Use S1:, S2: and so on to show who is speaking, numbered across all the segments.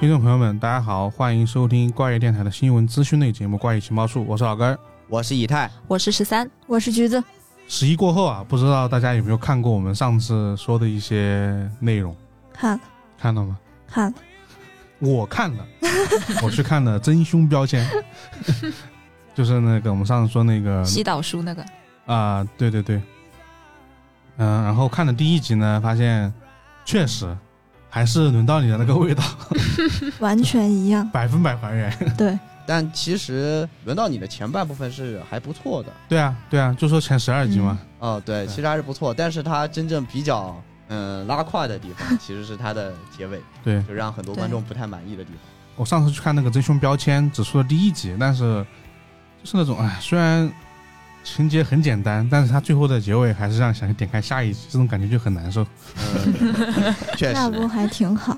S1: 听众朋友们，大家好，欢迎收听怪异电台的新闻资讯类节目《怪异情报处》，我是老根儿。
S2: 我是以太，
S3: 我是十三，
S4: 我是橘子，
S1: 十一过后啊，不知道大家有没有看过我们上次说的一些内容，
S4: 看了
S1: 看到吗？
S4: 看了，
S1: 我看了，我去看了真凶标签， 就是那个我们上次说那个
S2: 嗯
S3: 西岛叔那个，
S1: 啊、对对对，嗯、然后看了第一集呢，发现确实还是轮到你的那个味道，。
S4: 完全一样
S1: 百分百还原。
S4: 对，
S2: 但其实轮到你的前半部分是还不错的
S1: 对啊，对啊，就说前十二集嘛，
S2: 哦，对，
S1: 对
S2: 其实还是不错，但是它真正比较嗯拉胯的地方其实是它的结尾，
S1: 对
S2: 就让很多
S3: 对
S2: 观众不太满意的地方。
S1: 我上次去看那个《真凶标签》，只出了第一集，但是就是那种哎，虽然情节很简单，但是它最后的结尾还是让你想点开下一集，这种感觉就很难受。
S2: 嗯， 确
S4: 那不
S2: 实，
S4: 还挺好？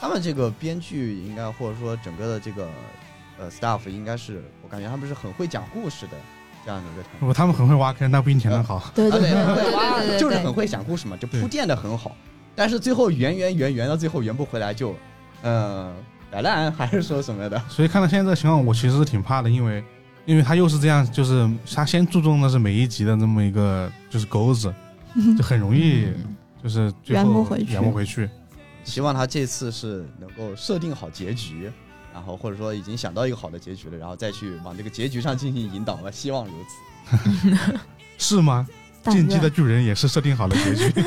S2: 他们这个编剧应该或者说整个的这个呃 staff 应该是，我感觉他们是很会讲故事的这样的一个团
S1: 不，他们很会挖坑，但不一定填得好。
S4: 对
S2: 队。啊，对，很
S4: 对对，
S2: 会挖
S3: 对对对对
S2: 就是很会讲故事嘛，就
S1: 对
S2: 铺垫的很好，但是最后圆圆圆圆到最后圆不回来就，嗯，摆烂还是说什么的。
S1: 所以看到现在这个情况，我其实是挺怕的，因为因为他又是这样，就是他先注重的是每一集的那么一个就是钩 子，就很容易就是最后
S4: 嗯圆不回去
S1: 圆不回去。
S2: 希望他这次是能够设定好结局，然后或者说已经想到一个好的结局了，然后再去往这个结局上进行引导吧。希望如此。
S1: 是吗？
S4: 但
S1: 进击的
S4: 愿
S1: 巨人也是设定好了结局，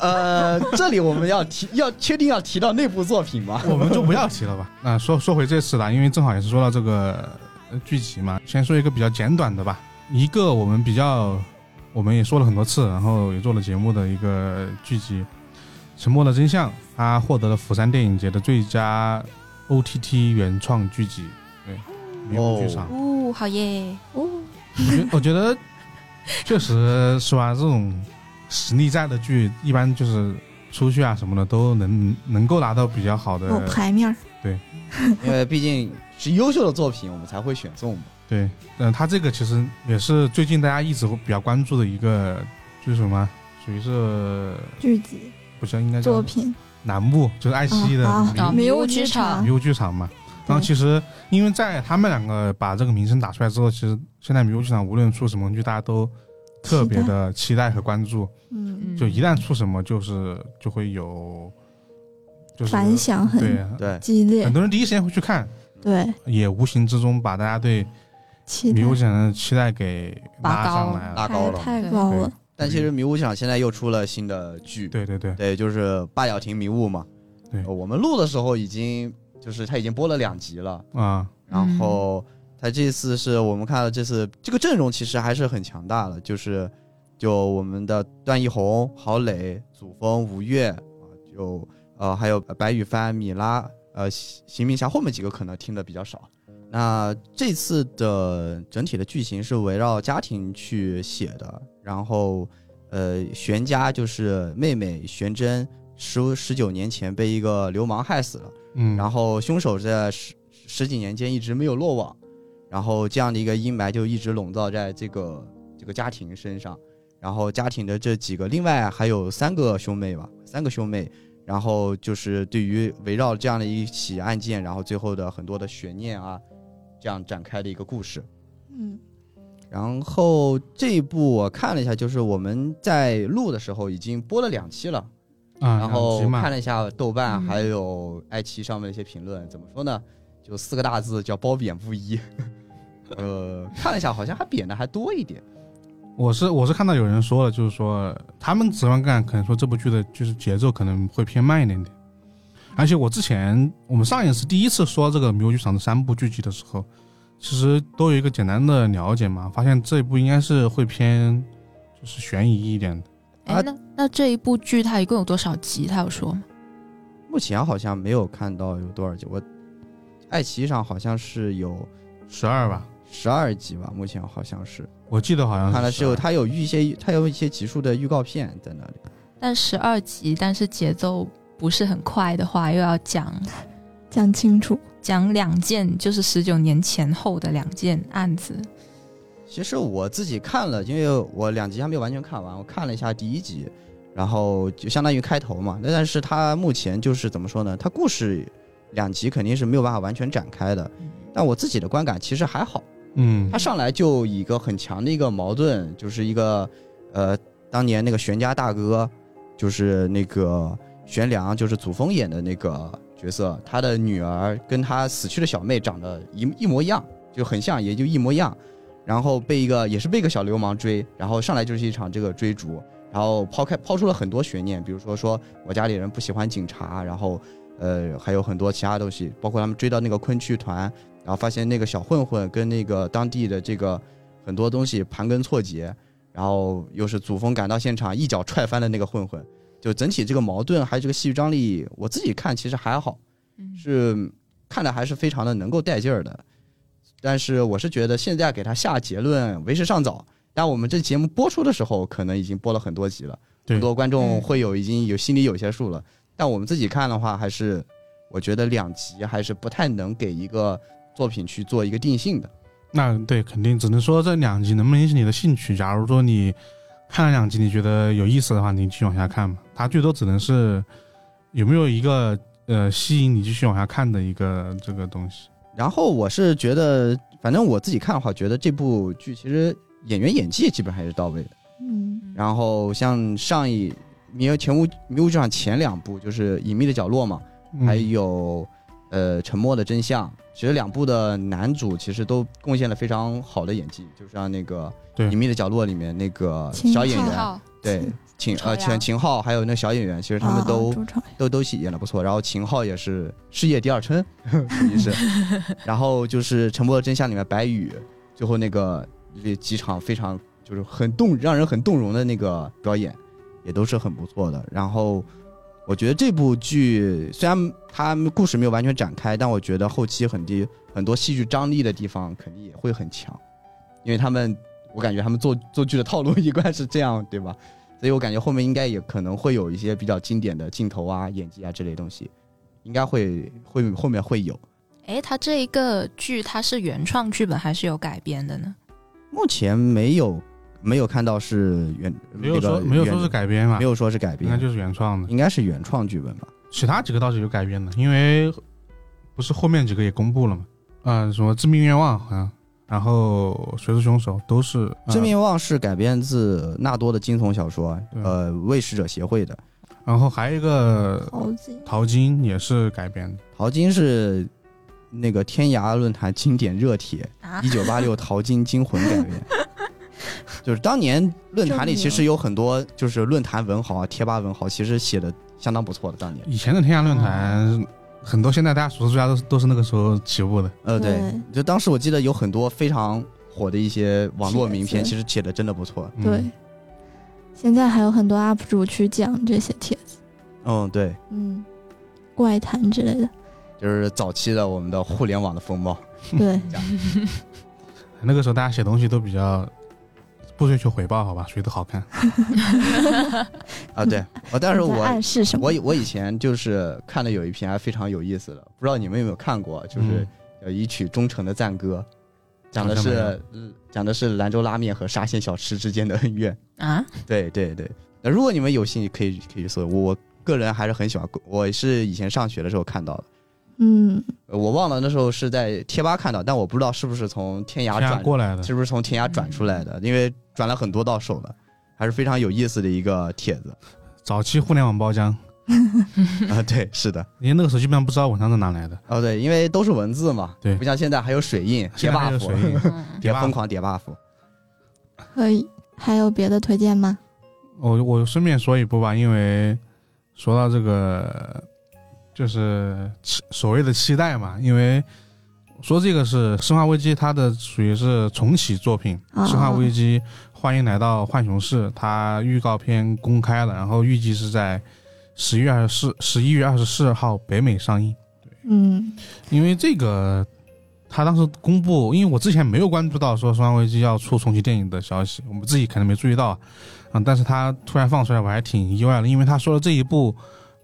S2: 呃，这里我们要提，要确定要提到那部作品 吗？
S1: 我们就不要提了吧。那说说回这次啦，因为正好也是说到这个呃剧集嘛，先说一个比较简短的吧。一个我们比较，我们也说了很多次，然后也做了节目的一个剧集《沉默的真相》，它获得了釜山电影节的最佳 OTT 原创剧集，对，名部剧场。
S3: 哦，好耶！
S4: 哦，
S1: 我觉我觉得 确实是吧，这种实力在的剧，一般就是出去啊什么的都能能够拿到比较好的
S4: 有牌面儿，
S2: 因为毕竟是优秀的作品，我们才会选中嘛。
S1: 对，嗯、他这个其实也是最近大家一直会比较关注的一个，就是什么，啊属于是
S4: 剧集
S1: 不是应该
S4: 作
S1: 叫
S4: 品
S1: 栏目，就是爱奇艺的
S4: 啊
S1: 迷
S3: 啊
S4: 没
S3: 迷雾
S4: 有
S3: 剧
S4: 剧
S3: 场
S1: 迷雾剧场嘛。然后其实，因为在他们两个把这个名声打出来之后，其实现在迷雾剧场无论出什么剧，大家都特别的期待和关注。
S4: 嗯，
S1: 就一旦出什么，就是就会有，就是
S4: 反响很
S1: 对，
S2: 对，
S4: 激烈
S1: 很，多人第一时间会去看，
S4: 对，
S1: 也无形之中把大家对
S4: 期
S1: 迷雾
S4: 待
S1: 剧场的期待给拉上来了。
S2: 拉高了
S4: 太太高了，
S2: 但其实迷雾剧场现在又出了新的剧，
S1: 对对对，
S2: 对，就是《八角亭迷雾》嘛。
S1: 对
S2: 呃我们录的时候已经就是它已经播了两集了。
S1: 啊，
S2: 然后他这次是我们看到这次这个阵容其实还是很强大的，就是就我们的段奕宏、郝蕾、祖峰、吴越啊，就呃还有白宇帆、米拉、呃邢邢明霞，后面几个可能听的比较少。那这次的整体的剧情是围绕家庭去写的，然后呃玄家就是妹妹玄真十十九年前被一个流氓害死了。
S1: 嗯，
S2: 然后凶手在十十几年间一直没有落网，然后这样的一个阴霾就一直笼罩在这个这个家庭身上，然后家庭的这几个，另外还有三个兄妹吧，三个兄妹，然后就是对于围绕这样的一起案件，然后最后的很多的悬念啊，这样展开的一个故事。
S4: 嗯，
S2: 然后这一部我看了一下，就是我们在录的时候已经播了两期了，
S1: 啊，
S2: 然后
S1: 急嘛
S2: 看了一下豆瓣
S3: 嗯
S2: 还有爱奇艺上面的一些评论，怎么说呢？就四个大字叫褒贬不一。呃，看了一下，好像还贬的还多一点。
S1: 我是我是看到有人说了，就是说他们指望干，可能说这部剧的就是节奏可能会偏慢一点点。而且我之前我们上一次第一次说这个《迷雾剧场》的三部剧集的时候，其实都有一个简单的了解嘛，发现这一部应该是会偏就是悬疑一点的。
S2: 啊
S3: 哎，那那这一部剧它一共有多少集？他有说吗？
S2: 目前好像没有看到有多少集，我爱奇艺上好像是有
S1: 十二吧，
S2: 十二集吧，目前好像是。
S1: 我记得好像
S2: 看了
S1: 是
S2: 是有
S1: 12
S2: 它有一些它有一些集数的预告片在那里。
S3: 但十二集，但是节奏不是很快的话，又要讲
S4: 讲清楚，
S3: 讲两件，就是十九年前后的两件案子。
S2: 其实我自己看了，因为我两集还没有完全看完，我看了一下第一集，然后就相当于开头嘛。那但是它目前就是怎么说呢？它故事两集肯定是没有办法完全展开的。但我自己的观感其实还好，
S1: 嗯
S2: 他上来就以一个很强的一个矛盾，就是一个呃，当年那个玄家大哥，就是那个玄良，就是祖峰演的那个角色，他的女儿跟他死去的小妹长得一一模一样，就很像，也就一模一样。然后被一个也是被一个小流氓追，然后上来就是一场这个追逐，然后抛开抛出了很多悬念，比如说说我家里人不喜欢警察，然后呃还有很多其他东西，包括他们追到那个昆曲团，然后发现那个小混混跟那个当地的这个很多东西盘根错节，然后又是祖峰赶到现场一脚踹翻了那个混混，就整体这个矛盾还有这个戏剧张力，我自己看其实还好，是看的还是非常的能够带劲儿的。但是我是觉得现在给他下结论为时尚早，但我们这节目播出的时候可能已经播了很多集了，
S1: 对
S2: 很多观众
S4: 嗯
S2: 会有已经有心里有些数了。但我们自己看的话，还是我觉得两集还是不太能给一个作品去做一个定性的。
S1: 那对，肯定只能说这两集能不能引起你的兴趣。假如说你看了两集，你觉得有意思的话，你继续往下看嘛。它最多只能是有没有一个呃吸引你继续往下看的一个这个东西。
S2: 然后我是觉得，反正我自己看的话，觉得这部剧其实演员演技基本还是到位的。
S4: 嗯
S2: 然后像上一《迷雾前屋迷雾剧场》前两部就是《隐秘的角落》嘛，
S1: 嗯
S2: 还有呃《沉默的真相》，其实两部的男主其实都贡献了非常好的演技，就像那个
S1: 对
S2: 《隐秘的角落》里面那个
S4: 秦
S2: 小演
S4: 昊
S2: 员，对
S4: 秦
S2: 秦呃
S3: 朝
S2: 秦
S3: 阳
S2: 秦昊还有那个小演员，其实他们
S4: 啊
S2: 都、
S4: 主创
S2: 都都演的不错，然后秦昊也是事业第二春， 属于是，然后就是《沉默的真相》里面白宇，最后那个几场非常就是很动让人很动容的那个表演，也都是很不错的。然后我觉得这部剧虽然它故事没有完全展开，但我觉得后期很低很多戏剧张力的地方肯定也会很强，因为他们我感觉他们做做剧的套路 一贯是这样，对吧？所以我感觉后面应该也可能会有一些比较经典的镜头啊、演技啊之类东西，应该会会后面会有。
S3: 哎，他这一个剧它是原创剧本还是有改编的呢？
S2: 目前没有没有看到是原
S1: 没有
S2: 那
S1: 说
S2: 个
S1: 没有
S2: 原
S1: 说是改编嘛
S2: 没？有说是改
S1: 应该
S2: 编，
S1: 就是原创的。
S2: 应该是原创剧本吧？
S1: 其他几个倒是有改编的，因为不是后面几个也公布了嘛？啊，什么致命愿望好像，然后谁是凶手都是
S2: 《
S1: 呃
S2: 致命望》是改编自纳多的惊悚小说，
S1: 对
S2: 呃，喂食者协会的。
S1: 呃然后还有一个
S4: 豪金
S1: 淘金也是改编的，
S2: 淘金是那个天涯论坛经典热帖，
S3: 啊
S2: 一，九八 六淘金惊魂改编。就是当年论坛里其实有很多，就是论坛文豪啊、贴吧文豪，其实写的相当不错的。当年，
S1: 以前的天涯论坛。
S2: 哦
S1: 很多现在大家熟知大家都是都是那个时候起步的，
S2: 呃，对
S4: 对，
S2: 就当时我记得有很多非常火的一些网络名片，
S4: 帖子
S2: 其实写的真的不错。
S1: 嗯、
S4: 对，，现在还有很多 UP 主去讲这些帖子，
S2: 嗯，对，
S4: 嗯，怪谈之类的，
S2: 就是早期的我们的互联网的风貌。
S4: 对，
S1: 那个时候大家写东西都比较不追求回报，好吧，谁都好看。
S2: 啊， 对，我但是
S4: 在
S2: 我
S4: 暗示什么
S2: 我？以我以前就是看的有一篇还非常有意思的，不知道你们有没有看过，就是叫《一曲忠诚的赞歌》，讲的
S1: 嗯好像没
S2: 是
S1: 有
S2: 嗯讲的是兰州拉面和沙县小吃之间的恩怨。
S3: 啊，
S2: 对对对，那如果你们有兴趣，可以可以去搜。我我个人还是很喜欢，我是以前上学的时候看到的。
S4: 嗯，
S2: 呃我忘了那时候是在贴吧看到，但我不知道是不是从天涯
S1: 天涯
S2: 转，
S1: 过来的，
S2: 是不是从天涯转出来的，因为转了很多到手的，还是非常有意思的一个帖子
S1: 早期互联网包浆，
S2: 啊。对，是的，
S1: 因为那个时候基本上不知道文章是哪来的，
S2: 哦对，因为都是文字嘛，
S1: 对
S2: 不像现在还有水印叠
S1: 现在还有
S2: buff，
S1: 水印
S3: 嗯
S2: 叠
S1: 叠 buff
S2: 疯狂叠 buff。
S4: 可以。还有别的推荐吗？
S1: 我我顺便说一波吧，因为说到这个就是期所谓的期待嘛，因为说这个是《生化危机》，它的属于是重启作品，
S4: 啊
S1: 生化危机》欢迎来到浣熊市，它预告片公开了，然后预计是在十月二十四、十一月二十四号北美上映。
S4: 嗯，
S1: 因为这个，他当时公布，因为我之前没有关注到说《生化危机》要出重启电影的消息，我们自己可能没注意到啊，嗯，但是他突然放出来，我还挺意外的，因为他说的这一部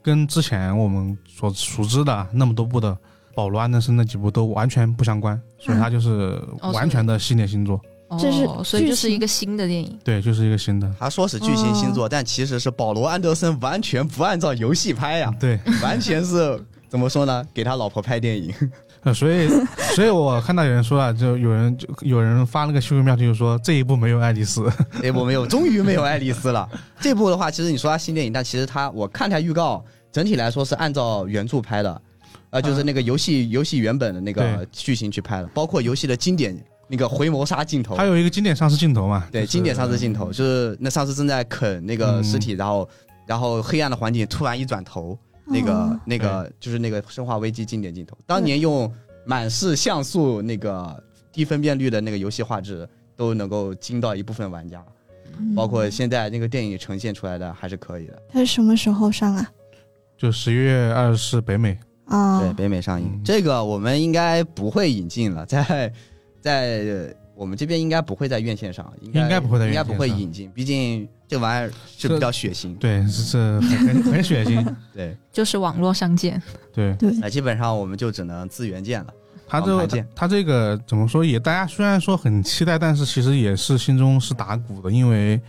S1: 跟之前我们所熟知的那么多部的保罗·安德森那几部都完全不相关，嗯所以它就是
S3: 哦
S1: 完全的系列新作，
S4: 这是
S3: 哦，所以就是
S4: 剧情
S3: 一个新的电影。
S1: 对，就是一个新的，
S2: 他说是巨星星座，但其实是保罗·安德森完全不按照游戏拍呀、
S1: 嗯对，
S2: 完全是怎么说呢？给他老婆拍电影，
S1: 呃，所以，所以我看到有人说了，就有人就有人发那个新闻标题，就说这一部没有爱丽丝，
S2: 这部哎没有，终于没有爱丽丝了。这部的话，其实你说它新电影，但其实它我看它预告，整体来说是按照原著拍的，呃，就是那个游戏、游戏原本的那个
S1: 嗯对
S2: 剧情去拍的，包括游戏的经典那个回眸 杀镜头
S1: 它，有一个经典丧尸镜头嘛，
S2: 哦对，
S1: 就是嗯
S2: 经典丧尸镜头，就是那丧尸正在啃那个尸体，然后然后黑暗的环境突然一转头，那个、
S4: 哦
S2: 那个就是那个《生化危机》经典镜头，当年用满是像素那个低分辨率的那个游戏画质都能够惊到一部分玩家，
S4: 嗯
S2: 包括现在那个电影呈现出来的还是可以的。
S4: 它是什么时候上啊？
S1: 就十一月二十四北美，
S4: 啊、
S2: 对，北美上映、
S1: 嗯
S2: 这个我们应该不会引进了，在在我们这边应该不会在院线上，应该
S1: 应该不会在
S2: 应
S1: 院线
S2: 该
S1: 上
S2: 不会引进，毕竟这玩意儿是比较血腥。
S1: 对，是是很很血腥，
S2: 对，
S3: 就是网络上见，
S1: 对
S4: 对，
S2: 那基本上我们就只能自源见了。
S1: 他
S2: 王
S1: 这
S2: 牌
S1: 他
S2: 剑
S1: 他这个怎么说也，大家虽然说很期待，但是其实也是心中是打鼓的，因为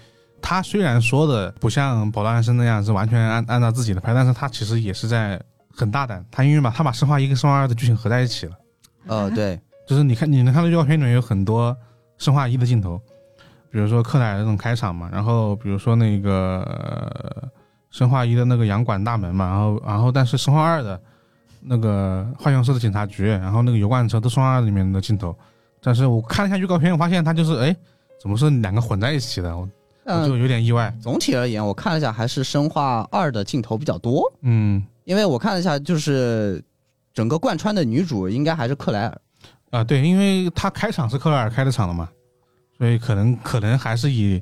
S1: 他虽然说的不像保罗安生那样是完全按按照自己的拍，但是他其实也是在很大胆，他因为把他把生化一跟生化二的剧情合在一起了，啊
S2: 呃，对，
S1: 就是你看你能看到预告片里面有很多生化一的镜头，比如说克莱尔那种开场嘛，然后比如说那个、呃生化一的那个洋馆大门嘛，然后然后但是生化二的那个浣熊市的警察局，然后那个油罐车都生化二里面的镜头，但是我看了一下预告片，我发现它就是哎，怎么是两个混在一起的？我我就
S2: 嗯，
S1: 有点意外。
S2: 总体而言，我看了一下，还是《生化二》的镜头比较多，
S1: 嗯
S2: 因为我看了一下，就是整个贯穿的女主应该还是克莱尔。
S1: 啊、对，因为它开场是克莱尔开的场的嘛，所以可能可能还是以，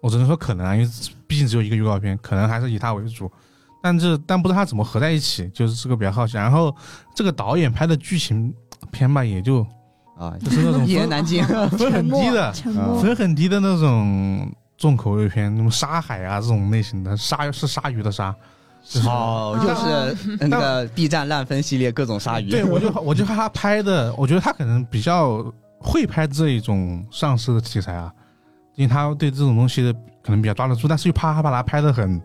S1: 我只能说可能啊，因为毕竟只有一个预告片，可能还是以它为主。但这但不知道它怎么合在一起，就是这个比较好奇。然后这个导演拍的剧情片吧，也 就
S2: 啊，
S1: 就是那种
S2: 一
S3: 哎
S2: 言
S1: 分
S2: 难尽。
S1: 分很低的，
S4: 啊沉默，
S1: 分很低的那种重口味片，那么沙海啊这种类型的，鲨是鲨鱼的鲨。 就是嗯
S2: 哦，又是那个 B 站烂分系列各种鲨鱼。
S1: 对，我就我就看他拍的，我觉得他可能比较会拍这一种丧尸的题材啊，因为他对这种东西的可能比较抓得住，但是又怕他把它拍的很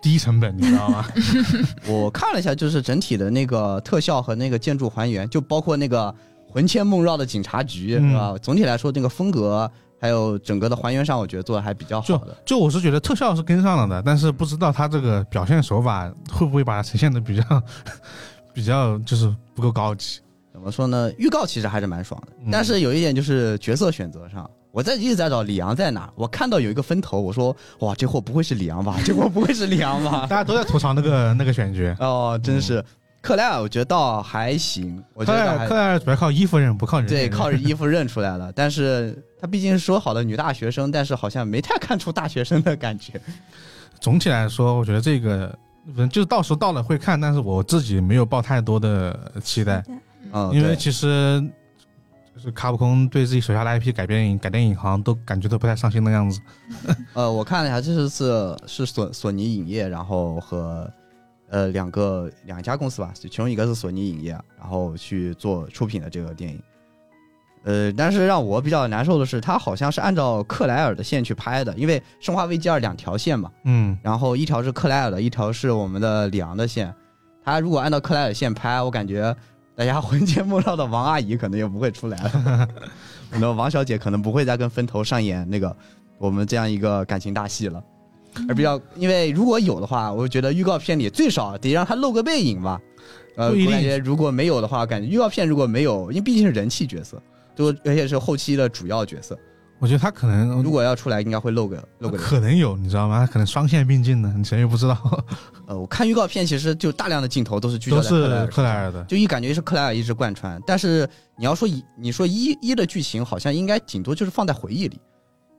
S1: 低成本，你知道吗？
S2: 我看了一下，就是整体的那个特效和那个建筑还原，就包括那个魂牵梦绕的警察局，
S1: 嗯
S2: 是吧？总体来说，那个风格还有整个的还原上，我觉得做的还比较好的。
S1: 就我是觉得特效是跟上了的，但是不知道他这个表现手法会不会把它呈现的比较比较就是不够高级。
S2: 怎么说呢？预告其实还是蛮爽的，
S1: 嗯
S2: 但是有一点就是角色选择上，我在一直在找里昂在哪儿。我看到有一个分头，我说哇，这货不会是里昂吧？这货不会是里昂吧
S1: 大？家都在吐槽那个那个选角，
S2: 哦，真是克莱尔，我觉得倒还行，我觉
S1: 嗯克莱
S2: 得
S1: 尔嗯克
S2: 还
S1: 莱尔主要靠衣服认，不靠人认。
S2: 对，靠着衣服认出来了。但是她毕竟是说好的女大学生，但是好像没太看出大学生的感觉。
S1: 总体来说，我觉得这个嗯，就是到时候到了会看，但是我自己没有抱太多的期待，
S2: 嗯，
S1: 因为
S2: 对
S1: 其实就是卡普空对自己手下的 IP 改编改电影好像都感觉都不太上心的样子。
S2: 呃，我看了一下，这次是索索尼影业，然后和呃两个两家公司吧，其中一个是索尼影业，然后去做出品的这个电影。呃，但是让我比较难受的是，它好像是按照克莱尔的线去拍的，因为《生化危机二》两条线嘛，
S1: 嗯，
S2: 然后一条是克莱尔的，一条是我们的里昂的线。他如果按照克莱尔线拍，我感觉大家魂牵梦绕的王阿姨可能也不会出来了， 可能王小姐可能不会再跟分头上演那个我们这样一个感情大戏了。而比较，因为如果有的话，我觉得预告片里最少得让他露个背影吧。呃，
S1: 不一定
S2: 我感觉如果没有的话，感觉预告片如果没有，因为毕竟是人气角色，就而且是后期的主要角色，
S1: 我觉得他可能
S2: 如果要出来，应该会露个露个脸。
S1: 可能有，你知道吗？他可能双线并进的，你谁也不知道，
S2: 呃，我看预告片，其实就大量的镜头都是聚焦
S1: 都
S2: 在克莱
S1: 是
S2: 尔，
S1: 克莱尔的。
S2: 就一感觉是克莱尔一直贯穿。但是你要说一，你说一一的剧情好像应该顶多就是放在回忆里，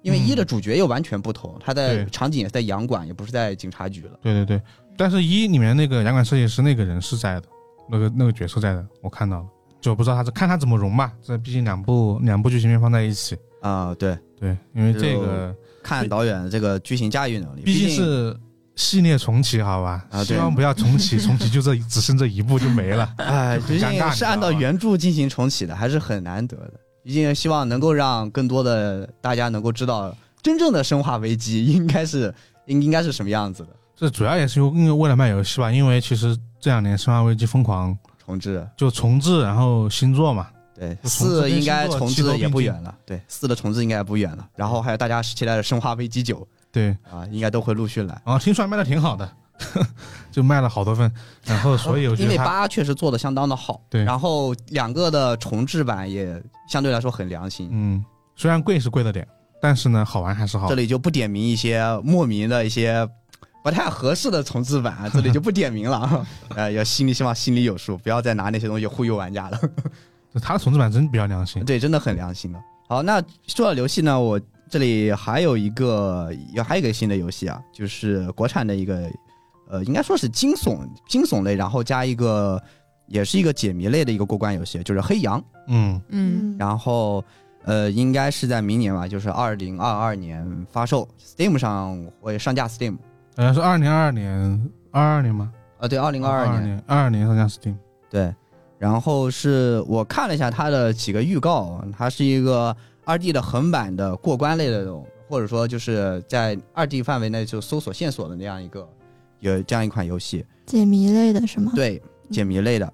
S2: 因为
S1: 嗯
S2: 一的主角又完全不同，他的
S1: 对
S2: 场景也是在洋馆，也不是在警察局了。
S1: 对对对，但是一里面那个洋馆设计师那个人是在的，那个那个角色在的，我看到了，就不知道他是看他怎么融吧。这毕竟两部两部剧情片放在一起，
S2: 啊、对，
S1: 对，因为这
S2: 就
S1: 个。
S2: 看导演这个剧情驾驭能力，
S1: 毕
S2: 竟
S1: 竟是系列重启，好吧？
S2: 啊
S1: 希
S2: 对
S1: 望不要重启，重启就这只剩这一部就没了。
S2: 哎，
S1: 就
S2: 毕
S1: 很尴尬
S2: 竟
S1: 你知
S2: 是
S1: 道
S2: 按照
S1: 吧
S2: 原著进行重启的，还是很难得的。毕竟希望能够让更多的大家能够知道真正的生化危机应该是应应该是什么样子的。
S1: 这主要也是因为为了卖游戏吧，因为其实这两年《生化危机》疯狂
S2: 重置，啊
S1: 就重置，然后新作嘛，
S2: 对
S1: 就重置
S2: 四
S1: 跟
S2: 应该
S1: 星座
S2: 重
S1: 齐头
S2: 置也
S1: 并
S2: 不
S1: 进
S2: 远了，对四的重置应该也不远了。然后还有大家期待的《生化危机九
S1: 对，》
S2: 啊，应该都会陆续来。
S1: 然后听说还卖的挺好的， 就卖了好多份，然后所以我觉
S2: 因
S1: 得
S2: 为
S1: 它
S2: 八确实做的相当的好，
S1: 对
S2: 然后两个的重置版也相对来说很良心。
S1: 嗯，虽然贵是贵了点，但是呢，好玩还是好
S2: 这。里就不点名一些莫名的一些不太合适的重置版，这里就不点名 了。呃，要心里希望心里有数，不要再拿那些东西忽悠玩家了。
S1: 它的重置版真比较良心，
S2: 对，真的很良心的。好，那说到游戏呢，我这里还有一个，有还有一个新的游戏啊，就是国产的一个，呃，应该说是惊悚惊悚类，然后加一个，也是一个解谜类的一个过关游戏，就是《黑羊》。
S1: 嗯
S3: 嗯，
S2: 然后，呃，应该是在明年吧，就是二零二二年发售，Steam 上会上架 Steam。
S1: 好像是二零二二年，二二年吗？
S2: 啊，对，二零二
S1: 二
S2: 二年，
S1: 年，二二年上架 Steam。
S2: 对。然后是我看了一下它的几个预告，它是一个二 D 的横版的过关类的那种，或者说就是在二 D 范围内就搜索线索的那样一个，有这样一款游戏，
S4: 解谜类的是吗？
S2: 对，解谜类的。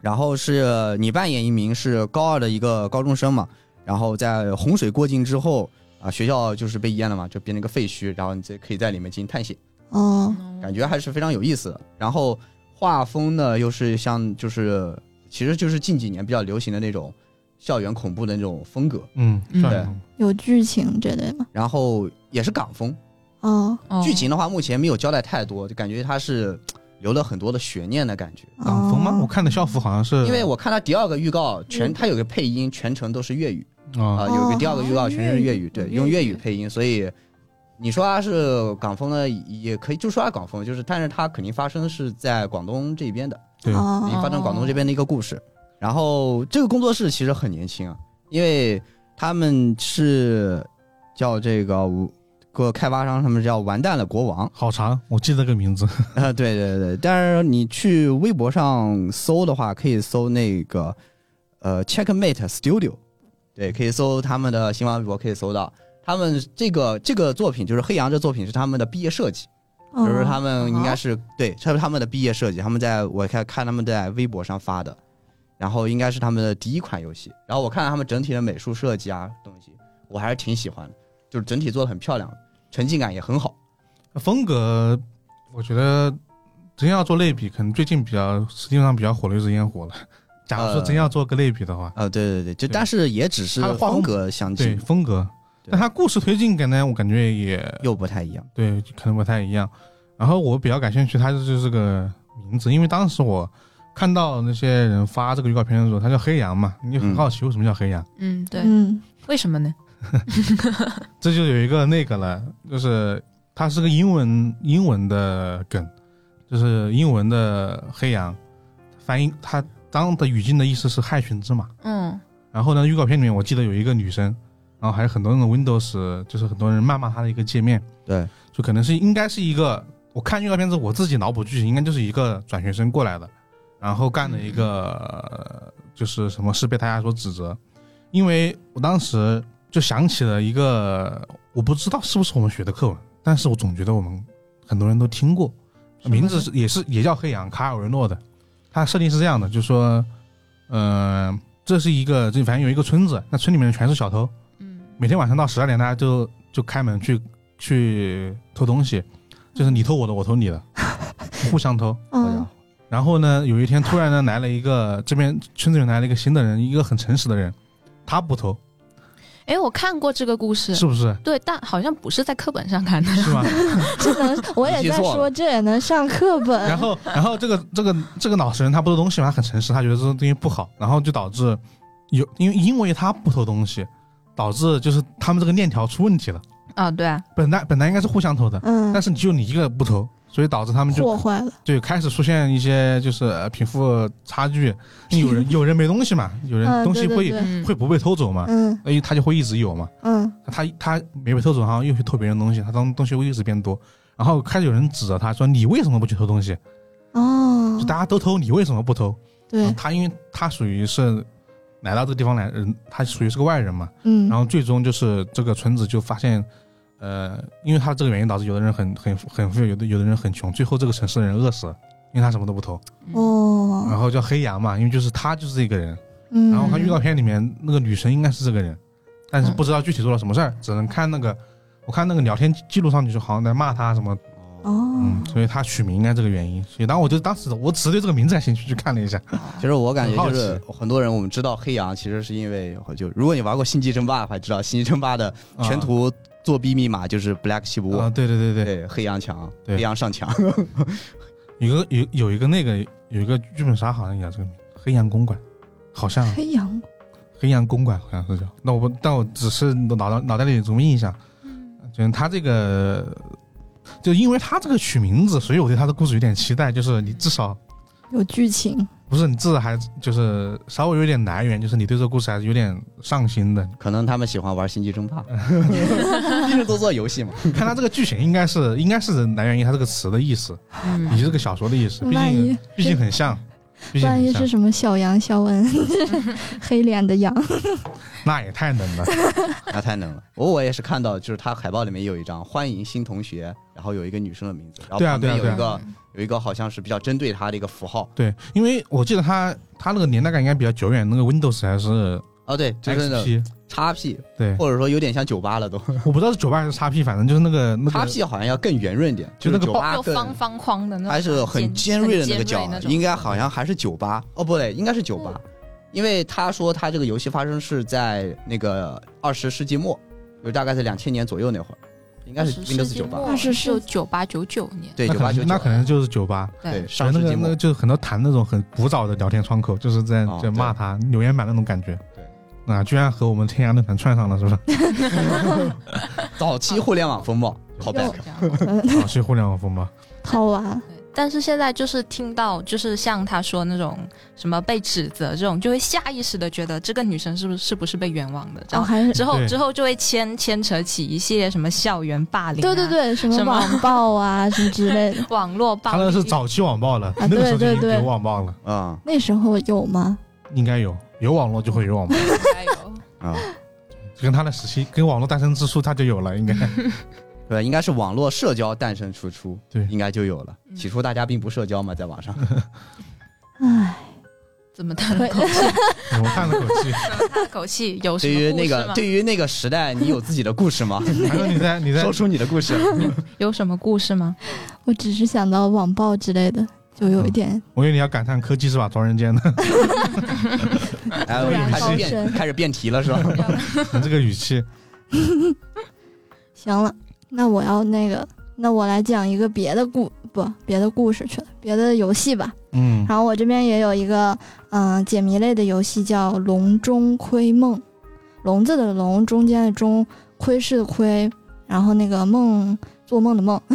S2: 然后是你扮演一名是高二的一个高中生嘛，然后在洪水过境之后啊，学校就是被淹了嘛，就变成一个废墟，然后你这可以在里面进行探险。
S4: 哦，
S2: 感觉还是非常有意思的。然后画风呢，又是像就是其实就是近几年比较流行的那种校园恐怖的那种风格，
S1: 嗯，
S3: 嗯
S1: 算了
S4: 有剧情这类吗？
S2: 然后也是港风。
S4: 哦，
S3: 哦
S2: 剧情的话，目前没有交代太多，就感觉它是留了很多的悬念的感觉。
S1: 港风吗？
S4: 哦
S1: 我看的校服好像是，
S2: 因为我看它第二个预告，全
S4: 嗯
S2: 它有个配音，全程都是粤语啊、
S1: 啊，
S2: 有一
S4: 哦
S2: 个第二个预告全是哦粤语，对，用粤语配音，所以你说它是港风呢，也可以就说它港风，就是但是它肯定发生是在广东这边的。
S1: 对，
S2: 已
S4: 哦，
S2: 经发展广东这边的一个故事。然后这个工作室其实很年轻啊，因为他们是叫这个个开发商，他们叫完蛋了 国王
S1: 好长，我记得这个名字。
S2: 啊，对对对。但是你去微博上搜的话，可以搜那个呃 Checkmate Studio，对，可以搜他们的新浪微博可以搜到。他们这个这个作品就是黑羊这作品是他们的毕业设计，
S4: 哦
S2: 就是他们应该是对，这是他们的毕业设计，他们在我看看他们在微博上发的，然后应该是他们的第一款游戏。然后我看了他们整体的美术设计啊东西，我还是挺喜欢的，就是整体做的很漂亮，沉浸感也很好。
S1: 风格，我觉得真要做类比，可能最近比较实际上比较火的就是烟火了。假如说真要做个类比的话，
S2: 啊、对对对，就
S1: 对
S2: 但是也只是
S1: 它的画风
S2: 风格相
S1: 对
S2: 近，
S1: 风格，
S2: 嗯对
S1: 但它故事推进感呢，我感觉也
S2: 又不太一样。
S1: 对，可能不太一样。然后我比较感兴趣，它就是这个名字，因为当时我看到那些人发这个预告片的时候，它叫黑羊嘛，你就很好奇为什么叫黑羊。
S3: 嗯，对，
S4: 嗯
S3: 为什么呢？
S1: 这就有一个那个了，就是它是个英文英文的梗，就是英文的黑羊，翻译它当的语境的意思是害群之马。
S3: 嗯，
S1: 然后呢，预告片里面我记得有一个女生，然后还有很多那种 Windows，就是很多人谩骂她的一个界面，
S2: 对，
S1: 就可能是应该是一个，我看预告片之后我自己脑补剧情，应该就是一个转学生过来的，然后干了一个、呃就是什么事被大家所指责，因为我当时就想起了一个，我不知道是不是我们学的课文，但是我总觉得我们很多人都听过，
S3: 什么呢
S1: 名字是也是也叫黑羊，卡尔维诺的，它设定是这样的，就是说，呃，这是一个这反正有一个村子，那村里面全是小偷，
S3: 嗯，
S1: 每天晚上到十二点，大家就就开门去去偷东西，就是你偷我的，我偷你的，互相偷。
S2: 好家
S4: 嗯
S2: 伙，
S1: 然后呢，有一天突然呢来了一个这边村子里来了一个新的人，一个很诚实的人，他不偷，
S3: 哎，我看过这个故事，
S1: 是不是？
S3: 对，但好像不是在课本上看的，
S1: 是吧？
S4: 这能 我也
S2: 记
S4: 在
S2: 错了
S4: 说这也能上课本，
S1: 然后，然后这个这个这个老实人他不偷东西嘛，他很诚实，他觉得这东西不好，然后就导致有因为因为他不偷东西，导致就是他们这个链条出问题了。
S3: 啊，对啊，
S1: 本来本来应该是互相偷的，
S4: 嗯
S1: 但，是只有你一个不偷，所以导致他们就
S4: 祸坏了，
S1: 对，开始出现一些就是呃贫富差距，有人有人没东西嘛，有人
S4: 嗯
S1: 东西
S4: 对对
S1: 会
S4: 对
S3: 嗯，
S1: 会不被偷走嘛，
S4: 嗯
S1: 因为他就会一直有嘛，
S4: 嗯
S1: 他他没被偷走，然后又去偷别人东西，他东东西会一直变多，然后开始有人指责他说你为什么不去偷东西？
S4: 哦
S1: 就，大家都偷，你为什么不偷？然后
S4: 对，
S1: 他因为他属于是来到这个地方来人，他属于是个外人嘛，
S4: 嗯
S1: 然后最终就是这个村子就发现，呃，因为他这个原因导致有的人很很很富有，有的有的人很穷，最后这个城市的人饿死了。因为他什么都不投。然
S4: 哦，
S1: 后叫黑羊嘛，因为就是他就是这个人。
S4: 嗯，
S1: 然后他预告片里面那个女神应该是这个人，但是不知道具体做了什么事儿，只能看那个，我看那个聊天记录上去就好像在骂他什么，
S4: 哦
S1: 嗯，，所以他取名应该这个原因。所以当时我就当时我只对这个名字感兴趣，去看了一下。
S2: 其实我感觉
S1: 很好
S2: 就是很多人我们知道黑羊，其实是因为就如果你玩过《星际争霸》的话，知道《星际争霸》的全图作弊密码就是 Black Sheep，、
S1: 啊，对对对对，
S2: 对黑羊强，
S1: 对
S2: 黑羊上墙，
S1: 有个有有一个那个有一个剧本杀好像也叫这个名，黑羊公馆，好像
S4: 黑羊，
S1: 黑羊公馆好像是叫。那我不，但我只是脑脑脑袋里有什么印象，
S4: 嗯
S1: 就是他这个，就因为他这个取名字，所以我对他的故事有点期待，就是你至少。
S4: 有剧情，
S1: 不是你至少还就是稍微有点来源，就是你对这个故事还是有点上心的。
S2: 可能他们喜欢玩《星际争霸》，毕竟都做游戏嘛。
S1: 看他这个剧情，应该是应该是来源于他这个词的意思，
S3: 嗯
S1: 以及这个小说的意思。毕
S4: 万
S1: 竟
S4: 一
S1: 毕竟很像，毕竟
S4: 万一
S1: 很
S4: 是
S1: 像，
S4: 什么小羊、小文，黑脸的羊，
S1: 那也太能了。
S2: 那太能了！我我也是看到，就是他海报里面有一张欢迎新同学，然后有一个女生的名字，然后
S1: 对啊
S2: 旁边有
S1: 对啊
S2: 一个、有一个好像是比较针对他的一个符号。
S1: 对，因为我记得他他那个年代感应该比较久远，那个 Windows 还是
S2: 哦，对，就是那
S1: XP，
S2: 叉 P，
S1: 对，
S2: 或者说有点像酒吧了都。
S1: 我不知道是九八还是 XP，反正就是那个那
S2: 叉
S1: 个
S2: P 好像要更圆润一点，
S1: 就是那个
S2: 酒
S1: 爆
S2: 吧
S3: 又
S2: 更
S3: 方方框的那种，
S2: 啊还是很尖锐的那个
S3: 很尖
S2: 角啊
S3: 锐那，种嗯
S2: 应该好像还是酒吧。哦，不对，应该是酒吧，因为他说他这个游戏发生是在那个二十世纪末，就大概在两千年左右那会儿，应该是 Windows 酒吧。
S4: 二十世
S3: 是九八九九年，
S2: 对，
S1: 那
S2: 九
S1: 可
S2: 八九
S1: 能
S2: 九，
S1: 那可能就是九八。
S2: 对上
S1: 那
S2: 世
S1: 个
S2: 纪
S1: 那
S2: 末
S1: 个。就是很多谈那种很古早的聊天窗口，就是在
S2: 哦
S1: 在骂他留言板那种感觉。
S2: 对
S1: 啊，居然和我们天涯论坛串上了，是不 是？
S2: 早期互联网风暴
S3: 好
S2: ，callback，
S1: 早期互联网风暴。
S4: 好玩，
S3: 但是现在就是听到，就是像他说那种什么被指责这种，就会下意识的觉得这个女生是不是是不是被冤枉的，然
S4: 然
S3: 后
S4: 后哦还是
S3: 之后
S1: 对
S3: 之后就会牵牵扯起一系列什么校园霸凌、
S4: 对对，对，什么
S3: 什么
S4: 网暴啊，什么之 类的，
S3: 网络暴
S1: 他
S3: 力，
S1: 那是早期网暴了，
S4: 啊
S1: 那个时候就
S4: 对
S1: 已经
S4: 对对
S1: 有网暴了，
S2: 啊
S4: 那时候有吗？
S1: 应该有有网络就会有 网暴，
S3: 加油，
S2: 啊，
S1: 就跟他的时期跟网络诞生之初他就有 了，应该
S2: 对，应该是网络社交诞生出出，
S1: 对
S2: 应该就有了。
S3: 嗯
S2: 起初大家并不社交嘛，在网上，
S4: 唉，
S3: 怎么叹了口气？
S1: 我叹了口气。
S3: 怎么叹了口气？有 什
S2: 对于
S3: 么
S2: 那
S3: 故事
S2: 个
S3: 吗？
S2: 对于那个时代，你有自己的故事吗？
S1: 还有你在 你在
S2: 说出你的 故事，
S3: 有什么故事吗？
S4: 我只是想到网暴之类的，就有一点
S1: 我以为你要感叹科技是把装人间的，
S2: 哎，
S4: 突然
S2: 开始
S4: 高
S2: 变
S4: 深
S2: 开始变题了 是吧？
S1: 你这个语气，
S4: 行了，那我要那个，那我来讲一个别的故不别的故事去了，别的游戏吧。
S1: 嗯，
S4: 然后我这边也有一个嗯、呃解谜类的游戏叫《笼中窥梦》，笼子的笼，中间的中，窥视的窥，然后那个梦做梦的梦。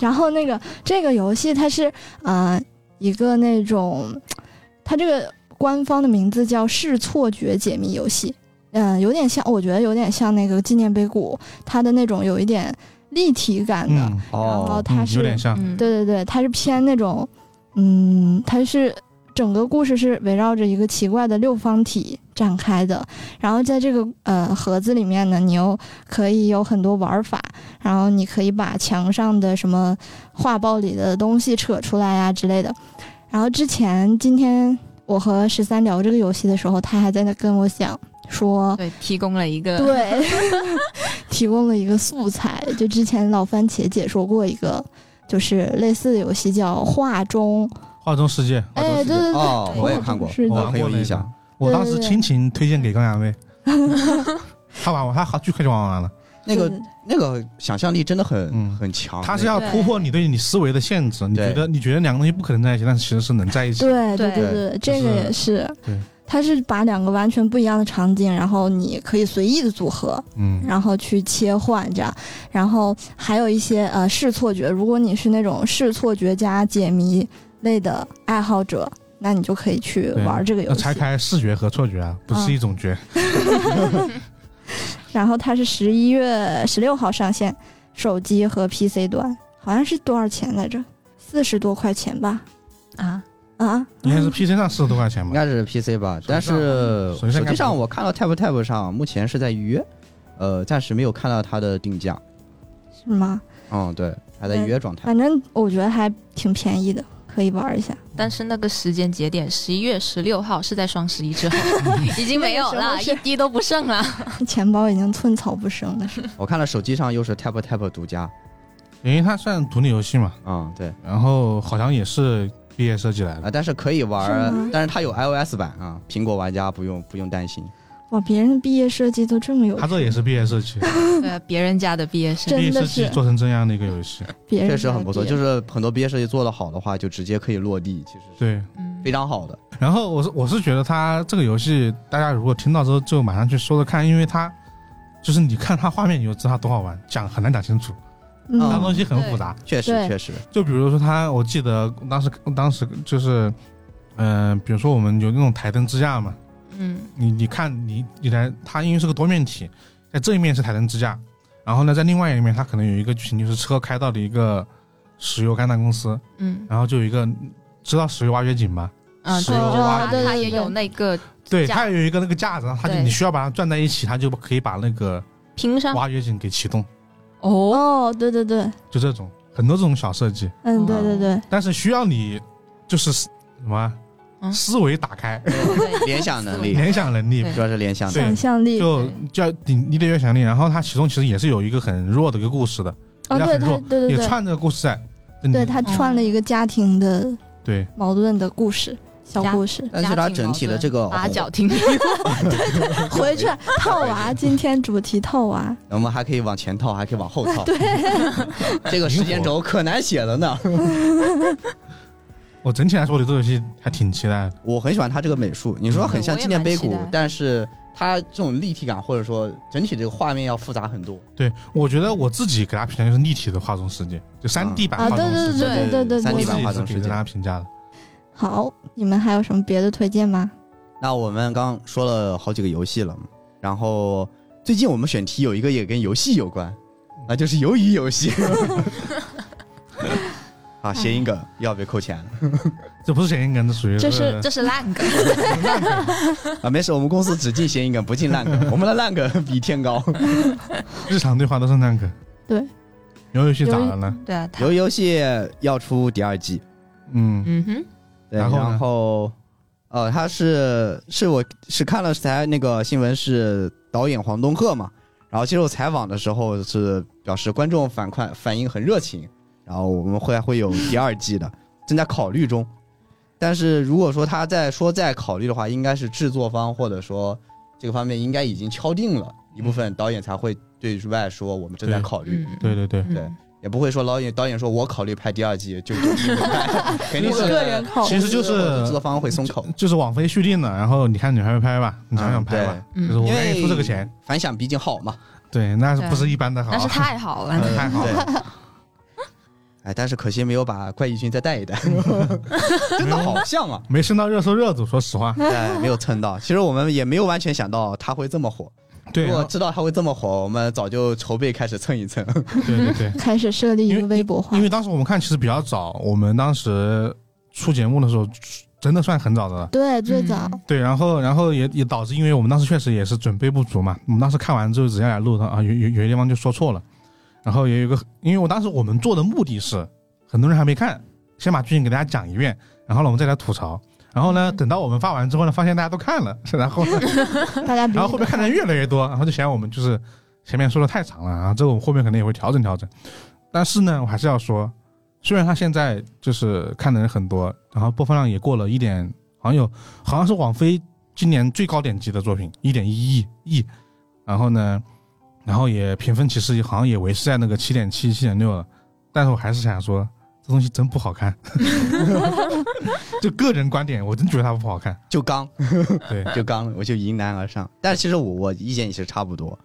S4: 然后那个这个游戏它是呃一个那种，它这个官方的名字叫视错觉解谜游戏，嗯、有点像，我觉得有点像那个纪念碑谷，它的那种有一点立体感的，
S1: 嗯，
S4: 然后
S2: 哦，
S4: 它
S1: 嗯，
S4: 是、
S1: 有点像，
S3: 嗯，
S4: 对对对，它是偏那种，嗯，它是整个故事是围绕着一个奇怪的六方体展开的。然后在这个呃盒子里面呢，你又可以有很多玩法，然后你可以把墙上的什么画报里的东西扯出来呀、之类的。然后之前今天我和十三聊这个游戏的时候，他还在那跟我讲说，
S3: 对，提供了一 个
S4: 对，提供了一个素材。就之前老番茄解说过一个，就是类似的游戏叫《画中
S1: 画中世界，》，
S2: 画中
S4: 哎，
S2: 世界
S4: 对对对，
S2: 哦，我也看过，
S4: 是的
S2: 我
S1: 我玩
S2: 很有
S1: 过
S2: 印
S1: 那
S2: 象
S1: 个。，我当
S4: 对
S1: 时
S4: 对对
S1: 亲情推荐给高阳 威，他玩过，他好巨快就玩完了。
S2: 那个
S4: 对对
S2: 那个想象力真的很
S1: 嗯
S2: 很强，
S1: 他是要突破你对你思维的限制，你觉得你觉得两个东西不可能在一起，但是其实是能在一起。
S4: 对对
S3: 对
S4: 对对，这个也是
S1: 对，
S4: 它是把两个完全不一样的场景，然后你可以随意的组合，
S1: 嗯，
S4: 然后去切换这样，然后还有一些呃视错觉，如果你是那种视错觉加解谜类的爱好者，那你就可以去
S1: 对
S4: 玩这个游
S1: 要
S4: 戏
S1: 拆。开视觉和错觉啊，不是一种觉。
S4: 然后它是十一月十六号上线，手机和 PC 端，好像是多少钱来着？四十多块钱吧？
S3: 啊，
S4: 啊，
S1: 应该是 PC 上四十多块钱
S2: 应
S1: 吧？
S2: 该是 PC 吧，
S1: 手机上
S2: 但是
S1: 手机上
S2: 手
S1: 应该
S2: 机
S1: 不
S2: 上我看到 Tap Tap 上目前是在预约，呃，暂时没有看到它的定价。
S4: 是吗？
S2: 嗯，对，还在
S4: 嗯
S2: 预约状态。
S4: 反正我觉得还挺便宜的，可以玩一下。
S3: 但是那个时间节点，十一月十六号是在双十一之 后，已经没有
S4: 那
S3: 了，
S4: 个时候
S3: 一
S4: 是
S3: 滴都不剩 了。
S4: 钱包已经寸草不生了，是吧
S2: 我看了手机上又是 Tap Tap 独家，
S1: 因为它算独立游戏嘛，
S2: 嗯，对
S1: 然后好像也是毕业设计来的
S2: 啊，，但是可以玩儿
S4: 是吗，
S2: 但是它有 iOS 版啊，苹果玩家不用不用担心。
S4: 哇，别人的毕业设计都这么有，
S1: 它这也是毕业设计，
S3: 对，别人家的毕业生
S4: 真
S1: 毕业
S4: 的
S1: 设计
S4: 是
S1: 做成这样的一个游戏，
S4: 别人
S2: 确实很不错，就是是很多毕业设计做得好的话，就直接可以落地，其实是
S1: 对。
S3: 嗯
S2: 非常好的。
S1: 然后我是我是觉得它这个游戏，大家如果听到之后就马上去搜着看，因为它就是你看它画面你就知道它多好玩，讲很难讲清楚，它
S4: 嗯
S2: 啊
S1: 东西很复杂。
S2: 确实
S4: 对
S2: 确实，
S1: 就比如说它，我记得当时当时就是，嗯、比如说我们有那种台灯支架嘛，
S3: 嗯，
S1: 你你看你你来，它因为是个多面体，在这一面是台灯支架，然后呢，在另外一面它可能有一个剧情就是车开到了一个石油勘探公司，
S3: 嗯
S1: 然后就有一个知道石油挖掘井吗？
S3: 啊，
S1: 石
S3: 对，
S1: 油
S3: 就是
S1: 挖
S3: 它
S1: 掘
S3: 它
S4: 对
S3: 也
S4: 对
S3: 有那个
S1: 对，
S3: 架
S1: 它有一个那个架子，然后它就
S3: 对
S1: 你需要把它转在一起，它就可以把那个
S3: 拼上
S1: 挖掘井给启动，
S3: 哦，
S4: 哦，对对对，
S1: 就这种很多这种小设计，
S2: 啊
S4: 嗯，对对对，
S1: 但是需要你就是什么啊
S3: 嗯
S1: 思维打开，
S3: 对
S2: 联想能力
S1: 联想能力
S3: 对
S2: 主要是联想
S1: 对
S4: 想象力，哦
S1: 就就要你你得有想力，然后它其中其实也是有一个很弱的一个故事的，
S4: 哦，对
S1: 人家
S4: 他
S1: 很，
S4: 对对
S1: 也
S4: 对，
S1: 串着故事在，
S4: 对他串了一个家庭的
S1: 对
S4: 矛盾的故事，小故事，
S2: 但是它整体的这个，哦
S3: 八角亭
S4: 回去套娃，今天主题套娃，
S2: 我们还可以往前套，还可以往后套。对， 这个时间轴可难写了呢。
S1: 我整体来说，我对这个游戏还挺期待的。
S2: 我很喜欢它这个美术，你说很像纪念碑
S3: 我
S2: 谷
S3: 也蛮期待，
S2: 但是它这种立体感或者说整体这个画面要复杂很多。
S1: 对，我觉得我自己给它评价就是立体的画中世界，就三 D 版
S4: 啊
S1: 画中世界。
S4: 对对对对
S2: 三
S1: 我
S2: D
S1: 自
S2: 版
S1: 己
S2: 画
S1: 是
S2: 中
S1: 给
S2: 世界。
S1: 它评价的。
S4: 好，你们还有什么别的推荐吗？
S2: 那我们刚说了好几个游戏了嘛，然后最近我们选题有一个也跟游戏有关，啊，就是鱿鱼游戏。 啊，谐音梗又要被扣钱了
S1: 这不是谐音梗，这属于呃
S4: 这是
S3: 这是烂梗，
S2: 啊！没事，我们公司只进谐音梗，不进烂梗，我们的烂梗比天高。
S1: 日常对话都是那个。
S4: 对，
S1: 游游戏咋了呢？
S3: 对啊，它
S2: 鱿 鱼游戏要出第二季，
S1: 嗯，
S3: 嗯哼，
S2: 对，
S1: 然后呢
S2: 然后呃，他是是我是看了才那个新闻是导演黄东赫嘛，然后接受采访的时候是表示观众反馈反应很热情，然后我们会会有第二季的，正在考虑中。但是如果说他在说在考虑的话，应该是制作方或者说这个方面应该已经敲定了一部分，导演才会对外说我们正在
S1: 对
S2: 考虑，
S3: 嗯，
S1: 对对对，
S3: 嗯
S2: 对也不会说导演导演说我考虑拍第二季就有定拍，肯定是
S4: 我个人考虑
S1: 其实就是
S2: 制作方会松口。
S1: 就是网飞续订了，然后你看你还会拍吧，你想想拍吧，
S3: 嗯
S1: 就是我
S2: 因
S1: 愿
S2: 为
S1: 意出这个钱。
S2: 反响毕竟好嘛。
S1: 对，那是不是一般的好啊
S3: 但？是太好
S2: 嗯
S3: 了，
S1: 太好了，
S2: 对。哎，但是可惜没有把怪异君再带 一带，真的好像啊！
S1: 没升到热搜热度，说实话。
S2: 哎，没有蹭到。其实我们也没有完全想到他会这么火。
S1: 对
S2: 如果知道他会这么火，我们早就筹备开始蹭一蹭。
S1: 对对 对，
S4: 开始设立一个微博化
S1: 因为，当时我们看其实比较早，我们当时出节目的时候，真的算很早的了。
S4: 对，最早
S3: 嗯
S1: 对，然后然后也也导致，因为我们当时确实也是准备不足嘛，我们当时看完之后直接来录的啊，有有有些地方就说错了，然后也有一个，因为我当时我们做的目的是，很多人还没看，先把剧情给大家讲一遍，然后呢我们再来吐槽，然后呢等到我们发完之后呢，发现大家都看了， 然后呢
S4: 大家比
S1: 嗯然后后面看的人越来越多，然后就嫌我们就是前面说的太长了，然后这个我们后面可能也会调整调整，但是呢我还是要说，虽然他现在就是看的人很多，然后播放量也过了一点，好像有好像是网飞今年最高点击的作品，一点一亿亿，然后呢，然后也评分其实好像也维持在那个七点七、七点六了，但是我还是想说，这东西真不好看， 就个人观点，我真觉得它不好看，
S2: 就刚
S1: 对，
S2: 就刚，我就迎难而上。但其实我我意见也是差不多。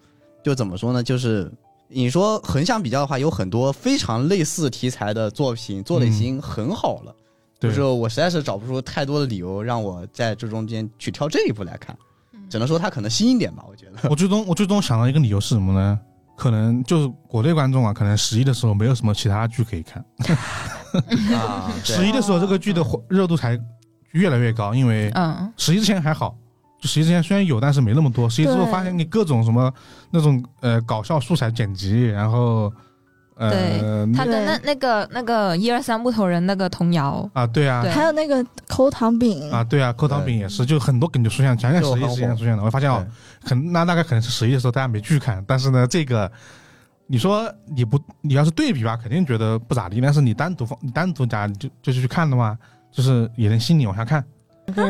S2: 就怎么说呢？就是你说横向比较的话，有很多非常类似题材的作品做的已经很好了。
S1: 对
S2: 就是我实在是找不出太多的理由让我在这中间去挑这一部来看，只能说它可能新一点吧，我觉得。
S1: 我最终我最终想到一个理由是什么呢？可能就是国内观众啊，可能十一的时候没有什么其他剧可以看，
S2: 啊，
S1: 十一的时候这个剧的火热度才越来越高，因为
S3: 嗯，
S1: 十一之前还好，就十一之前虽然有，但是没那么多。十一之后
S4: 对
S1: 发现你各种什么那种呃搞笑素材剪辑，然后呃，
S3: 他
S4: 对
S3: 跟那那个那个一二三木头人那个童谣，
S1: 啊，对啊，
S3: 对
S4: 还有那个口糖饼
S1: 啊，对啊，扣糖饼也是，就很多梗就出现，前段
S2: 就
S1: 十一
S2: 很
S1: 时间
S2: 火
S1: 出现了。我发现哦，可能那大概可能是十一的时候大家没去看，但是呢，这个你说你不你要是对比吧，肯定觉得不咋地，但是你单独放你单独讲就就是去看的嘛，就是也能吸引你往下看。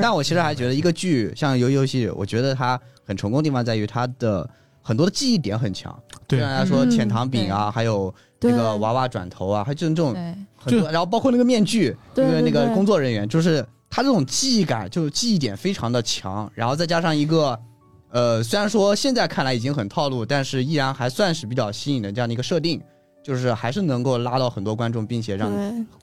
S2: 但我其实还觉得一个剧像《游游戏》，我觉得它很成功的地方在于它的很多的记忆点很强。
S1: 对
S2: 虽然说
S4: 嗯
S2: 浅糖饼啊，还有那
S4: 对
S2: 个娃娃转头啊，还有这种
S3: 对
S2: 很多，然后包括那个面具，
S4: 对
S2: 那个那
S4: 对
S2: 个
S4: 对
S2: 工作人员，就是他这种记忆感，就是记忆点非常的强，然后再加上一个，呃，虽然说现在看来已经很套路，但是依然还算是比较新颖的这样的一个设定，就是还是能够拉到很多观众，并且让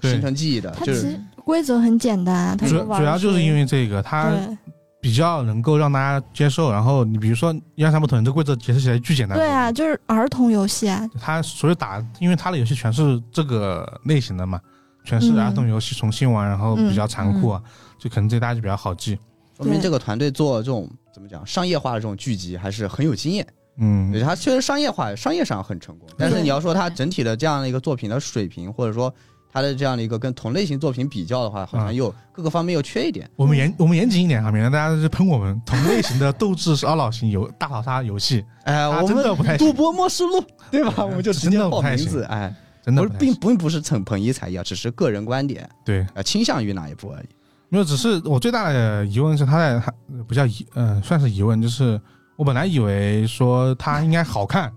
S4: 对，
S2: 形成记忆的，
S4: 它
S2: 就
S4: 其
S2: 是
S4: 实规则很简单啊，它
S1: 呃主
S4: 就玩
S1: 主要就是因
S4: 为
S1: 为这个，它
S4: 对
S1: 比较能够让大家接受。然后你比如说《一二三木头人》这规则解释起来巨简单，
S4: 对啊，，就是儿童游戏啊，
S1: 他所有打，因为他的游戏全是这个类型的嘛，全是
S4: 嗯
S1: 儿童游戏重新玩，然后比较残酷啊，就可能这大家就比较好记。
S2: 说明
S4: 对
S2: 这个团队做这种怎么讲商业化的这种剧集还是很有经验。对，
S1: 嗯，
S2: 它确实商业化，商业上很成功。但是你要说它整体的这样的一个作品的水平，或者说它的这样的一个跟同类型作品比较的话，好像又各个方面又缺一点。
S1: 我们严我们严谨一点哈，啊免得大家就喷我们同类型的斗志是二老型游大逃杀游戏，
S2: 哎，
S1: 啊
S2: 我
S1: 真的不太
S2: 们
S1: 行
S2: 主播莫失 路，对吧？
S1: 对
S2: 我们就直
S1: 真
S2: 接
S1: 的不
S2: 报
S1: 太
S2: 名
S1: 行
S2: 字，哎，
S1: 真的
S2: 不
S1: 不
S2: 是，
S1: 太
S2: 并
S1: 行
S2: 并不是蹭捧一踩一啊，只是个人观点，
S1: 对，
S2: 呃，倾向于哪一波而已。
S1: 没有，只是我最大的疑问是他在他不叫疑，呃，算是疑问，就是我本来以为说它应该好看，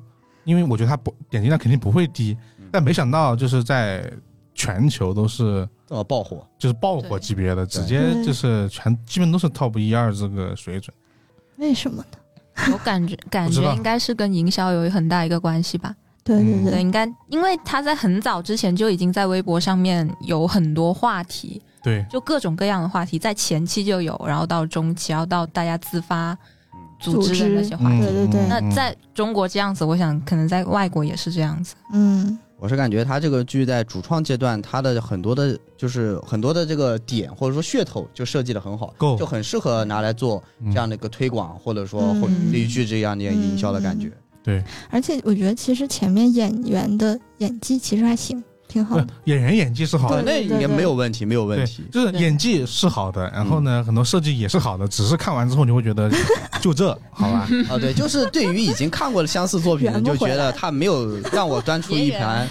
S1: 因为我觉得它不点击量肯定不会低，但没想到就是在全球都是。
S2: 这么呃爆火，
S1: 就是爆火级别的，直接
S4: 对
S1: 就是全基本都是 top 一二这个水准。
S4: 为什么呢？
S3: 我感觉感
S1: 不知道
S3: 觉应该是跟营销有很大一个关系吧。
S4: 对
S1: 嗯
S4: 对
S3: 对，应该因为他在很早之前就已经在微博上面有很多话题，
S1: 对，
S3: 就各种各样的话题，在前期就有，然后到中期，然后到大家自发组织的那些话
S1: 嗯
S3: 题。
S4: 对对对
S3: 那在中国这样子，我想可能在外国也是这样子。。
S4: 嗯，
S2: 我是感觉它这个剧在主创阶段，它的很多的，就是很多的这个点或者说噱头就设计的很好，
S1: 够
S2: 就很适合拿来做
S1: 嗯
S2: 这样的一个推广，或者说
S4: 嗯
S2: 或类剧这样的一个营销的感觉。
S1: 对，
S4: 而且我觉得其实前面演员的演技其实还行，挺好
S1: 不
S4: 的。
S1: 演员演技是好
S2: 对，
S1: 的，
S2: 那
S4: 对对
S2: 也
S4: 对
S2: 没有问题，没有问
S1: 对
S2: 题，。嗯
S1: 就是演技是好的，然后呢，很多设计也是好的，只是看完之后你会觉 得就这好吧？
S2: 啊，对，就是对于已经看过的相似作 品的，
S4: 圆不
S2: 就
S4: 回
S2: 觉得他没有让我端出一盘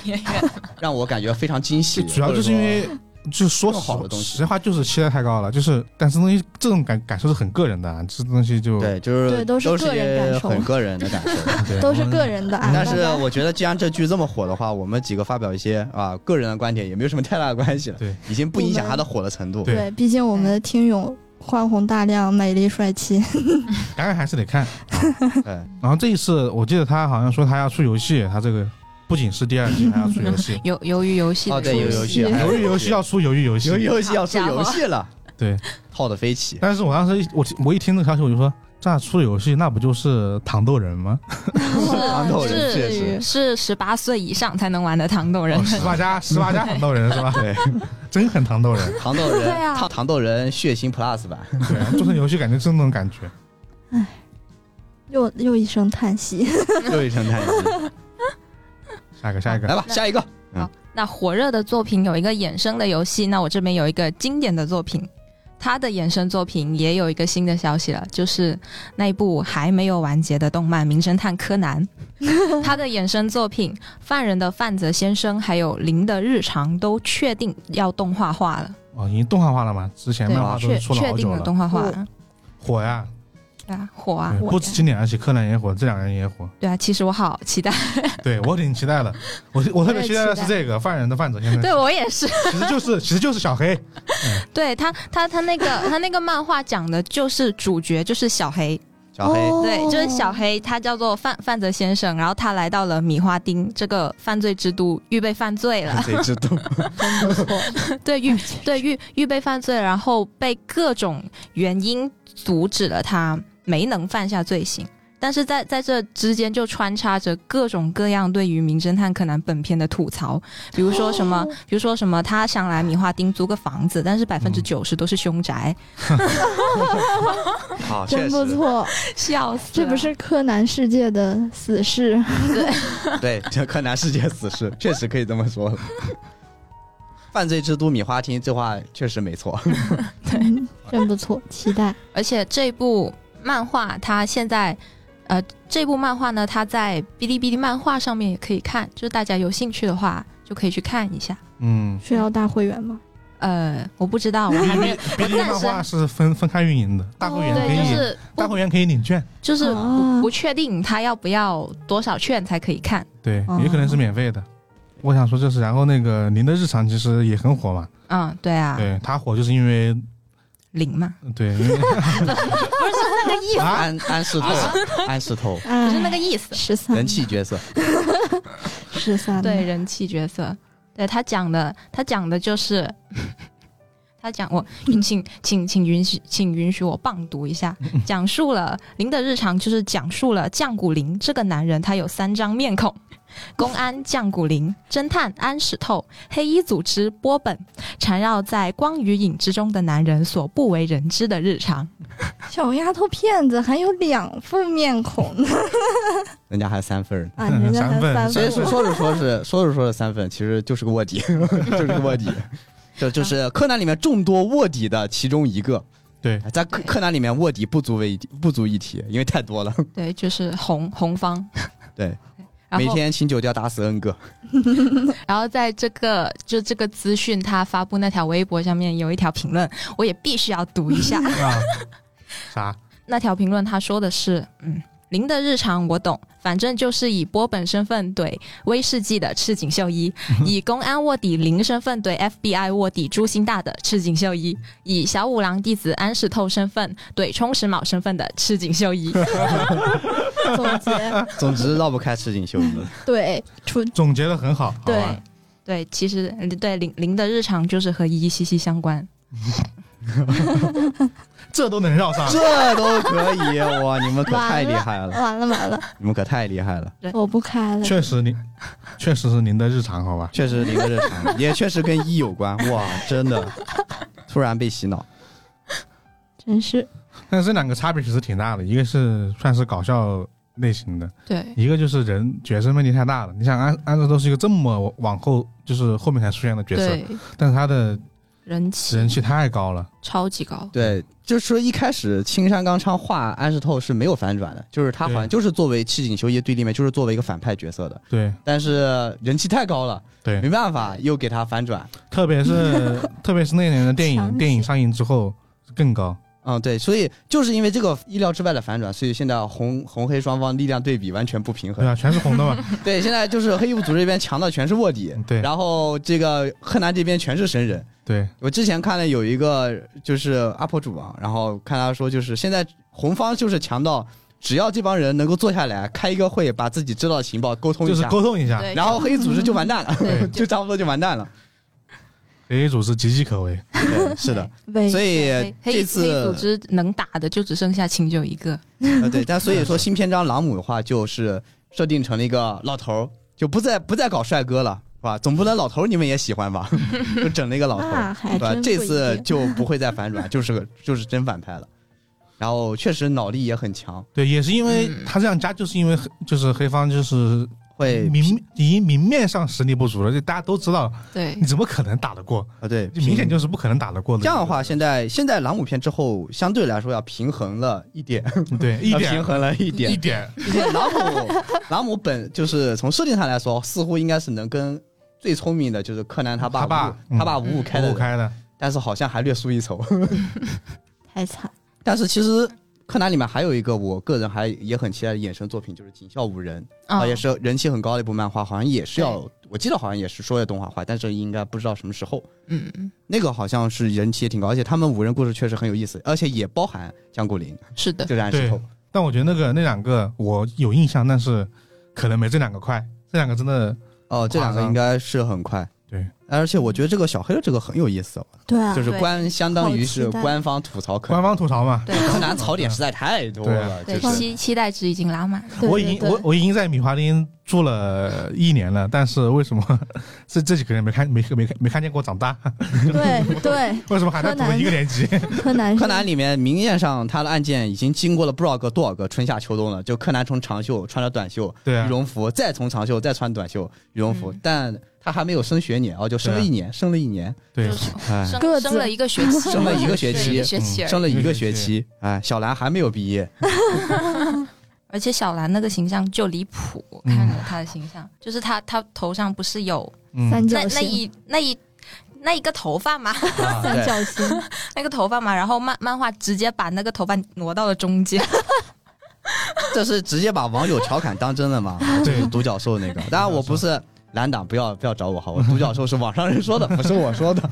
S2: 让我感觉非常惊喜。
S1: 主要就是因为。就是说
S2: 更好的东西
S1: 实话，就是期待太高了。就是，但是东西这种感感受是很个人的啊，这东西就
S2: 或者说对，就是
S4: 对都是
S2: 都是
S4: 个
S2: 一
S4: 人
S2: 些
S4: 感受
S2: 很个人的感受。
S1: 对
S4: 都是个
S1: 嗯
S4: 人的啊，
S2: 但是
S4: 大家
S2: 我觉得，既然这剧这么火的话，我们几个发表一些啊个人的观点，也没有什么太大的关系了，
S1: 对，
S2: 已经不影响
S4: 我们
S2: 它的火的程度。
S1: 对
S4: 对，毕竟我们的听友宽宏大量、美丽 帅气，
S1: 当然还是得看。 啊
S2: 对，
S1: 然后这一次，我记得他好像说他要出游戏，他这个不仅是第二季，还要出游戏
S3: 由由于游戏
S2: 哦，
S3: 的
S2: 对，
S3: 出
S2: 有
S3: 现
S2: 游戏，
S4: 游戏
S2: 还
S1: 鱿鱼游戏要出鱿鱼游戏，
S2: 鱿鱼游戏要出
S3: 好家伙
S2: 游戏了，
S1: 对，
S2: 套的 飞起。
S1: 但是我当时一我我一听这个消息，我就说，这样出游戏那不就是糖豆人吗？啊
S2: 糖豆人
S3: 是
S2: 确实，
S3: 是十八岁以上才能玩的糖豆人
S1: 哦，十八加十八加糖豆人是吧？
S2: 对，
S1: 真很糖豆人，
S2: 糖豆人
S3: 对，啊
S2: 糖糖豆人血腥 Plus 版，
S1: 对，做成游戏感觉是那种感觉。
S4: 又又一声叹息。
S2: 又一声叹息。
S1: 下一个，下一个，
S2: 来吧，下一个，
S3: 那火热的作品有一个衍生的游戏，那我这边有一个经典的作品，它的衍生作品也有一个新的消息了，就是那一部还没有完结的动漫《名侦探柯南》，它的衍生作品《犯人的范泽先生》还有《零的日常》都确定要动画化了，
S1: 哦，已经动画化了嘛？之前
S3: 对
S1: 漫画，都是
S3: 确
S1: 出了
S3: 确
S1: 好
S3: 定
S1: 久
S3: 了
S1: 了，
S3: 动画化了，
S1: 火呀！
S3: 对啊，火啊，
S1: 对
S3: 火
S1: 不
S3: 呀
S1: 止经典，而且柯南也火，这两个人也火。
S3: 对啊，其实我好期待，
S1: 对我挺期待的，我我特别期待的是
S4: 我也期待
S1: 这个犯人的犯者先生，
S3: 对我也是。
S1: 其实就是其实就是小黑，
S3: 对他，他他那个他那个漫画讲的就是主角就是小黑，
S2: 小黑，
S4: 哦
S3: 对，就是小黑，他叫做范范泽先生，然后他来到了米花町这个犯罪之都，预备犯罪了，
S2: 谁知道？
S4: 真不错，
S3: 对
S4: 哎
S3: 预
S2: 啊
S3: 对预预备犯罪，然后被各种原因阻止了他，没能犯下罪行。但是在在这之间就穿插着各种各样对于《名侦探柯南》本片的吐槽，比如说什么，
S4: 哦
S3: 比如说什么，他想来米花町租个房子，但是百分之
S1: 嗯
S3: 九十都是凶宅，
S2: 好，确
S4: 真不
S2: 实，
S4: 错，
S3: 啊笑死了！
S4: 这不是柯南世界的死士。
S2: 对，这柯南世界死侍确实可以这么说了。 犯罪之都米花町这话确实没错，
S4: 嗯 真不错，期待。
S3: 而且这部漫画它现在，呃，这部漫画呢，它在哔哩哔哩漫画上面也可以看，就是大家有兴趣的话就可以去看一下。
S1: 嗯，
S4: 需要大会员吗？
S3: 呃，我不知道，我还 没有，
S1: 哔哩
S3: 暂
S1: 漫
S3: 时
S1: 画是分分开运营的，大会员可
S3: 对，就
S1: 以，
S3: 是
S1: 大
S3: 不
S1: 会员可以领券，
S3: 就是
S4: 啊
S3: 不不确定他要不要多少券才可以看。
S1: 对
S4: 哦，
S1: 也可能是免费的。我想说就是，然后那个您的日常其实也很火嘛，
S3: 嗯，对啊，
S1: 对，它火就是因为
S3: 零嘛，
S1: 对，因为
S3: 不是那个意思，
S1: 啊，
S2: 安安室透， 安室透，
S3: 不
S4: 哎，
S3: 是那个意思。
S4: 十三
S2: 人气角色，
S4: 十三，
S3: 对，人气角色，对他讲的，他讲的就是， 他讲我，请请请允许，请允许我棒读一下，讲述了林的日常，就是讲述了降谷林这个男人，他有三张面孔：公安降谷林、侦探安室透、黑衣组织波本，缠绕在光与影之中的男人所不为人知的日常。
S4: 小丫头骗子还有两副面孔呢
S2: 人家还嗯三分儿。
S4: 啊！人家还
S1: 三份
S4: 三
S2: 所以
S4: 份
S2: 说说着说着说着说着三分，其实就是个卧底， 就是个卧底，这就是柯南里面众多卧底的其中一个。
S1: 对，
S2: 在柯
S3: 对
S2: 柯南里面卧底不足为不足一提，因为太多了。
S3: 对，就是红红方。
S2: 对，
S3: 然
S2: 每
S3: 后。
S2: 天请酒就要打死 N 个，
S3: 然后在这个就这个资讯他发布那条微博下面有一条评论，我也必须要读一下。
S1: 啊，啥？
S3: 那条评论他说的是，嗯。零的日常我懂，反正就是以波本身份怼威士忌的赤井秀一，以公安卧底零身份怼 FBI 卧底朱星大的赤井秀一，以小五郎弟子安室透身份怼冲石卯身份的赤井秀一。
S4: 总结，
S2: 总之绕不开赤井 秀一。
S4: 对，出
S1: 总结的很好，好
S4: 对
S1: 吧？
S3: 对，其实呃对零零的日常就是和一息息相关。
S1: 这都能绕上，
S2: 这都可以哇！你们可太厉害了，
S4: 完了完了，
S2: 你们可太厉害了，
S4: 我不开了。
S1: 确实您， 确实是您的日常，好吧？
S2: 确实离个日常，也确实跟一有关哇！真的，突然被洗脑，
S4: 真是
S1: 但是这两个差别其实挺大的，一个是算是搞笑类型的，
S3: 对，
S1: 一个就是人角色魅力太大了。你想安安室透是一个这么往后，就是后面才出现的角色，
S3: 对，
S1: 但是他的
S3: 人气
S1: 人气太高了。
S3: 超级高。
S2: 对，就是说一开始青山刚昌画安室透是没有反转的，就是他好像
S1: 对
S2: 就是作为赤井秀一对立面，就是作为一个反派角色的，
S1: 对
S2: 但是人气太高了，没
S1: 对，
S2: 办法，又给他反转。
S1: 特别是特别是那年的电
S4: 强
S1: 影
S4: 行
S1: 电影上映之后更高。
S2: 嗯，对，所以就是因为这个意料之外的反转，所以现在红红黑双方力量对比完全不平衡
S1: 对。啊，全是红的 嘛。
S2: 对，现在就是黑衣部组这边强的全是卧底，
S1: 对
S2: 然后这个柯南这边全是神人。
S1: 对，
S2: 我之前看了有一个就是 UP 主啊，然后看他说就是现在红方就是强到，只要这帮人能够坐下来开一个会，把自己知道的情报沟通
S1: 就
S2: 一
S1: 是
S2: 下，
S1: 沟通一下，
S3: 对，
S2: 然后黑衣组织就完蛋了，
S1: 对
S3: 对，
S2: 就差不多就完蛋了。
S1: 雷组织岌岌可危。
S2: 对，是的，
S4: 为
S2: 所以
S3: 黑
S2: 这
S3: 黑黑
S2: 次
S3: 组织能打的就只剩下秦九一个，
S2: 呃，对，但所以说新篇章朗姆的话，就是设定成了一个老头儿，就不再不再搞帅哥了，是吧？总不能老头儿你们也喜欢吧？ 就整了一个老头
S4: 那
S2: 儿，
S4: 啊还
S2: 对吧
S4: 哎真？
S2: 这
S4: 不一
S2: 次
S4: 定
S2: 就不会再反转， 就是个就是真反派了。然后确实脑力也很强，
S1: 对，也是因为
S3: 嗯
S1: 他这样加，就是因为黑就是黑方就是
S2: 会
S1: 明明明面上实力不足了，这大家都知道，
S2: 嗯
S3: 对
S1: 你，怎么可能打得过？
S2: 啊，对，
S1: 就明显
S2: 平
S1: 就是不可能打得过的。
S2: 这样的话，，现在现在朗姆片之后，相对来说要平衡了一点，
S1: 对，一
S2: 要
S1: 点
S2: 平衡了一
S1: 一
S2: 点。
S1: 点，
S2: 毕竟朗姆朗姆本就是从设定上来说，似乎应该是能跟最聪明的就是柯南他爸
S1: 他爸
S2: 五五
S1: 嗯
S2: 他爸五五开的
S1: 五
S2: 人
S1: 五开的，
S2: 但是好像还略输一筹。
S4: 太惨，
S2: 但是其实柯南里面还有一个我个人还也很期待的衍生作品，就是《警校五人》啊、
S3: 啊
S2: 也是人气很高的一部漫画，好像也是要，我记得好像也是说要动画化，但是应该不知道什么时候。
S3: 嗯，
S2: 那个好像是人气也挺高，而且他们五人故事确实很有意思，而且也包含江谷林，
S3: 是的，
S2: 就是安石透。
S1: 但我觉得那个那两个我有印象，但是可能没这两个快，这两个真的
S2: 哦，这两个应该是很快。
S1: 对，
S2: 而且我觉得这个小黑的这个很有意思哦，
S4: 对啊
S2: 就，是
S3: 对
S2: 官相当于是
S4: 好期待
S2: 官方吐槽可
S1: 官方啊吐槽嘛。
S3: 对
S2: 直男槽点实在太多了，
S3: 对，
S2: 就是
S3: 期期待值已经拉满了。
S4: 对
S1: 我
S4: 对
S1: 已经
S4: 对
S1: 我我已经在米华林住了一年了，但是为什么 这这几个人没看没没看没看见过长大？
S4: 对对，
S1: 为什么还在
S4: 柯
S1: 读
S4: 南
S1: 一个年级？
S4: 柯南是
S2: 柯南里面明面上他的案件已经经过了不知道个多少个春夏秋冬了，就柯南从长袖穿着短袖
S1: 对 啊
S2: 羽，绒服，再从长袖再穿短袖羽绒服
S3: 嗯，
S2: 但他还没有升学年哦，就升了一
S4: 啊
S2: 年，升了一年，
S1: 对
S3: 就，是
S2: 哎，
S3: 生
S4: 各自
S3: 生了一个学期，
S2: 生了一个学期
S3: 对一个学期而已
S2: 升了一个学期，哎，小兰还没有毕业，
S3: 而且小兰那个形象就离谱，我
S1: 嗯
S3: 看了她的形象，就是她她头上不是有
S1: 嗯，
S4: 三
S3: 那
S4: 角
S3: 那
S4: 形，
S3: 一那一那一个头发吗？
S1: 啊
S4: 三角形，
S3: 那个头发嘛，然后漫漫画直接把那个头发挪到了中间，
S2: 这是直接把网友调侃当真了 吗？就是独角兽那个，当然我不是蓝党，不要不要找我哈，我独角兽是网上人说的，不是我说 的。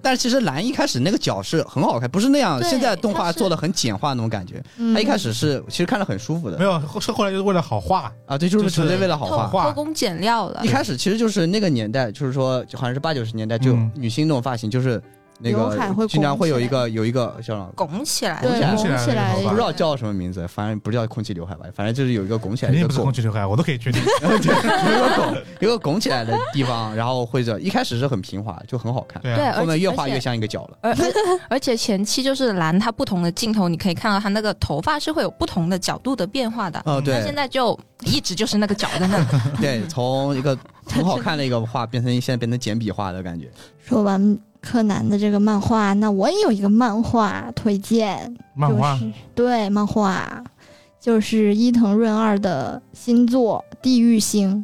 S2: 但是其实蓝一开始那个脚是很好看，不是那样，
S4: 对
S2: 现在动
S4: 它
S2: 画
S4: 是
S2: 做的很简化那种感觉。
S4: 嗯
S2: 他一开始是其实看着很舒服
S1: 没
S2: 的
S1: 有后后来就是为了好画，
S2: 啊，对，就是
S1: 就是
S2: 纯粹为了好
S3: 偷
S2: 画。
S1: 画
S3: 偷工减料了
S2: 一。开始其实就是那个年代，就是说好像是八九十年代，就
S1: 嗯
S2: 女性那种发型，就是那
S4: 刘海
S2: 个
S4: 会
S2: 经常
S4: 拱
S2: 会
S4: 起
S2: 有一
S4: 来
S2: 个有一个像
S3: 拱起来
S4: 对
S2: 起来
S4: 拱
S1: 拱起
S4: 起
S1: 来
S4: 来
S1: 那个头发
S2: 不知道叫什么名字，反正不是叫空气刘海吧，反正就是有一个拱起来
S1: 肯
S2: 一
S1: 定
S2: 个
S1: 不是
S2: 拱
S1: 空，气刘海，我都可以确定。
S2: 有一个拱， 有一个拱起来的地方，然后或者一开始是很平滑，就很好看，
S1: 对
S3: 对，
S1: 啊，
S2: 后
S3: 而
S2: 面
S3: 且
S2: 越画越像一个角了。
S3: 而 且而而且前期就是蓝，它不同的镜头，你可以看到它那个头发是会有不同的角度的变化
S1: 嗯
S3: 的。
S2: 哦，
S3: 它现
S2: 对
S3: 在就一直就是那个角在那 里，
S2: 对，从一个很好看的一个画变成现在变成简笔画的感觉。
S4: 说完柯南的这个漫画，那我也有一个漫画推荐，
S1: 漫画
S4: 就是对漫画，就是伊藤润二的新作《地狱星》。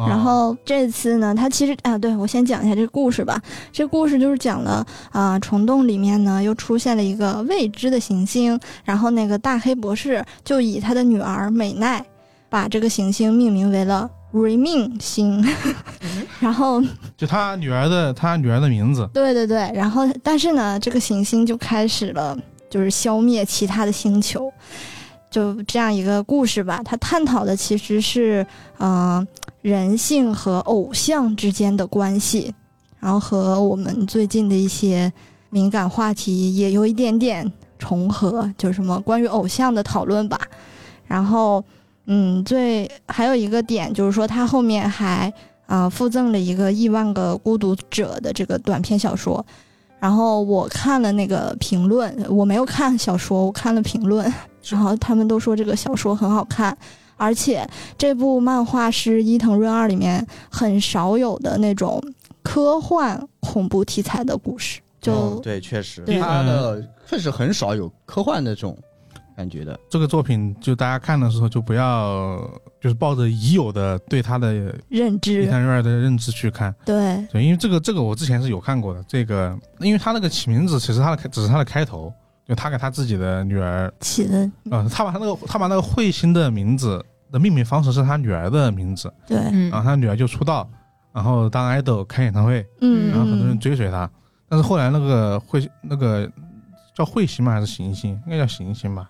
S1: 啊
S4: 然后这次呢，他其实啊，对我先讲一下这个故事吧。这故事就是讲了啊、虫洞里面呢又出现了一个未知的行星，然后那个大黑博士就以他的女儿美奈把这个行星命名为了。瑞命星， 然后
S1: 就他女儿的他女儿的名字，
S4: 对对对，然后但是呢，这个行星就开始了，就是消灭其他的星球，就这样一个故事吧。它探讨的其实是，嗯、人性和偶像之间的关系，然后和我们最近的一些敏感话题也有一点点重合，就是什么关于偶像的讨论吧。然后，嗯，最还有一个点就是说，它后面还啊、附赠了一个《亿万个孤独者》的这个短篇小说。然后我看了那个评论，我没有看小说，我看了评论，然后他们都说这个小说很好看，而且这部漫画是伊藤润二里面很少有的那种科幻恐怖题材的故事，就、
S2: 哦对，确实，
S4: 对
S2: 他的确实很少有科幻的这种感觉的。
S1: 这个作品就大家看的时候就不要就是抱着已有的对他的
S4: 认
S1: 一
S4: 知，
S1: 三二的认知去看，
S4: 对
S1: 对，因为这个这个我之前是有看过的，这个因为他那个起名字其实他的开只是他的开头，就他给他自己的女儿，
S4: 起的，
S1: 呃，他把他那个他把那个彗星的名字的命名方式是他女儿的名字，
S4: 对，
S3: 嗯
S1: 然后他女儿就出道，然后当 idol 开演唱会，
S4: 嗯，
S1: 然后很多人
S4: 嗯
S1: 追随他，但是后来那个彗那个叫彗星吗还是行星？应该叫行星吧，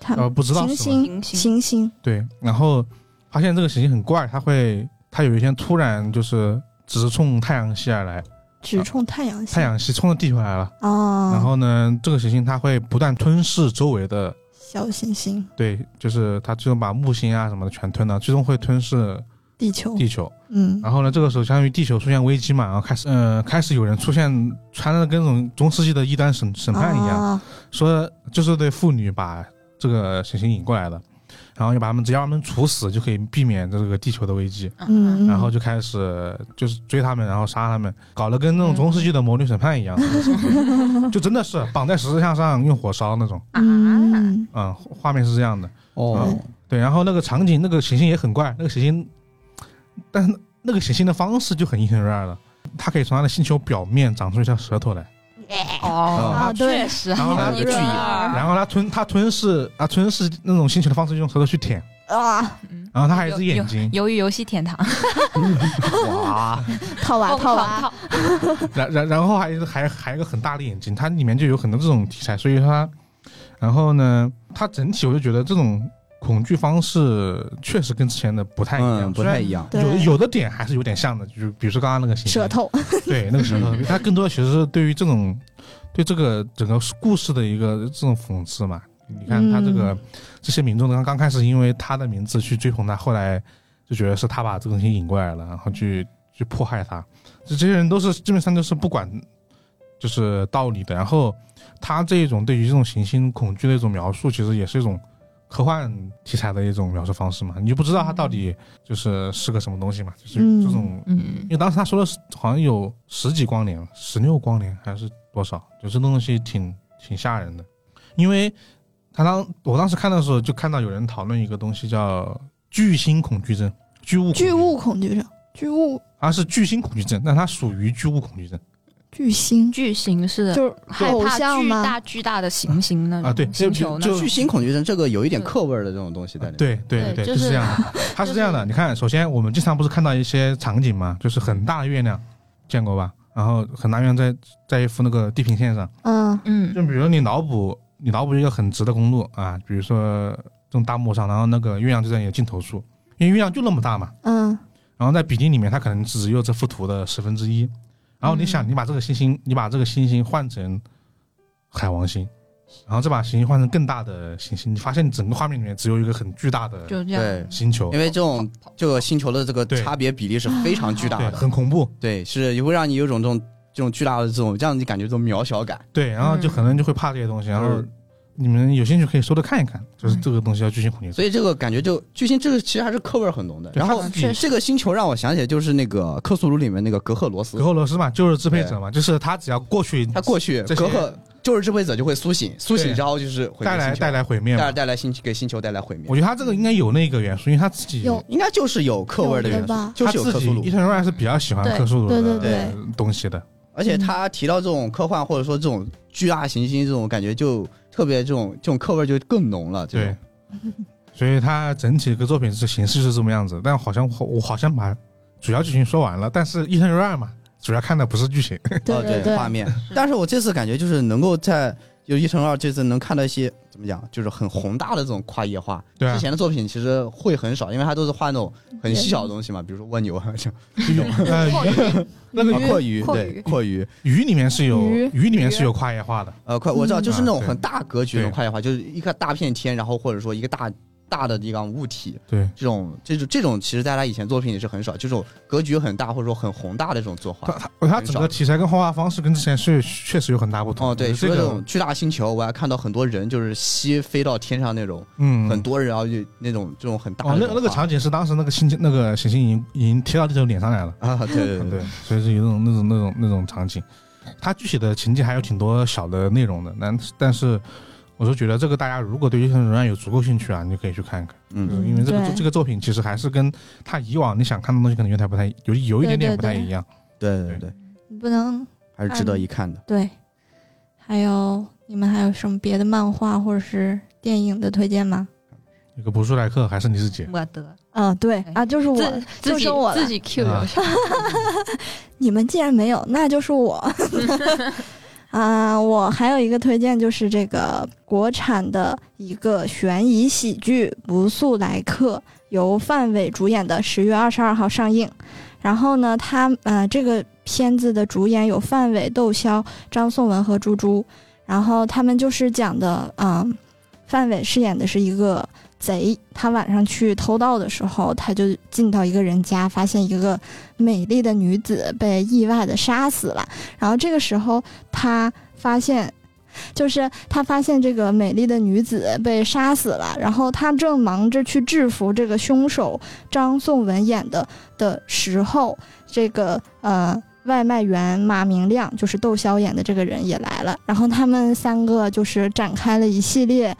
S4: 他
S1: 呃，不知道
S4: 嗯
S1: 啊是吗？
S4: 行星
S3: 行星
S4: 行星，
S1: 对，然后发现这个行星很怪，它会它有一天突然就是直冲太阳系而来。
S4: 直冲太阳系，
S1: 太阳系冲到地球来了，
S4: 哦，
S1: 然后呢，这个行星它会不断吞噬周围的，
S4: 小行星
S1: 对，就是它最终把木星啊什么的全吞了，最终会吞
S4: 哦
S1: 噬
S4: 地球，
S1: 地球。
S4: 嗯，
S1: 然后呢，这个时候相当于地球出现危机嘛，然后开始，呃，开始有人出现穿的跟那种中世纪的异端审审判一样，
S4: 啊，
S1: 说就是对妇女把这个行星引过来的，然后就把他们只要把他们处死，就可以避免这个地球的危机。
S4: 嗯，嗯
S1: 然后就开始就是追他们，然后杀他们，搞得跟那种中世纪的魔女审判一样，就真的是绑在十字架上用火烧那种，
S3: 啊，
S4: 嗯，
S1: 嗯，画面是这样的，
S2: 哦
S1: 对，然后那个场景，那个行星也很怪，那个行星，但是那个行星的方式就很一很二了，它可以从它的星球表面长出一条舌头来，
S3: 哦
S4: 啊，对
S3: 确实
S1: 然后
S3: 还
S1: 它
S3: 有一
S2: 巨
S3: 个
S2: 眼
S3: 啊
S1: 然后它吞它吞噬它吞噬那种星球的方式，就用舌头去舔，
S4: 啊，
S3: 嗯
S1: 然后它还有一只眼睛，
S3: 鱿鱼游戏 天堂，
S2: 嗯哇，
S4: 套娃套啊娃，
S3: 套
S1: 然然然后还有一个还还有一个很大的眼睛，它里面就有很多这种题材，所以它，然后呢，它整体我就觉得这种恐惧方式确实跟之前的不太一样，
S2: 嗯，不太一样。
S1: 虽然。
S4: 对
S1: 有有的点还是有点像的，就比如说刚刚那个行
S4: 舌
S1: 为，
S4: 头，
S1: 对那个舌头，它更多的其实是对于这种对这个整个故事的一个这种讽刺嘛。你看他这个、
S4: 嗯
S1: 这些民众呢，刚开始因为他的名字去追捧他，后来就觉得是他把这个东西引过来了，然后去去迫害他。就这些人都是基本上都是不管就是道理的。然后他这种对于这种行星恐惧的一种描述，其实也是一种科幻题材的一种描述方式嘛。你就不知道他到底就是是个什么东西嘛，就是
S4: 嗯
S1: 这种
S3: 嗯
S1: 因为当时他说的是好像有十几光年，十六光年还是多少，就是那东西挺挺吓人的。因为他当我当时看的时候，就看到有人讨论一个东西叫巨星恐惧症、巨物恐惧
S4: 巨物，恐惧症，巨物
S1: 它是巨星恐惧症，但它属于巨物恐惧症
S4: 巨星，
S3: 巨型是
S4: 就是
S3: 害
S4: 偶
S3: 怕
S4: 像
S3: 巨
S4: 吗？
S3: 大巨大的行星那种
S1: 啊对
S3: 星球那
S1: 就
S3: 种
S1: 就
S2: 巨星恐惧症这个有一点克味儿的这种东西在里面。
S1: 对对
S3: 对
S1: 对，
S3: 就
S1: 就是是这样的。它是这样的，你看，首先我们经常不是看到一些场景嘛，就是很大的月亮，见过吧？然后很大月亮在在一幅那个地平线上。
S4: 嗯，
S3: 嗯
S1: 就比如你脑补，你脑补一个很直的公路啊，比如说这种大漠上，然后那个月亮就在你的镜头处，因为月亮就那么大嘛。
S4: 嗯
S1: 然后在比例里面，它可能只有这幅图的十分之一。然后你想，
S3: 嗯
S1: 你把这个星星，你把这个星星换成海王星，然后再把行星换成更大的行星，你发现整个画面里面只有一个很巨大的
S3: 就这样
S2: 对，
S1: 星球
S2: 因，为这种这个星球的这个
S1: 对
S2: 差别比例是非常巨大
S1: 对，
S2: 的，
S1: 很恐怖，
S2: 对，是会让你有种这种这种巨大的这种让你感觉这种渺小感。
S1: 对，然后就
S3: 嗯
S1: 很多人就会怕这些东西，然后
S2: 嗯
S1: 你们有兴趣可以搜着看一看，就是这个东西叫巨星恐惧症，
S2: 所以这个感觉就巨星这个其实还是克味儿很浓的。
S1: 对
S2: 然后
S1: 它
S3: 确实
S2: 这个星球让我想起来就是那个克苏鲁里面那个格赫罗斯
S1: 格，后罗斯嘛，就是支配者嘛，就是他只要过去，
S2: 他过去
S1: 这些
S2: 格赫就是智慧者就会苏醒，苏醒
S1: 对
S2: 之后就是毁
S1: 带
S2: 灭
S1: 来
S2: 星球
S1: 带来毁灭
S2: 啊带
S1: 嘛
S2: 来。带来星给星球带来毁灭
S1: 我。觉得他这个应该有那个元素，因为他自己
S4: 有
S2: 应该就是有克味儿的
S4: 有的
S2: 元素
S4: 吧，
S2: 就是有
S1: 他
S2: 克
S1: 自己
S2: 苏鲁
S1: 伊。藤润二是比较喜欢
S3: 对
S1: 啊克苏鲁
S4: 对对
S1: 的
S4: 对
S1: 东西的，
S2: 而且他提到这种科幻或者说这种巨大行星这种感觉，就特别这种这种克味儿就更浓了。这种
S1: 对。 所以他整体一个作品是形式是这么样子，但好像我我好像把主要剧情说完了，但是伊藤润二嘛，主要看的不是剧情，
S2: 哦，
S4: 对对
S2: 画，面。但是我这次感觉就是能够在就一乘二这次能看到一些怎么讲，就是很宏大的这种跨页画。
S1: 对啊
S2: 之前的作品其实会很少，因为它都是画那种很细小的东西嘛，比如说蜗牛啊，就
S1: 呃鱼那个
S2: 啊
S1: 鱼
S2: 阔鱼，
S3: 阔
S2: 对
S3: 鱼，
S2: 阔鱼。
S1: 鱼里面是有
S4: 鱼
S1: 鱼里面是有跨页化的，
S2: 呃，快，我知道，
S4: 嗯
S2: 就是那种
S1: 啊对
S2: 很大格局的那种
S1: 对
S2: 跨页画，就是一个大片天，然后或者说一个大大的地方物体。
S1: 对，
S2: 这种这种这种，其实在他以前作品也是很少，这种格局很大或者说很宏大的这种作
S1: 他
S2: 画。
S1: 他他整个题材跟画画方式跟之前是确实有很大不同。
S2: 哦，对，
S1: 嗯这
S2: 除了这
S1: 个
S2: 种巨大星球，我还看到很多人就是吸飞到天上那种，
S1: 嗯
S2: 很多人，然后就那种这种很大
S1: 哦
S2: 的
S1: 那
S2: 种
S1: 那个
S2: 画
S1: 场景是当时那个星那个行星已经已经贴到地球脸上来了。
S2: 啊，对对对
S1: 对，所以是有那种那种那种那种场景。它具体的情节还有挺多小的内容的，但但是我是觉得这个大家如果对《英雄仍然》有足够兴趣啊，你就可以去看一看，
S2: 嗯
S4: 嗯
S1: 因为这个
S4: 对
S1: 这个作品其实还是跟他以往你想看的东西可能有点不太有有一点点
S4: 对对
S1: 不太一样。
S2: 对对对，
S4: 你不能
S2: 还是值得一看的。
S4: 对。还有你们还有什么别的漫画或者是电影的推荐吗？
S1: 那个博舒莱克还是你自己，
S3: 我得
S4: 啊，对
S3: 哎
S4: 啊，就是我，
S3: 自自
S4: 就
S3: 己
S4: 剩我了
S3: 自己 Q
S1: 啊
S3: 一 下，
S4: 你们既然没有，那就是我。 啊，我还有一个推荐，就是这个国产的一个悬疑喜剧《不速来客》，由范伟主演的，十月二十二号上映。然后呢，他呃，这个片子的主演有范伟、窦骁、张颂文和朱珠。然后他们就是讲的，嗯、范伟饰演的是一个贼，他晚上去偷盗的时候，他就进到一个人家，发现一个美丽的女子被意外的杀死了。然后这个时候，他发现，就是他发现这个美丽的女子被杀死了，然后他正忙着去制服这个凶手张颂文演的的时候，这个呃。外卖员马明亮就是窦骁演的这个人也来了，然后他们三个就是展开了一系列，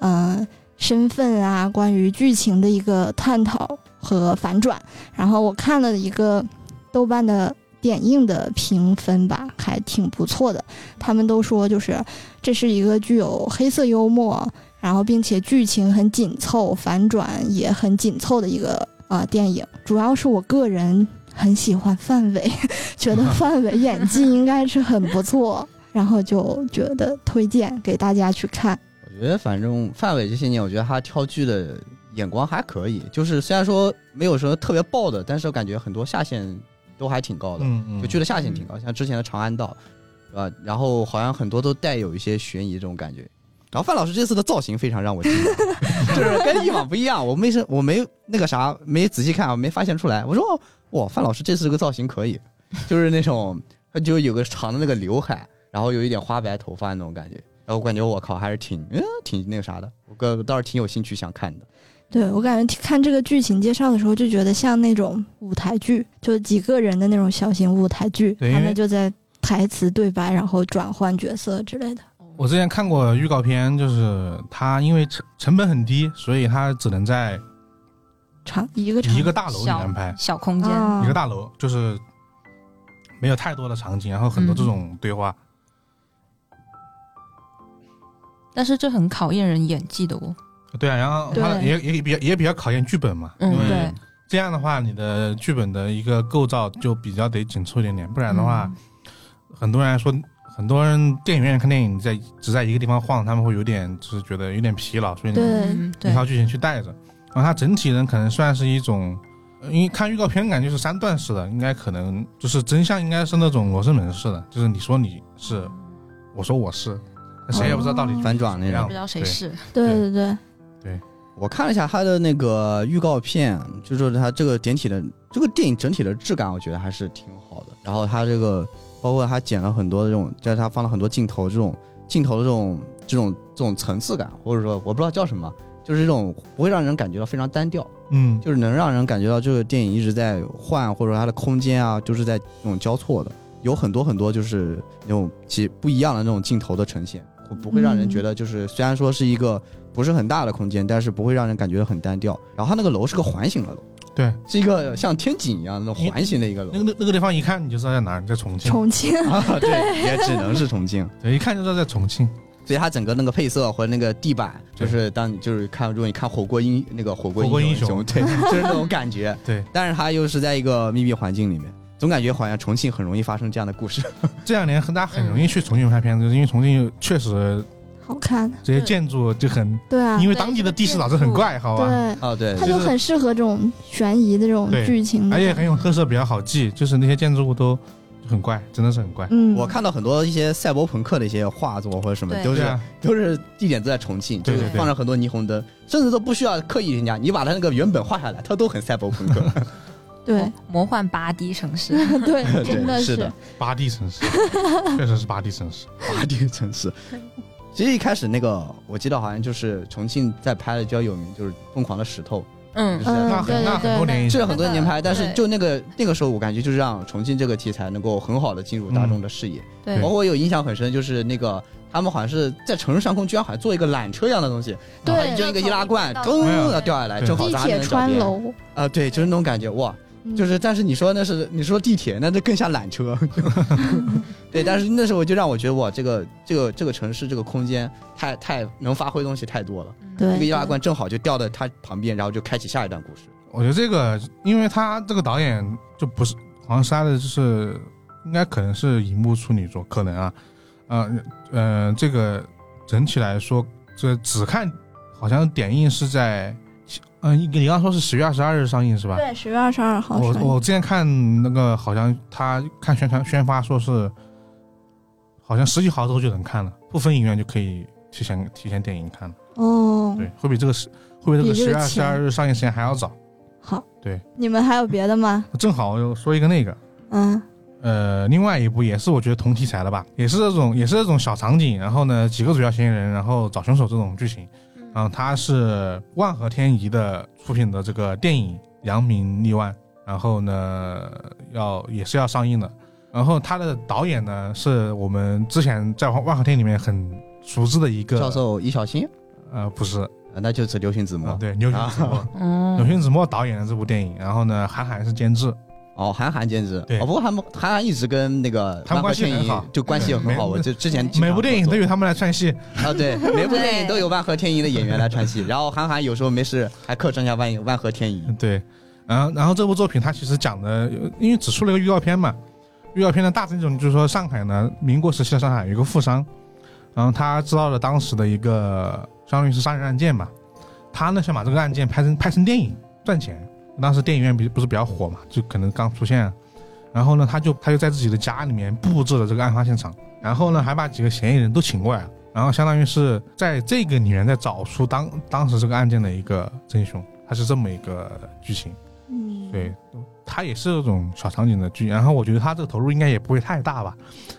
S4: 嗯、身份啊，关于剧情的一个探讨和反转。然后我看了一个豆瓣的点映的评分吧，还挺不错的。他们都说就是这是一个具有黑色幽默，然后并且剧情很紧凑，反转也很紧凑的一个啊、呃电影。主要是我个人很喜欢范伟， 觉得范伟演技应该是很不错，然后就觉得推荐给大家去看。
S2: 我觉得反正范伟这些年，我觉得他挑剧的眼光还可以，就是虽然说没有什么特别爆的，但是我感觉很多下限都还挺高的，
S5: 嗯嗯，
S2: 就剧的下限挺高，像之前的《长安道》，对吧？然后好像很多都带有一些悬疑这种感觉。然后范老师这次的造型非常让我惊讶， 就是跟以往不一样，我没是我没那个啥，没仔细看，啊我没发现出来。我说哦哇，范老师这次这个造型可以，就是那种他就有个长的那个刘海，然后有一点花白头发那种感觉。然后我感觉我靠，还是挺嗯挺那个啥的，我个倒是挺有兴趣想看的。
S4: 对我感觉看这个剧情介绍的时候，就觉得像那种舞台剧，就几个人的那种小型舞台剧，
S1: 对因
S4: 他
S1: 为
S4: 们就在台词对白，然后转换角色之类的。
S1: 我之前看过预告片，就是它因为成成本很低，所以它只能在
S4: 长一个长
S1: 一个大楼里
S3: 小
S1: 面拍，
S3: 小空间，
S4: 啊
S1: 一个大楼就是没有太多的场景，然后很多这种对话。
S3: 但是这很考验人演技的哦。
S1: 对啊，然后它
S4: 对
S1: 也也也比较也比较考验剧本嘛，
S3: 嗯
S1: 因为
S3: 对
S1: 这样的话，你的剧本的一个构造就比较得紧凑一点点，不然的话，
S3: 嗯
S1: 很多人来说，很多人电影院看电影在只在一个地方晃，他们会有点就是觉得有点疲劳，所以你
S4: 对
S3: 嗯，
S1: 一
S3: 对
S1: 套剧情去带着。然后它整体人可能算是一种，呃因为看预告片感觉是三段式的，应该可能就是真相应该是那种罗生门式的，就是你说你是，我说我是，那谁也不知道到底
S4: 哦
S2: 反转那
S1: 样
S3: 不知道谁
S1: 对
S3: 是，
S4: 对对对，
S2: 我看了一下他的那个预告片，就说他这个整体的这个电影整体的质感，我觉得还是挺好的。然后他这个包括他剪了很多的这种，就是他放了很多镜头，这种镜头的这种这种这种层次感，或者说我不知道叫什么，就是这种不会让人感觉到非常单调，
S1: 嗯，
S2: 就是能让人感觉到这个电影一直在换，或者说它的空间啊，就是在这种交错的，有很多很多就是那种其不一样的那种镜头的呈现，会不会让人觉得就是虽然说是一个不是很大的空间，但是不会让人感觉很单调。然后它那个楼是个环形的楼，
S1: 对，
S2: 是一个像天井一样的那种环形的一个楼
S1: 那。个那那个地方一看你就知道在哪儿，在重庆，
S4: 重庆
S2: 啊， 对，也只能是重庆，
S1: 对，一看就知道在重庆。
S2: 所以它整个那个配色和那个地板，就是当你就是看，如果你看火锅英那个火锅
S1: 火锅英
S2: 雄，
S1: 雄
S2: 对，就是那种感觉。
S1: 对，
S2: 但是它又是在一个密闭环境里面，总感觉好像重庆很容易发生这样的故事。
S1: 这两年很大很容
S4: 嗯
S1: 易去重庆拍片子，因为重庆确实
S4: 好看，
S1: 这些建筑就很，
S4: 对啊
S1: 因，为当地的地势导致很怪，好吧？
S4: 对，
S2: 哦， 对
S4: 它就很适合这种悬疑的这种
S1: 对
S4: 剧情的，
S1: 而且很有特色，比较好记，就是那些建筑物都很怪，真的是很怪。
S4: 嗯，
S2: 我看到很多一些赛博朋克的一些画作或者什么，
S3: 对
S2: 都
S1: 对
S2: 是、
S1: 啊，
S2: 都是地点都在重庆，
S1: 对
S2: 就是
S1: 对对
S2: 放着很多霓虹灯，甚至都不需要刻意添加，你把它那个原本画下来，它都很赛博朋克。
S4: 对
S3: 魔幻八 D 城市，
S4: 对，
S2: 对
S4: 真的
S2: 是的
S1: 八 D 城市，确实是八 D 城市。
S2: 哇，这个城市。 其实一开始那个，我记得好像就是重庆在拍的比较有名，就是《疯狂的石头
S3: 嗯
S2: 是，
S4: 嗯，
S1: 那
S4: 对
S1: 很那
S4: 对
S1: 很多
S4: 对，
S1: 年以
S2: 这
S1: 前
S2: 是，很多年拍，但是
S3: 对
S2: 就那个那个时候，我感觉就是让重庆这个题材能够很好的进入大众的视野。
S4: 嗯
S3: 对
S2: 包括我有印象很深，就是那个他们好像是在城市上空，居然好像做一个缆车一样的东西，
S4: 对
S2: 然后就一个易拉罐，
S3: 对
S2: 噔要掉下来，
S1: 对
S2: 正好
S4: 地
S2: 砸在
S4: 铁
S2: 那个
S4: 穿
S2: 脚边
S4: 楼，
S2: 啊，对，就是那种感觉，哇，
S4: 嗯
S2: 就是但是你说那是你说地铁，那就更像缆 车，对，但是那时候就让我觉得哇，这个这个这个城市这个空间太太能发挥的东西太多了，
S3: 嗯
S4: 对
S2: 那个易拉罐正好就掉在它旁边，然后就开启下一段故事，
S1: 我觉得这个，因为他这个导演就不是黄沙的，就是应该可能是荧幕处女作，可能啊，呃呃，这个整体来说，这只看好像点映是在，嗯、你你刚刚说是十月二十二日上映是吧？
S4: 对，十月二十二号
S1: 我
S4: 上映
S1: 我之前看那个好像他看宣传宣发说是，好像十几号之后就能看了，不分影院就可以提前提前点映看了。
S4: 哦，
S1: 对，会比这个时会比这个
S4: 比
S1: 十
S4: 这个
S1: 月二十
S4: 前
S1: 二日上映时间还要早。
S4: 好，
S1: 对，
S4: 你们还有别的吗？
S1: 正好我又说一个那个，
S4: 嗯，
S1: 呃，另外一部也是我觉得同题材的吧，也是这种也是这种小场景，然后呢几个主要嫌疑人，然后找凶手这种剧情。嗯，它是万和天宜的出品的这个电影《扬名立万》，然后呢要也是要上映的。然后它的导演呢是我们之前在万和天里面很熟知的一个
S2: 教授易小星，
S1: 呃不是啊、呃
S2: 啊那就是流行子墨，
S1: 对牛群子墨，
S3: 嗯
S1: 牛群子墨导演的这部电影，然后呢韩寒是监制，
S2: 哦，韩寒兼职，
S1: 对
S2: 哦，不过他们韩寒一直跟那个
S1: 他们
S2: 万
S1: 关
S2: 和
S1: 系
S2: 天
S1: 很
S2: 宜
S1: 好
S2: 就关系也很
S1: 对
S2: 好，
S1: 每
S2: 我就之前经
S1: 每
S2: 常
S1: 部电影
S2: 合
S1: 都
S2: 作
S1: 有他们来串戏，
S2: 啊，对，每部电影
S3: 对
S2: 都有万和天宜的演员来串戏，然后韩寒有时候没事还客串一下万万和天宜。
S1: 嗯对，然后然后这部作品它其实讲的，因为只出了一个预告片嘛，预告片的大致内容就是说上海呢，民国时期的上海有一个富商，然后他知道了当时的一个相当于是杀人案件吧，他呢想把这个案件拍成拍成电影赚钱。当时电影院比不是比较火嘛，就可能刚出现，啊然后呢他就他就在自己的家里面布置了这个案发现场，然后呢还把几个嫌疑人都请过来了，然后相当于是在这个里面再找出当当时这个案件的一个真凶，它是这么一个剧情。
S4: 嗯，
S1: 对，它也是这种小场景的剧，然后我觉得它这个投入应该也不会太大吧，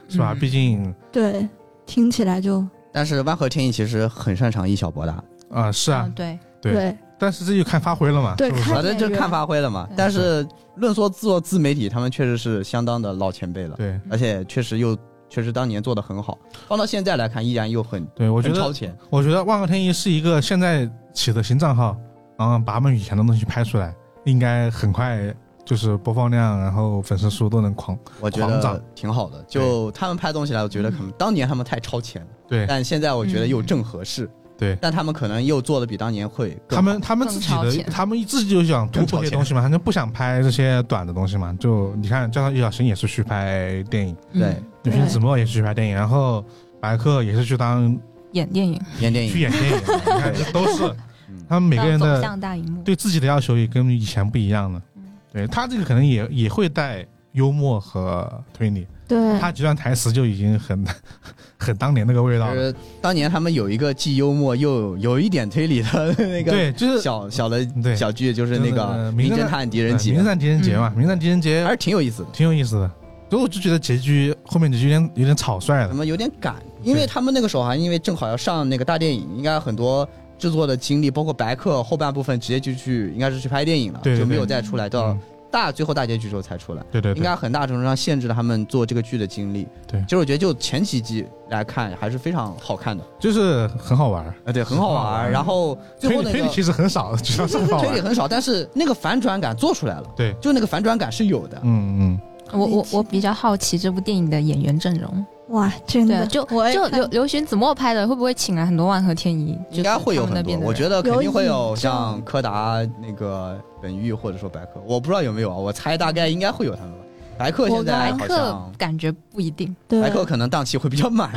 S1: 是吧？
S3: 嗯
S1: 毕竟
S4: 对，听起来就
S2: 但是万合天意其实很擅长以小博大，
S1: 啊、是啊
S3: 嗯，，对，
S1: 对
S4: 对
S1: 但是这就看发挥了嘛，
S4: 对
S1: 是不是
S4: 看
S2: 反正就看发挥了嘛
S3: 对。
S2: 但是论说做自媒体，他们确实是相当的老前辈了，
S1: 对
S2: 而且确实又确实当年做的很好，放到现在来看依然又很
S1: 对，我觉
S2: 很
S1: 得
S2: 超前。
S1: 我觉得万恶天一是一个现在起的新账号，然后把他们以前的东西拍出来，应该很快就是播放量，然后粉丝数都能狂。
S2: 我觉
S1: 狂
S2: 得
S1: 涨
S2: 挺好的，就他们拍东西来，我觉得可能当年他们太超前了，
S1: 嗯对嗯
S2: 但现在我觉得又正合适。
S1: 对
S2: 但他们可能又做的比当年会更
S1: 他们他们自己
S3: 更超
S1: 的，
S3: 前
S1: 他们自己就想突破这些东西嘛，他就不想拍这些短的东西嘛。就你看，加上易小星也是去拍电影，
S3: 嗯
S2: 对
S1: 女
S4: 对
S1: 神子墨也是去拍电影，然后白客也是去当
S3: 演电影，
S2: 演电
S1: 去
S2: 影。
S1: 演电影，你看这 都是
S2: 嗯
S1: 他们每个人
S3: 要
S1: 的
S3: 走向大荧幕，
S1: 对自己的要求也跟以前不一样了
S3: 嗯。
S1: 对他这个可能也也会带幽默和推理，
S3: 嗯
S4: 对
S1: 他几段台词就已经很 很当年那个味道
S2: 就
S1: 了。
S2: 是当年他们有一个既幽默又有一点推理的那个
S1: 对，就是
S2: 小小
S1: 对
S2: 的小剧，就是那个
S1: 呃
S2: 《
S1: 名
S2: 名
S1: 侦
S2: 侦
S1: 探
S2: 探狄
S1: 狄
S2: 仁杰
S1: 呃名侦》，探狄仁杰嘛，
S3: 嗯
S1: 名侦探狄仁
S2: 啊还
S1: 杰
S2: 是挺有意思的。
S1: 挺有意思的。所以我就觉得结局后面结局有点有点草率
S2: 他
S1: 了。
S2: 们有点赶，因为他们那个时候还因为正好要上那个大电影，应该很多制作的精力，包括白客后半部分直接就去，应该是去拍电影了，
S1: 对对
S2: 就没
S1: 对
S2: 有再出来，到
S1: 嗯
S2: 大最后大结局时候才出来，
S1: 对对
S2: 应
S1: 对，
S2: 该很大程度上限制了他们做这个剧的精力。
S1: 对
S2: 其实我觉得就前几集来看还是非常好看的，
S1: 就是很好玩儿。
S2: 啊，对，很好
S1: 呃很好
S2: 玩。
S1: 玩
S2: 然后最
S1: 推
S2: 后
S1: 理
S2: 那
S1: 推理
S2: 个
S1: 其实很少，主要是很好
S2: 推
S1: 玩
S2: 理
S1: 儿。
S2: 很少，但是那个反转感做出来了，
S1: 对，
S2: 就那个反转感是有的。
S1: 嗯嗯，
S3: 我我我比较好奇这部电影的演员阵容，
S4: 哇，真
S3: 对啊，
S4: 的
S3: 就
S4: 我也
S3: 就
S4: 看
S3: 刘刘询子墨拍的，会不会请来很多万和天一？
S2: 应该会有
S3: 就是他
S2: 很多
S3: 们那边，的
S2: 我
S3: 人
S2: 觉得肯定会有
S4: 有
S2: 像柯达、那个本玉或者说白客，我不知道有没有啊，我猜大概应该会有他们吧。白客现在
S3: 白
S2: 好
S3: 客
S2: 像，
S3: 感觉不一定，
S4: 对
S2: 白客可能档期会比较 满，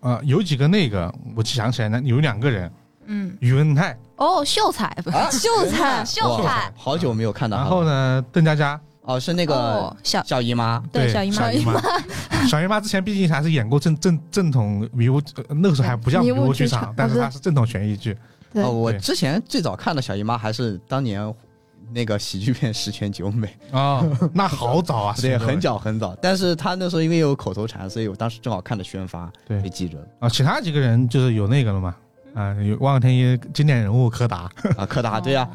S1: 啊，有几个那个我记想起来呢，有两个人，
S3: 嗯，
S1: 于文泰，
S3: 哦，秀才不是
S2: 啊
S4: 秀才
S2: 哇
S3: 秀才
S2: 好久没有看到他
S1: 然
S2: 了。
S1: 后呢，邓家佳，
S2: 哦，是那个
S3: 哦小
S2: 小姨妈，
S3: 对
S1: 小
S3: 小姨妈
S1: 姨妈， 小姨妈之前毕竟还是演过正正正统迷雾，呃那个时候还不叫迷
S4: 迷雾
S1: 雾
S4: 剧
S1: 剧
S4: 场
S1: 场，但是
S4: 哦对
S1: 它是正统悬疑剧。
S4: 对
S2: 哦，我
S1: 对
S2: 之前最早看的小姨妈还是当年那个喜剧片《十全九美》，
S1: 哦， 那好早啊，
S2: 对，
S1: 是吧
S2: 很早很早。但是他那时候因为有口头禅，所以我当时正好看的宣发，
S1: 对
S2: 被记着了
S1: 啊。其他几个人就是有那个了嘛，啊，有望天一经典人物柯达，
S2: 啊。柯 达对啊，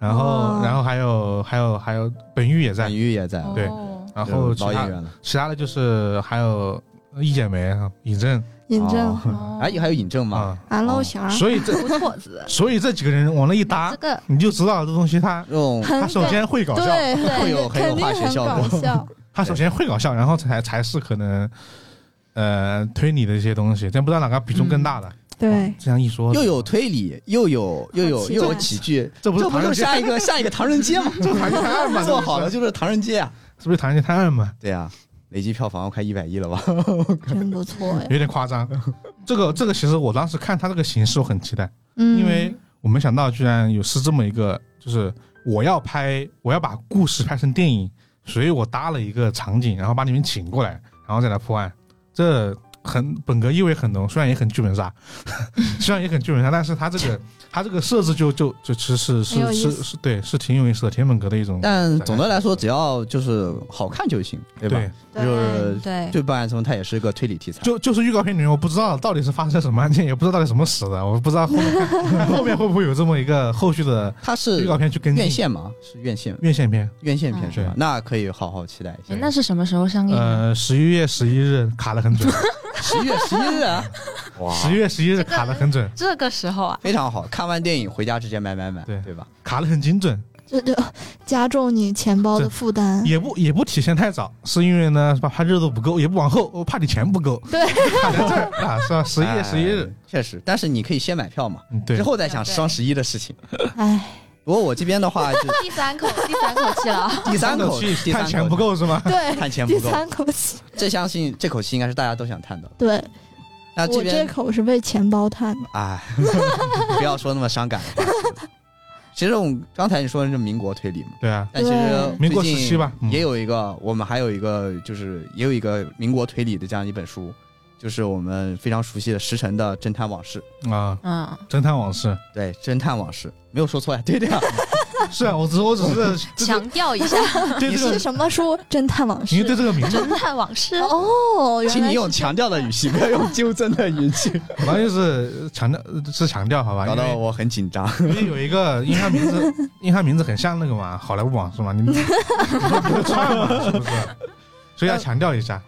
S1: 然后
S4: 哦
S1: 然后还有还有还有本玉也在
S2: 本，玉也在，
S3: 哦，
S1: 对
S3: 哦
S1: 然后其
S2: 老演
S1: 他
S2: 员了。
S1: 其他的就是还有呃易简梅、啊尹正
S4: 尹正
S2: 哦哎，还有尹正吗？
S1: 啊，
S4: 俺老乡儿
S1: 所以这，
S3: 不错子
S1: 所以这几个人往那 一搭
S3: 这，个
S1: 你就知道这东西它
S2: 这种
S1: 它
S4: 很
S1: 首
S4: 搞
S1: 先会
S2: 啊
S1: 搞笑，
S4: 对
S2: 会有很有
S4: 对，肯定
S2: 化学
S4: 很
S2: 效果
S4: 搞笑，
S1: 他首先会搞笑，然后才才是可能，呃，推理的一些东西，但不知道哪个比重更大的。
S4: 嗯对
S1: 哇，这样一说，
S2: 又有推理，又有又有又有喜剧，
S1: 这不是
S2: 这不
S1: 唐人
S2: 就
S1: 街，
S2: 下一个下一个唐人 街吗？这唐人
S1: 案吗
S2: 街 做好了就是唐人街啊。
S1: 是不是《唐人街探案》嘛？
S2: 对啊，累计票房快一百亿 了吧？
S4: 真不错 呀。
S1: 有点夸张。这个这个，其实我当时看他这个形式，我很期待，
S4: 嗯，
S1: 因为我没想到居然有是这么一个，就是我要拍，我要把故事拍成电影，所以我搭了一个场景，然后把你们请过来，然后再来破案。这很本格意味很浓，虽然也很剧本杀， 虽然也很剧本杀，但是他这 个他这个设置就就就其实
S4: 很有
S1: 是
S4: 意
S1: 是
S4: 思
S1: 是是对，是挺有意思的，挺本格的一种。
S2: 但总的来说，只要就是好看就行，对吧？
S1: 对，
S4: 对
S2: 就是
S3: 对，
S2: 对《办案中它也是个推理题材，
S1: 就就是预告片里面，我不知道到底是发生了什么案件，也不知道到底什么死的，我不知道后面 后面会不会有这么一个后续的
S2: 它
S1: 预
S2: 是
S1: 告片去跟进
S2: 院线嘛，是院线
S1: 院线片。
S2: 院线片是吧
S1: 嗯？
S2: 那可以好好期待一下
S3: 哎。那是什么时候上
S2: 嗯
S3: 映啊？
S1: 呃，十一月十一日卡的很准，
S2: 十一月十一日啊， 哇
S1: 十一月十一日卡的很准，
S3: 这个时候啊，
S2: 非常好看完电影回家直接买买买，
S1: 对
S2: 对吧？
S1: 卡的很精准，
S4: 这就加重你钱包的负担。
S1: 也不也不体现太早，是因为呢，怕怕热度不够，也不往后，我怕你钱不够，
S4: 对，
S1: 卡在这儿啊，是吧？十一月
S2: 哎
S1: 十一日，
S2: 确实，但是你可以先买票嘛，
S1: 嗯，对
S2: 之，后再想
S3: 对
S2: 双十一的事情。
S4: 哎，
S2: 不过我这边的话，就
S3: 第三口，第三口气了。
S2: 第三口
S1: 口气
S2: 第
S1: 看
S2: 三
S1: 钱
S2: 口
S1: 不够是吗？
S4: 对，
S2: 看钱
S4: 第
S2: 不够，
S4: 三口气，
S2: 这相信这口气应该是大家都想叹到的。
S4: 对，
S2: 那这
S4: 我这
S2: 边
S4: 口是被钱包探的。
S2: 哎， 不要说那么伤感的话。其实我们刚才你说的是民国推理嘛，
S1: 对啊，
S2: 但其实
S4: 对
S1: 民国时期吧
S2: 最近
S1: 嗯
S2: 也有一个，我们还有一个就是也有一个民国推理的这样一本书，就是我们非常熟悉的石沉的《侦探往事》。
S1: 啊，
S3: 嗯，
S1: 侦探往事
S2: 对，《侦探往事》没有说错呀，对的呀。
S1: 是啊，我只我只是这个
S3: 强 调一下
S1: 对
S2: 你
S1: 这
S4: 是
S1: 个，
S4: 什么书？侦探往
S1: 因为
S4: 事。
S1: 对这个名字，
S3: 侦探往事。
S4: 哦，原
S2: 请
S4: 来
S2: 你
S4: 是
S2: 用强调的语气，不要用纠正的语 气，
S1: 反正就是强调是强调好吧，
S2: 搞
S1: 因
S2: 得
S1: 为
S2: 我很紧张。
S1: 因为有一个，因为它名字，因为它名字很像那个嘛，好莱坞往事嘛，你们 你们不会串嘛，是 不是？所以要强调一下，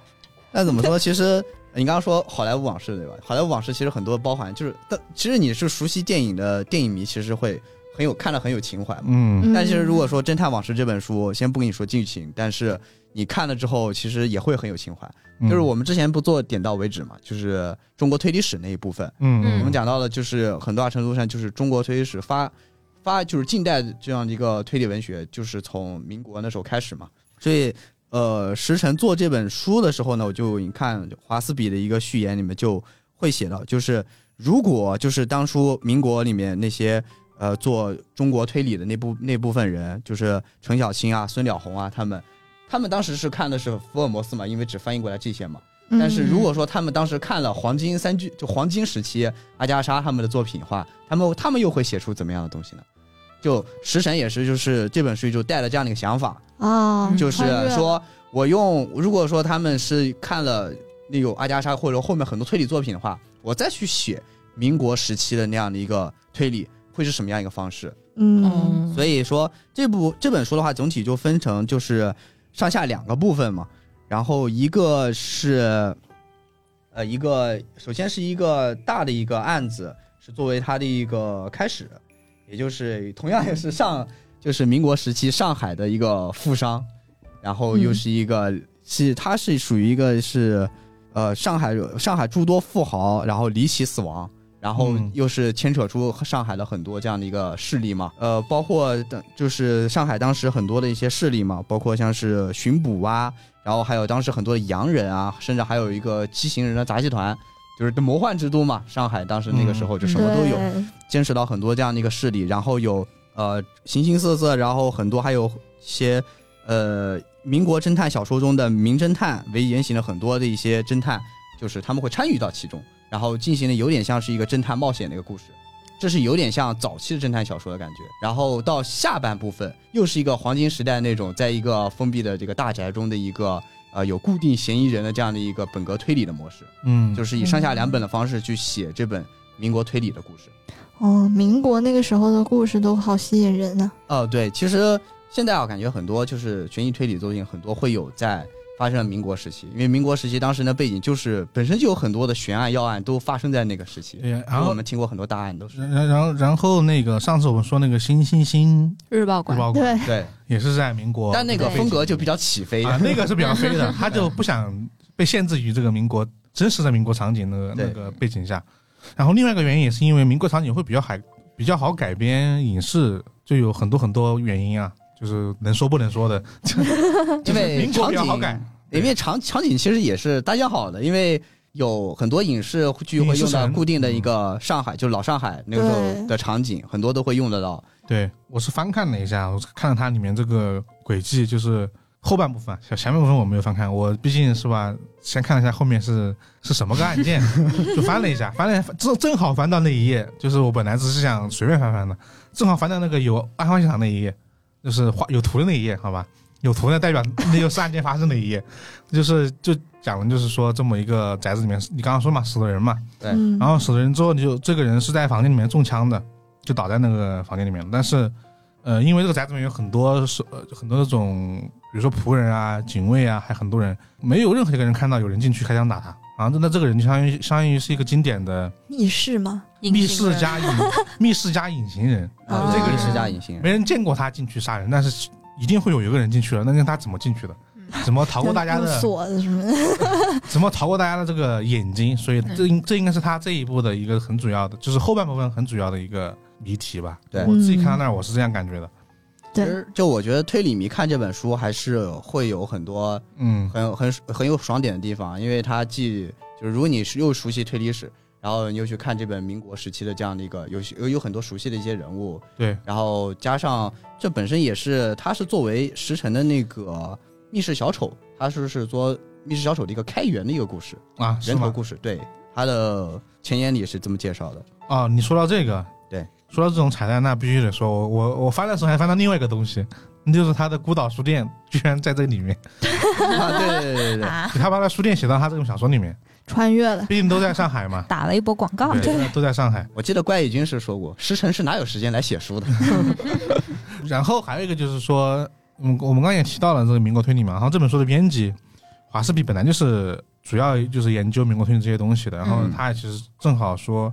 S2: 那怎么说？其实你刚刚说好莱坞往事对吧？好莱坞往事其实很多包含就是，但其实你是熟悉电影的电影迷，其实会很有看了很有情怀嘛。
S1: 嗯，
S4: 嗯
S2: 但其实如果说《侦探往事》这本书，先不跟你说剧情，但是你看了之后，其实也会很有情怀。
S1: 嗯
S2: 嗯就是我们之前不做点到为止嘛，就是中国推理史那一部分，
S1: 嗯，嗯，
S2: 我们讲到了，就是很大程度上就是中国推理史发发就是近代这样的一个推理文学，就是从民国那时候开始嘛。所以，呃，石晨做这本书的时候呢，我就你看华斯比的一个序言里面就会写到，就是如果就是当初民国里面那些呃做中国推理的那部那部分人，就是陈小青啊、孙了红啊他们。他们当时是看的是福尔摩斯嘛，因为只翻译过来这些嘛。
S4: 嗯
S2: 但是如果说他们当时看了黄金三巨，就黄金时期阿加莎他们的作品的话，他们他们又会写出怎么样的东西呢？就食神也是，就是这本书就带了这样的一个想法，
S4: 啊，
S2: 就是
S4: 穿越了
S2: 说我用如果说他们是看了那个阿加莎或者后面很多推理作品的话，我再去写民国时期的那样的一个推理，会是什么样一个方式？
S4: 嗯
S3: 嗯，
S2: 所以说这部这本书的话，总体就分成就是上下两个部分嘛。然后一个是，呃，一个首先是一个大的一个案子，是作为它的一个开始，也就是同样也是上就是民国时期上海的一个富商，然后又是一个、是它是属于一个是，呃，上海上海诸多富豪然后离奇死亡，然后
S1: 嗯
S2: 又是牵扯出上海的很多这样的一个势力嘛，呃，包括当就是上海当时很多的一些势力嘛，包括像是巡捕啊，然后还有当时很多的洋人啊，甚至还有一个畸形人的杂技团，就是魔幻之都嘛，上海当时那个时候就什么都有，
S4: 嗯对
S2: 坚持到很多这样的一个势力，然后有呃形形色色，然后很多还有一些呃民国侦探小说中的名侦探为原型的很多的一些侦探，就是他们会参与到其中，然后进行的有点像是一个侦探冒险的一个故事，这是有点像早期的侦探小说的感觉。然后到下半部分又是一个黄金时代那种，在一个封闭的这个大宅中的一个呃有固定嫌疑人的这样的一个本格推理的模式，
S1: 嗯，
S2: 就是以上下两本的方式去写这本民国推理的故事。
S4: 哦，民国那个时候的故事都好吸引人啊呢、
S2: 哦，对，其实现在啊，感觉很多就是悬疑推理作品，很多会有在发生在民国时期，因为民国时期当时的背景就是本身就有很多的悬案要案都发生在那个时期，
S1: 对
S2: 然
S1: 哎然
S2: 后我
S1: 后哎
S2: 们听过很多大案都是
S1: 然然然后然后那个上次我们说那个新新新
S3: 日报
S1: 日
S3: 馆，
S1: 报馆
S4: 对，
S2: 对，
S1: 也是在民国，
S2: 但那个
S3: 对
S2: 风格就比较起飞，
S1: 啊，那个是比较飞的， 他就不想被限制于这个民国真实的民国场景那个
S2: 对
S1: 那个背景下。然后另外一个原因也是因为民国场景会比较海比较好改编影视，就有很多很多原因啊，就是能说不能说的，
S2: 因
S1: 就是
S2: 为
S1: 民国
S2: 场
S1: 比较好改
S2: 景，，因为场场景其实也是搭建好的，因为。有很多影视剧
S1: 影
S2: 会用
S1: 视
S2: 到
S1: 城嗯
S2: 固定的一个上海，就是老上海那个时候
S4: 对
S2: 的场景，很多都会用得到。
S1: 对我是翻看了一下，我看了它里面这个轨迹，就是后半部分，小前半部分我没有翻看，我毕竟是吧，先看了一下后面是是什么个案件， 就翻了一下，翻了一下正正好翻到那一页，就是我本来只是想随便翻翻的，正好翻到那个有案发现场那一页，就是画有图的那一页，好吧，有图的代表 那就是案件发生的一页，就是就讲的就是说这么一个宅子里面，你刚刚说嘛，死了人嘛，
S2: 对
S4: 嗯，
S1: 然后死了人之后，你就这个人是在房间里面中枪的，就倒在那个房间里面了。但是，呃，因为这个宅子里面有很多是、呃、很多那种，比如说仆人啊、警卫啊，还很多人，没有任何一个人看到有人进去开枪打他。然后那这个人就相当于相当于是一个经典的
S4: 密室嘛，
S3: 隐
S1: 密
S3: 形
S1: 室
S3: 人
S1: 加隐密室加隐形人，
S2: 这
S4: 啊
S1: 这
S2: 个
S1: 个
S2: 也
S1: 人
S2: 是加隐形人，
S1: 没人见过他进去杀人，但是一定会有一个人进去了。那那他怎么进去的？怎么逃过大家
S4: 用
S1: 的？
S4: 锁子什么的，
S1: 怎么逃过大家的这个眼睛，所以这应这应该是他这一部的一个很主要的，就是后半部分很主要的一个谜题吧。
S2: 对
S1: 我自己看到那儿，我是这样感觉的。
S2: 其
S4: 对，
S2: 实就我觉得推理迷看这本书还是会有很多
S1: 嗯
S2: 很很很有爽点的地方，因为它既就是如果你是又熟悉推理史，然后你又去看这本民国时期的这样的一个有有有很多熟悉的一些人物，
S1: 对，
S2: 然后加上这本身也是它是作为时辰的那个密室小丑，它是是说密室小丑的一个开源的一个故事，
S1: 啊，是
S2: 人头
S1: 吗？
S2: 故事，对它的前言里是这么介绍的，
S1: 啊，你说到这个，
S2: 对，
S1: 说到这种彩蛋，那必须得说，我我我翻的时候还翻到另外一个东西，那就是他的孤岛书店居然在这里面，
S2: 啊，对对对对对，
S3: 啊，，
S1: 他把他书店写到他这种小说里面，
S4: 穿越了，
S1: 毕竟都在上海嘛
S3: 打了一波广告，
S1: 对，都在都在上海。
S2: 我记得怪异军师说过，时辰是哪有时间来写书的？
S1: 然后还有一个就是说，嗯，我们刚刚也提到了这个民国推理嘛，然后这本书的编辑华士比本来就是主要就是研究民国推理这些东西的，然后
S2: 嗯
S1: 他也其实正好说，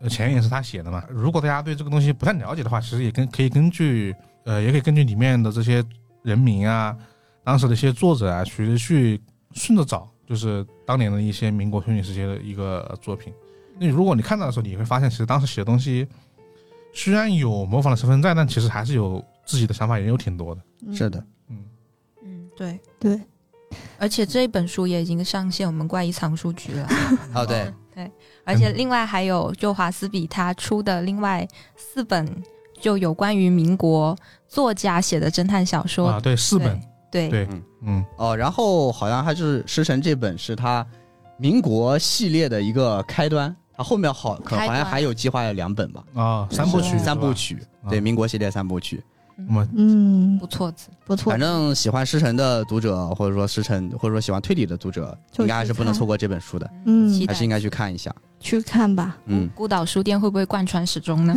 S1: 呃前言也是他写的嘛。如果大家对这个东西不太了解的话，其实也跟可以根据呃，也可以根据里面的这些人名啊，当时的一些作者啊，去去顺着找，就是当年的一些民国推理时期的一个呃作品。那如果你看到的时候，你会发现，其实当时写的东西虽然有模仿的成分在，但其实还是有自己的想法，也有挺多的。
S4: 嗯
S2: 是的，
S1: 嗯，
S3: 嗯，对，
S4: 对，
S3: 而且这本书也已经上线我们怪异藏书局 了，
S1: 嗯
S2: 啊对，
S3: 而且另外还有就华斯比他出的另外四本就有关于民国作家写的侦探小说，
S1: 啊，对，四本，
S3: 对，
S1: 对
S2: 嗯
S1: 嗯，
S2: 哦，然后好像还是《食神》这本是他民国系列的一个开端，他后面好可
S3: 开端
S2: 好像还有计划有两本吧，
S1: 啊，三部曲，
S4: 是
S2: 三部。曲，
S1: 啊
S2: 对，民国系列三部曲。
S1: 那么
S4: 嗯
S3: 不，错字，
S4: 不错
S2: 反，正喜欢《食神》的读者，或者说《食神》，或者说喜欢推理的读者，
S4: 就
S2: 应该还是
S4: 去看
S2: 不能错过这本书的，
S4: 嗯
S3: 期
S2: 还
S3: 待
S2: 是应该去看一下。
S4: 去看吧。
S2: 嗯，
S3: 孤岛书店会不会贯穿始终呢？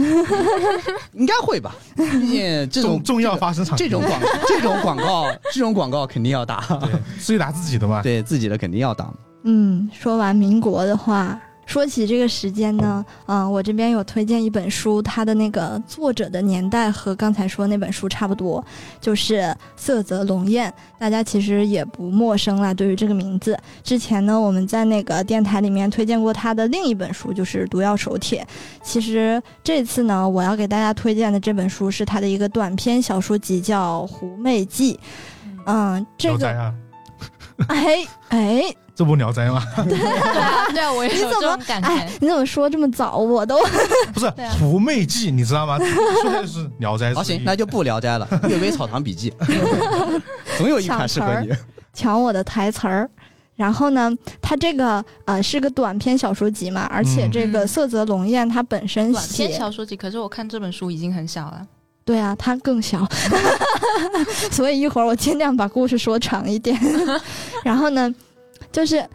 S2: 应该会吧，毕竟这种
S1: 重重要发生场啊
S2: 这种广这种广告这种广告肯 定要打，
S1: 对自己打自己的嘛，
S2: 对自己的肯定要打。
S4: 嗯，说完民国的话，说起这个时间呢，嗯、我这边有推荐一本书，它的那个作者的年代和刚才说那本书差不多，就是色泽龙彦，大家其实也不陌生啦。对于这个名字，之前呢我们在那个电台里面推荐过他的另一本书，就是《毒药手帖》。其实这次呢，我要给大家推荐的这本书是他的一个短篇小说集，叫《狐媚记》。 嗯，这
S1: 聊斋
S4: 个
S1: 啊，
S4: 哎哎，
S1: 这不聊斋吗？
S4: 啊
S3: 对啊，我也
S4: 你
S3: 有
S4: 怎
S3: 这
S4: 么
S3: 种感
S4: 哎
S3: 觉。，
S4: 你怎么说这么早？我都
S1: 不是
S3: 对
S1: 《
S3: 啊
S1: 狐媚记》，你知道吗？ 说的就是《聊斋志异》。
S2: 好，行，那就不聊 斋了，《阅微草堂笔记》 总有一款适合你。
S4: 抢我的台词儿。然后呢，它这个呃是个短篇小说集嘛，而且
S1: 嗯
S4: 这个
S3: 嗯
S4: 色泽龙彦他本身
S3: 短篇
S4: 写，
S3: 小说集，可是我看这本书已经很小了。
S4: 对啊，他更小， 所以一会儿我尽量把故事说长一点。然后呢，就是啊、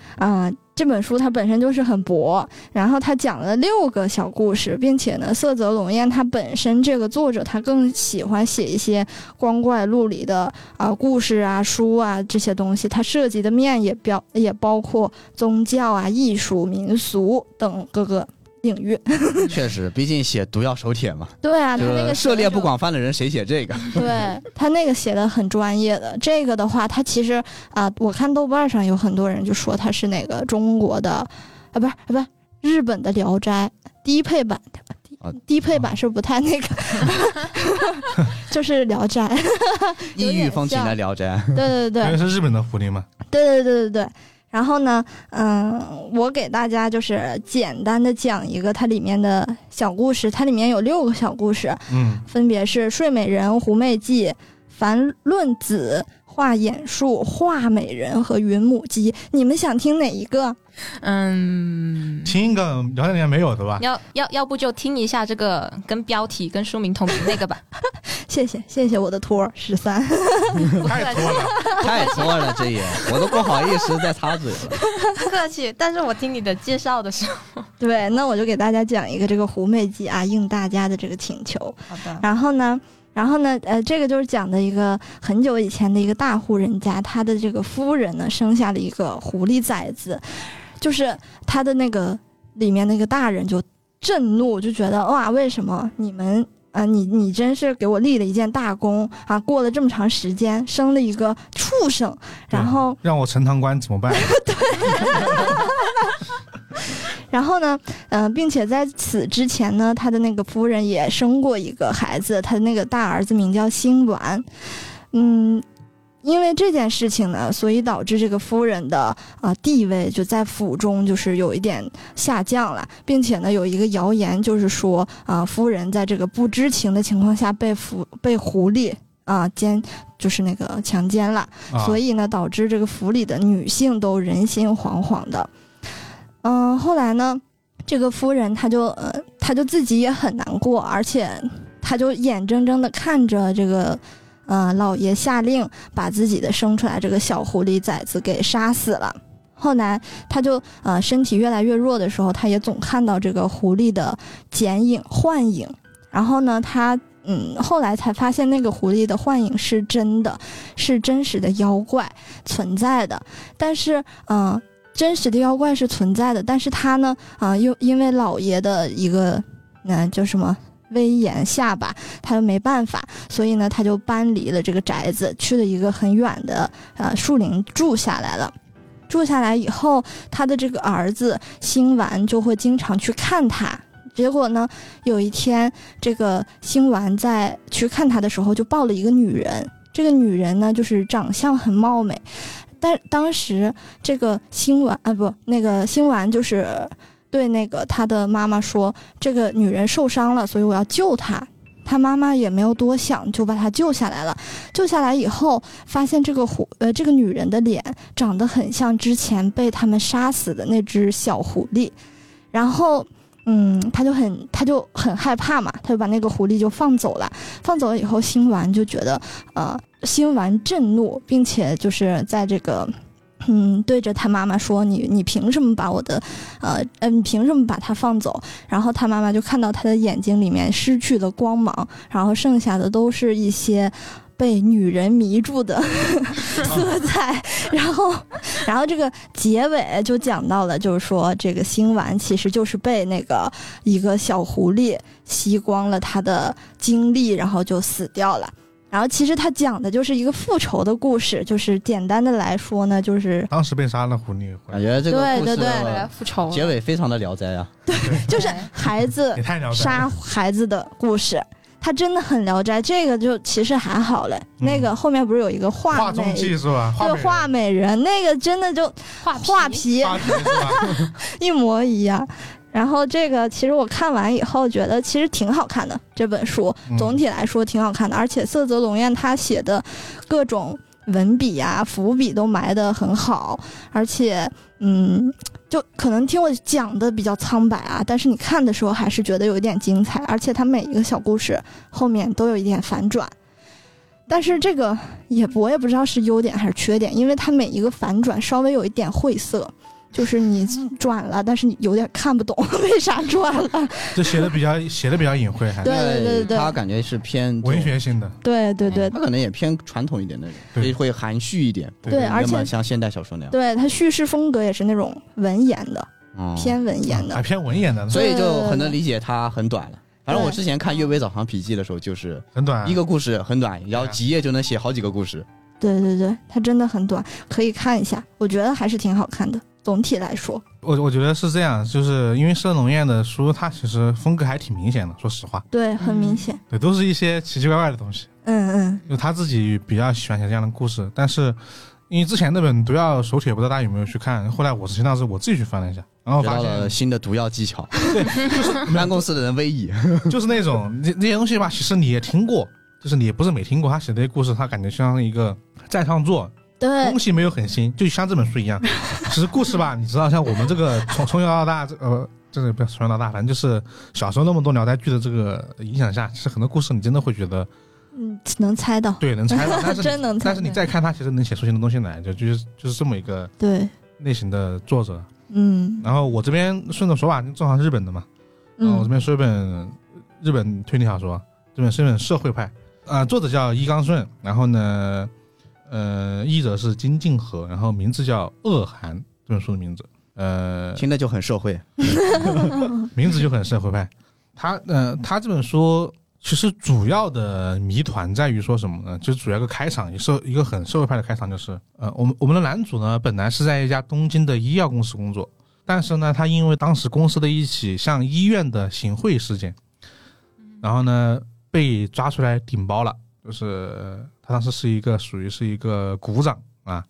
S4: 呃这本书它本身就是很薄，然后它讲了六个小故事，并且呢，色泽龙彦他本身这个作者他更喜欢写一些光怪陆离的啊、呃故事啊、书啊这些东西，它涉及的面也表也包括宗教啊、艺术、民俗等各个领域。
S2: 确实，毕竟写毒药手帖嘛，
S4: 对啊，他那
S2: 就
S4: 个
S2: 是涉猎
S4: 写的
S2: 不广泛的人，谁写这个？
S4: 对他那个写的很专业的，这个的话，他其实啊、我看豆瓣上有很多人就说他是那个中国的，啊，不是，啊不是日本的《聊斋》低配版，低
S2: 啊
S4: 低配版是不太那个，就是《聊斋》，有
S2: 异
S4: 点
S2: 域风情的《聊斋》
S4: 对对对
S1: 因为是日本的狐狸嘛，
S4: 对对对对对。然后呢，嗯，我给大家就是简单的讲一个它里面的小故事，它里面有六个小故事，
S1: 嗯，
S4: 分别是《睡美人》《狐媚记》《凡论子》《画眼术》《画美人》和《云母鸡》。你们想听哪一个？
S3: 嗯，
S1: 听一个聊斋里面没有的吧？
S3: 要要要不就听一下这个跟标题跟书名同名那个吧。
S4: 谢谢谢谢我的托儿十三。
S3: 不
S1: 太
S3: 客
S1: 多
S3: 气，
S1: 了，
S2: 太多了，这也我都不好意思再插嘴了。
S3: 不客气。但是我听你的介绍的时候，
S4: 对，那我就给大家讲一个这个《狐媚记》啊，应大家的这个请求。
S3: 好的，
S4: 然后呢，然后呢，呃，这个就是讲的一个很久以前的一个大户人家，他的这个夫人呢生下了一个狐狸崽子，就是他的那个里面那个大人就震怒，就觉得哇，为什么你们？啊，你你真是给我立了一件大功啊！过了这么长时间，生了一个畜生，然后
S1: 让我陈塘关怎么办？
S4: 然后呢，嗯、并且在此之前呢，他的那个夫人也生过一个孩子，他的那个大儿子名叫星丸，嗯，因为这件事情呢，所以导致这个夫人的啊、呃地位就在府中就是有一点下降了，并且呢有一个谣言就是说啊、夫人在这个不知情的情况下被狐被狐狸啊、奸就是那个强奸了。
S1: 啊、
S4: 所以呢，导致这个府里的女性都人心惶惶的。嗯、后来呢，这个夫人她就呃，她就自己也很难过，而且她就眼睁睁的看着这个呃老爷下令把自己的生出来这个小狐狸崽子给杀死了。后来，她就呃身体越来越弱的时候，她也总看到这个狐狸的剪影、幻影。然后呢，她嗯后来才发现那个狐狸的幻影是真的，是真实的妖怪存在的，但是，嗯、真实的妖怪是存在的，但是他呢，啊、又因为老爷的一个，嗯、叫什么威严下吧，他又没办法，所以呢，他就搬离了这个宅子，去了一个很远的呃树林住下来了。住下来以后，他的这个儿子星丸就会经常去看他。结果呢，有一天，这个星丸在去看他的时候，就抱了一个女人。这个女人呢，就是长相很貌美，但当时这个星丸啊，不，那个星丸就是对那个他的妈妈说，这个女人受伤了，所以我要救她。他妈妈也没有多想，就把她救下来了。救下来以后，发现这个狐呃这个女人的脸长得很像之前被他们杀死的那只小狐狸，然后嗯，他就很他就很害怕嘛，他就把那个狐狸就放走了。放走了以后，星丸就觉得呃心丸震怒，并且就是在这个。嗯，对着他妈妈说：“你你凭什么把我的，呃，嗯，你凭什么把他放走？”然后他妈妈就看到他的眼睛里面失去了光芒，然后剩下的都是一些被女人迷住的 色彩。然后，然后这个结尾就讲到了，就是说这个星丸其实就是被那个一个小狐狸吸光了他的精力，然后就死掉了。然后其实他讲的就是一个复仇的故事，就是简单的来说呢，就是
S1: 当时被杀了狐狸，
S2: 哎
S5: 感觉这个
S4: 对
S5: 故
S4: 对
S5: 事
S4: 对
S3: 对复仇
S5: 结尾非常的《聊斋》啊，
S4: 就是孩子
S1: 也太了解
S4: 杀
S1: 了。
S4: 孩子的故事。他真的很聊斋，这个就其实还好嘞。
S1: 嗯
S4: 那个后面不是有一个画
S1: 画
S4: 美
S1: 中计是吧？
S4: 对画美人，那个真的就
S3: 画
S4: 画
S3: 皮
S4: 皮
S1: 画皮是吧？
S4: 一模一样。然后这个其实我看完以后觉得其实挺好看的，这本书
S1: 嗯
S4: 总体来说挺好看的，而且色泽龙彦他写的各种文笔啊、伏笔都埋得很好，而且嗯，就可能听我讲的比较苍白啊，但是你看的时候还是觉得有一点精彩，而且他每一个小故事后面都有一点反转。但是这个也我也不知道是优点还是缺点，因为它每一个反转稍微有一点晦涩，就是你转了，但是你有点看不懂 为啥转了。
S1: 就写的比较写的比较隐晦，还
S4: 对对对对对
S5: 他感觉是偏
S1: 文学性的。
S4: 对对对
S5: 他可能也偏传统一点那种，
S1: 对
S5: 所以会含蓄一点，
S1: 对
S4: 对，
S5: 不会
S4: 而
S5: 那
S4: 且
S5: 么像现代小说那样，
S4: 对它叙事风格也是那种文言的，
S5: 嗯，
S4: 偏文言
S1: 哦还
S4: 的。
S1: 啊偏文言的，
S5: 所以就很
S4: 对对对
S5: 能理解它很短了。反正我
S4: 对
S5: 之前看《阅微草堂笔记》的时候，就是
S1: 很短啊。
S5: 一个故事很短，然后
S1: 对啊
S5: 几页就能写好几个故事。
S4: 对对对，它真的很短，可以看一下，我觉得还是挺好看的。总体来说，
S1: 我我觉得是这样，就是因为射龙宴的书，它其实风格还挺明显的，说实话，
S4: 对，很明
S3: 嗯
S4: 显。
S1: 对，都是一些奇奇怪怪的东西。
S4: 嗯嗯，
S1: 就他自己比较喜欢写这样的故事，但是因为之前那本《毒药手帖》，不知道大家有没有去看，后来我是相当是我自己去翻了一下，然后
S5: 学
S1: 哦发
S5: 到了
S1: 现
S5: 新的毒药技 巧，办公室的人威仪，
S1: 就是那种那那些东西吧，其实你也听过，就是你也不是没听过，他写的故事，他感觉像是一个再创作，
S4: 对
S1: 东西没有很新，就像这本书一 样。其实故事吧，你知道，像我们这个从从小到大，这呃，就是不要从小到大，反正就是小时候那么多聊斋剧的这个影响下，其实很多故事你真的会觉得
S4: 嗯，能猜到，
S1: 对能 猜到，但是
S4: 真能猜
S1: 但是你再看他，其实能写出新的东西来，就就是就是这么一个
S4: 对，
S1: 类型的作者。
S4: 嗯
S1: 然后我这边顺着说吧，正好是日本的嘛，然啊哦后我这
S4: 嗯
S1: 边说一本日本推理小说，这本是一本社会派，啊、作者叫伊冈顺，然后呢，呃，译者是金敬和，然后名字叫《恶寒》，这本书的名字，呃，
S5: 听着就很社会。
S1: 名字就很社会派。他呃，他这本书其实主要的谜团在于说什么呢？就是主要一个开场，也是一个很社会派的开场，就是呃，我们我们的男主呢，本来是在一家东京的医药公司工作，但是呢，他因为当时公司的一起向医院的行贿事件，然后呢被抓出来顶包了，就是呃他当时是一个属于是一个股长啊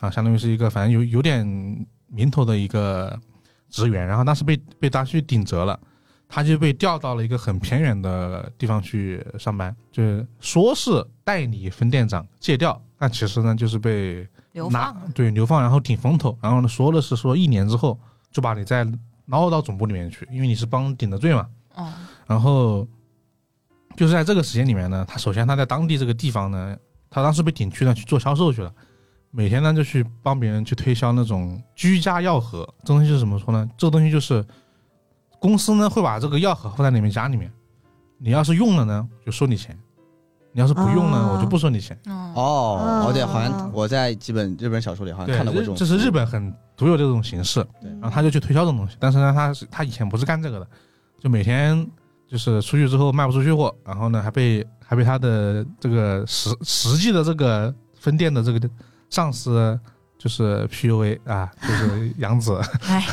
S1: 啊，相当于是一个反正有有点名头的一个职员，然后当时被被他去顶责了。他就被调到了一个很偏远的地方去上班，就是说是代理分店长借调，但其实呢就是被
S3: 流
S1: 拿
S3: 放。
S1: 对流放，然后顶风头，然后呢说的是说一年之后就把你再捞到总部里面去，因为你是帮顶的罪嘛。
S3: 哦，
S1: 然后就是在这个时间里面呢，他首先他在当地这个地方呢，他当时被顶去了去做销售去了，每天呢就去帮别人去推销那种居家药盒，这东西是怎么说呢？这个东西就是公司呢会把这个药盒放在你们家里面，你要是用了呢就收你钱，你要是不用呢、
S4: 哦
S1: 我就不收你钱。
S3: 哦，
S5: 哦，
S4: 啊
S5: 哦对，好像我在几本日本小说里
S2: 啊
S5: 好像
S1: 对
S5: 看到过这，种。
S1: 这是日本很独有的这种形式。然后他就去推销这种东西。但是呢，他是他以前不是干这个的，就每天就是出去之后卖不出去货，然后呢还被还被他的这个实实际的这个分店的这个上司就是 PUA 啊，就是杨子，
S3: 哎，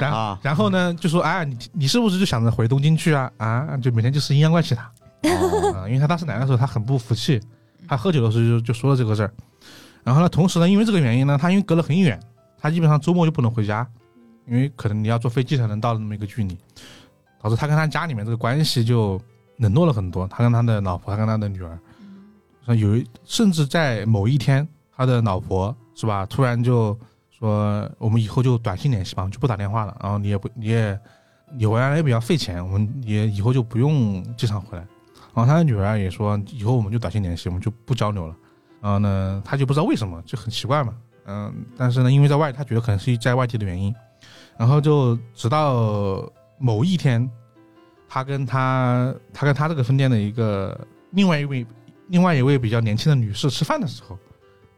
S1: 然后。
S5: 啊，
S1: 然后呢，就说啊，你你是不是就想着回东京去啊？啊，就每天就是阴阳怪气他
S5: 哦
S1: 啊，因为他当时来的时候他很不服气，他喝酒的时候就就说了这个事儿。然后呢，同时呢，因为这个原因呢，他因为隔了很远，他基本上周末就不能回家，因为可能你要坐飞机才能到的那么一个距离，导致他跟他家里面这个关系就冷落了很多。他跟他的老婆，他跟他的女儿，那有一甚至在某一天，他的老婆是吧，突然就说我们以后就短信联系吧，就不打电话了，然后你也不你也你回来也比较费钱，我们也以后就不用经常回来。然后他的女儿也说，以后我们就短信联系，我们就不交流了。然后呢，他就不知道为什么，就很奇怪嘛。嗯，但是呢，因为在外，他觉得可能是在外地的原因。然后就直到某一天，他跟他他跟他这个分店的一个另外一位另外一位比较年轻的女士吃饭的时候，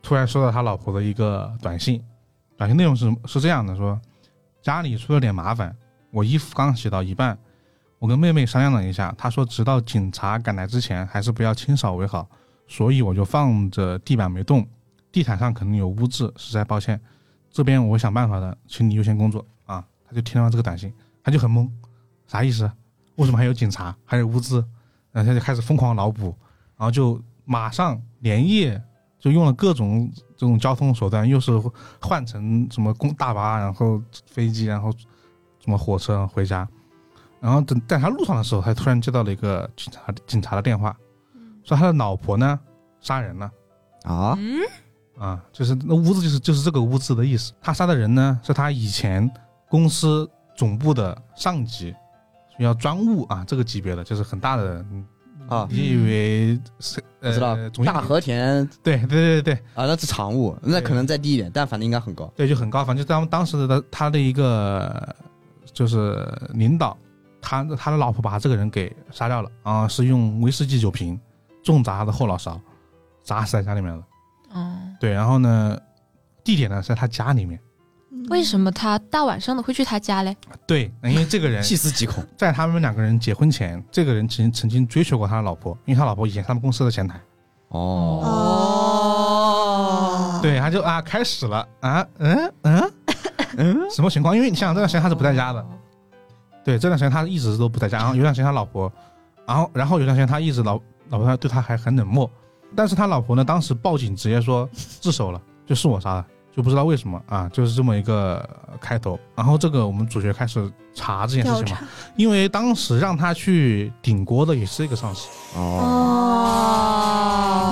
S1: 突然收到他老婆的一个短信，短信内容是是这样的：说家里出了点麻烦，我衣服刚洗到一半，我跟妹妹商量了一下，她说直到警察赶来之前，还是不要清扫为好，所以我就放着地板没动，地毯上可能有污渍，实在抱歉，这边我会想办法的，请你优先工作啊。他就听到这个短信，他就很懵，啥意思？为什么还有警察，还有污渍？然后他就开始疯狂脑补，然后就马上连夜就用了各种这种交通手段，又是换成什么公大巴，然后飞机，然后什么火车回家。然后等在他路上的时候，他突然接到了一个警察警察的电话，说他的老婆呢杀人了
S2: 啊，
S3: 嗯，
S1: 啊，就是那污渍就是就是这个污渍的意思。他杀的人呢是他以前公司总部的上级，要专务啊这个级别的，就是很大的人
S5: 啊
S1: 你以为是
S5: 我
S1: 呃
S5: 知道
S1: 总经理
S5: 大和田
S1: 对对对对
S5: 啊，那是常务，那可能再低一点，但反正应该很高。
S1: 对，就很高，反正就当当时的他的一个就是领导，他他的老婆把这个人给杀掉了啊、是用威士忌酒瓶重砸他的后脑勺，砸死在家里面了。
S3: 哦，
S1: 对，然后呢，地点呢是在他家里面。
S3: 为什么他大晚上的会去他家嘞？
S1: 对，因为这个 人
S5: 细思极恐，
S1: 在他们两个人结婚前，这个人曾曾经追求过他的老婆，因为他老婆以前是他们公司的前台。
S5: 哦，
S3: 哦，
S1: 对，他就啊开始了啊嗯嗯嗯，什么情况？因为你想想这段时间他是不在家的，对，这段时间他一直都不在家，然后有段时间他老婆，然后然后有段时间他一直老老婆他对他还很冷漠，但是他老婆呢，当时报警直接说自首了，就是我杀的，就不知道为什么啊，就是这么一个呃开头。然后这个我们主角开始查这件事
S4: 调
S1: 情嘛
S4: 查，？
S1: 因为当时让他去顶锅的也是一个上司，
S5: 哦，
S3: 哦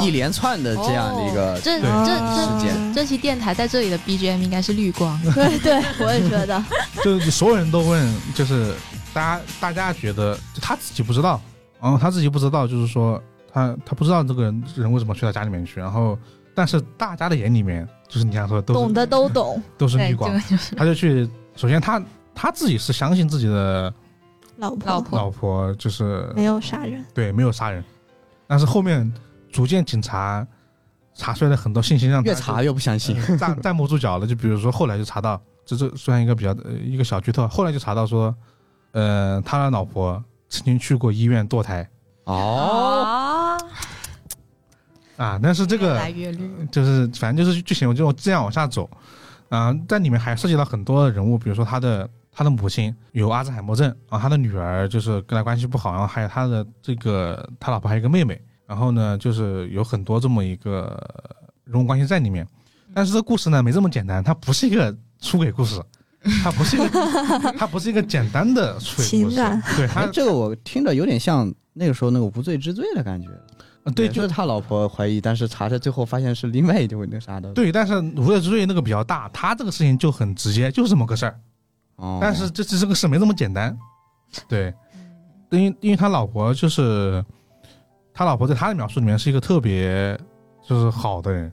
S5: 一连串的这样的一个
S3: 这
S1: 对
S4: 啊
S3: 这
S5: 事
S3: 这
S5: 件
S3: 这期电台在这里的 BGM 应该是绿 光，
S4: 对对，我也觉得。
S1: 就是所有人都问，就是大家大家觉得就他自己不知道，然后他自己不知道，就是说他他不知道这个人人为什么去他家里面去，然后但是大家的眼里面就是你想说的都
S4: 懂
S1: 是
S4: 的都懂，
S1: 都是
S3: 对，
S1: 绿
S3: 这
S1: 光
S3: 个，就是
S1: 他就去首先他他自己是相信自己的
S4: 老婆
S3: 老婆
S1: 老婆就是
S4: 没有杀人，
S1: 对没有杀人，但是后面逐渐警察查出来了很多信息，让他
S5: 越查越不相信。
S1: 呃站站不住脚了。就比如说后来就查到，这这算一个比较呃一个小剧透，后来就查到说，呃，他的老婆曾经去过医院堕胎嗯
S5: 哦，
S3: 哦，
S1: 啊， 但是这
S3: 越
S1: 个
S3: 来越绿，
S1: 就是反正就是剧情，我就这样往下走，啊、在里面还涉及到很多人物，比如说他的他的母亲有阿兹海默症，啊，他的女儿就是跟他关系不好，然后还有他的这个他老婆还有一个妹妹，然后呢，就是有很多这么一个人物关系在里面。但是这故事呢没这么简单，它不是一个出轨故事，它不是一个，它不是一个简单的出轨故
S4: 情
S1: 事
S4: 感。
S1: 对
S5: 哎
S1: 它，
S5: 这个我听着有点像那个时候那个无罪之罪的感觉。
S1: 呃对
S5: 也
S1: 就是
S5: 他老婆怀疑，但是查着最后发现是另外一回那啥的。，
S1: 对，但是《无罪之罪》那个比较大，他这个事情就很直接，就是这么个事儿。
S5: 哦、
S1: 但是这这这个事没这么简单，对，因为因为他老婆就是他老婆在他的描述里面是一个特别就是好的人，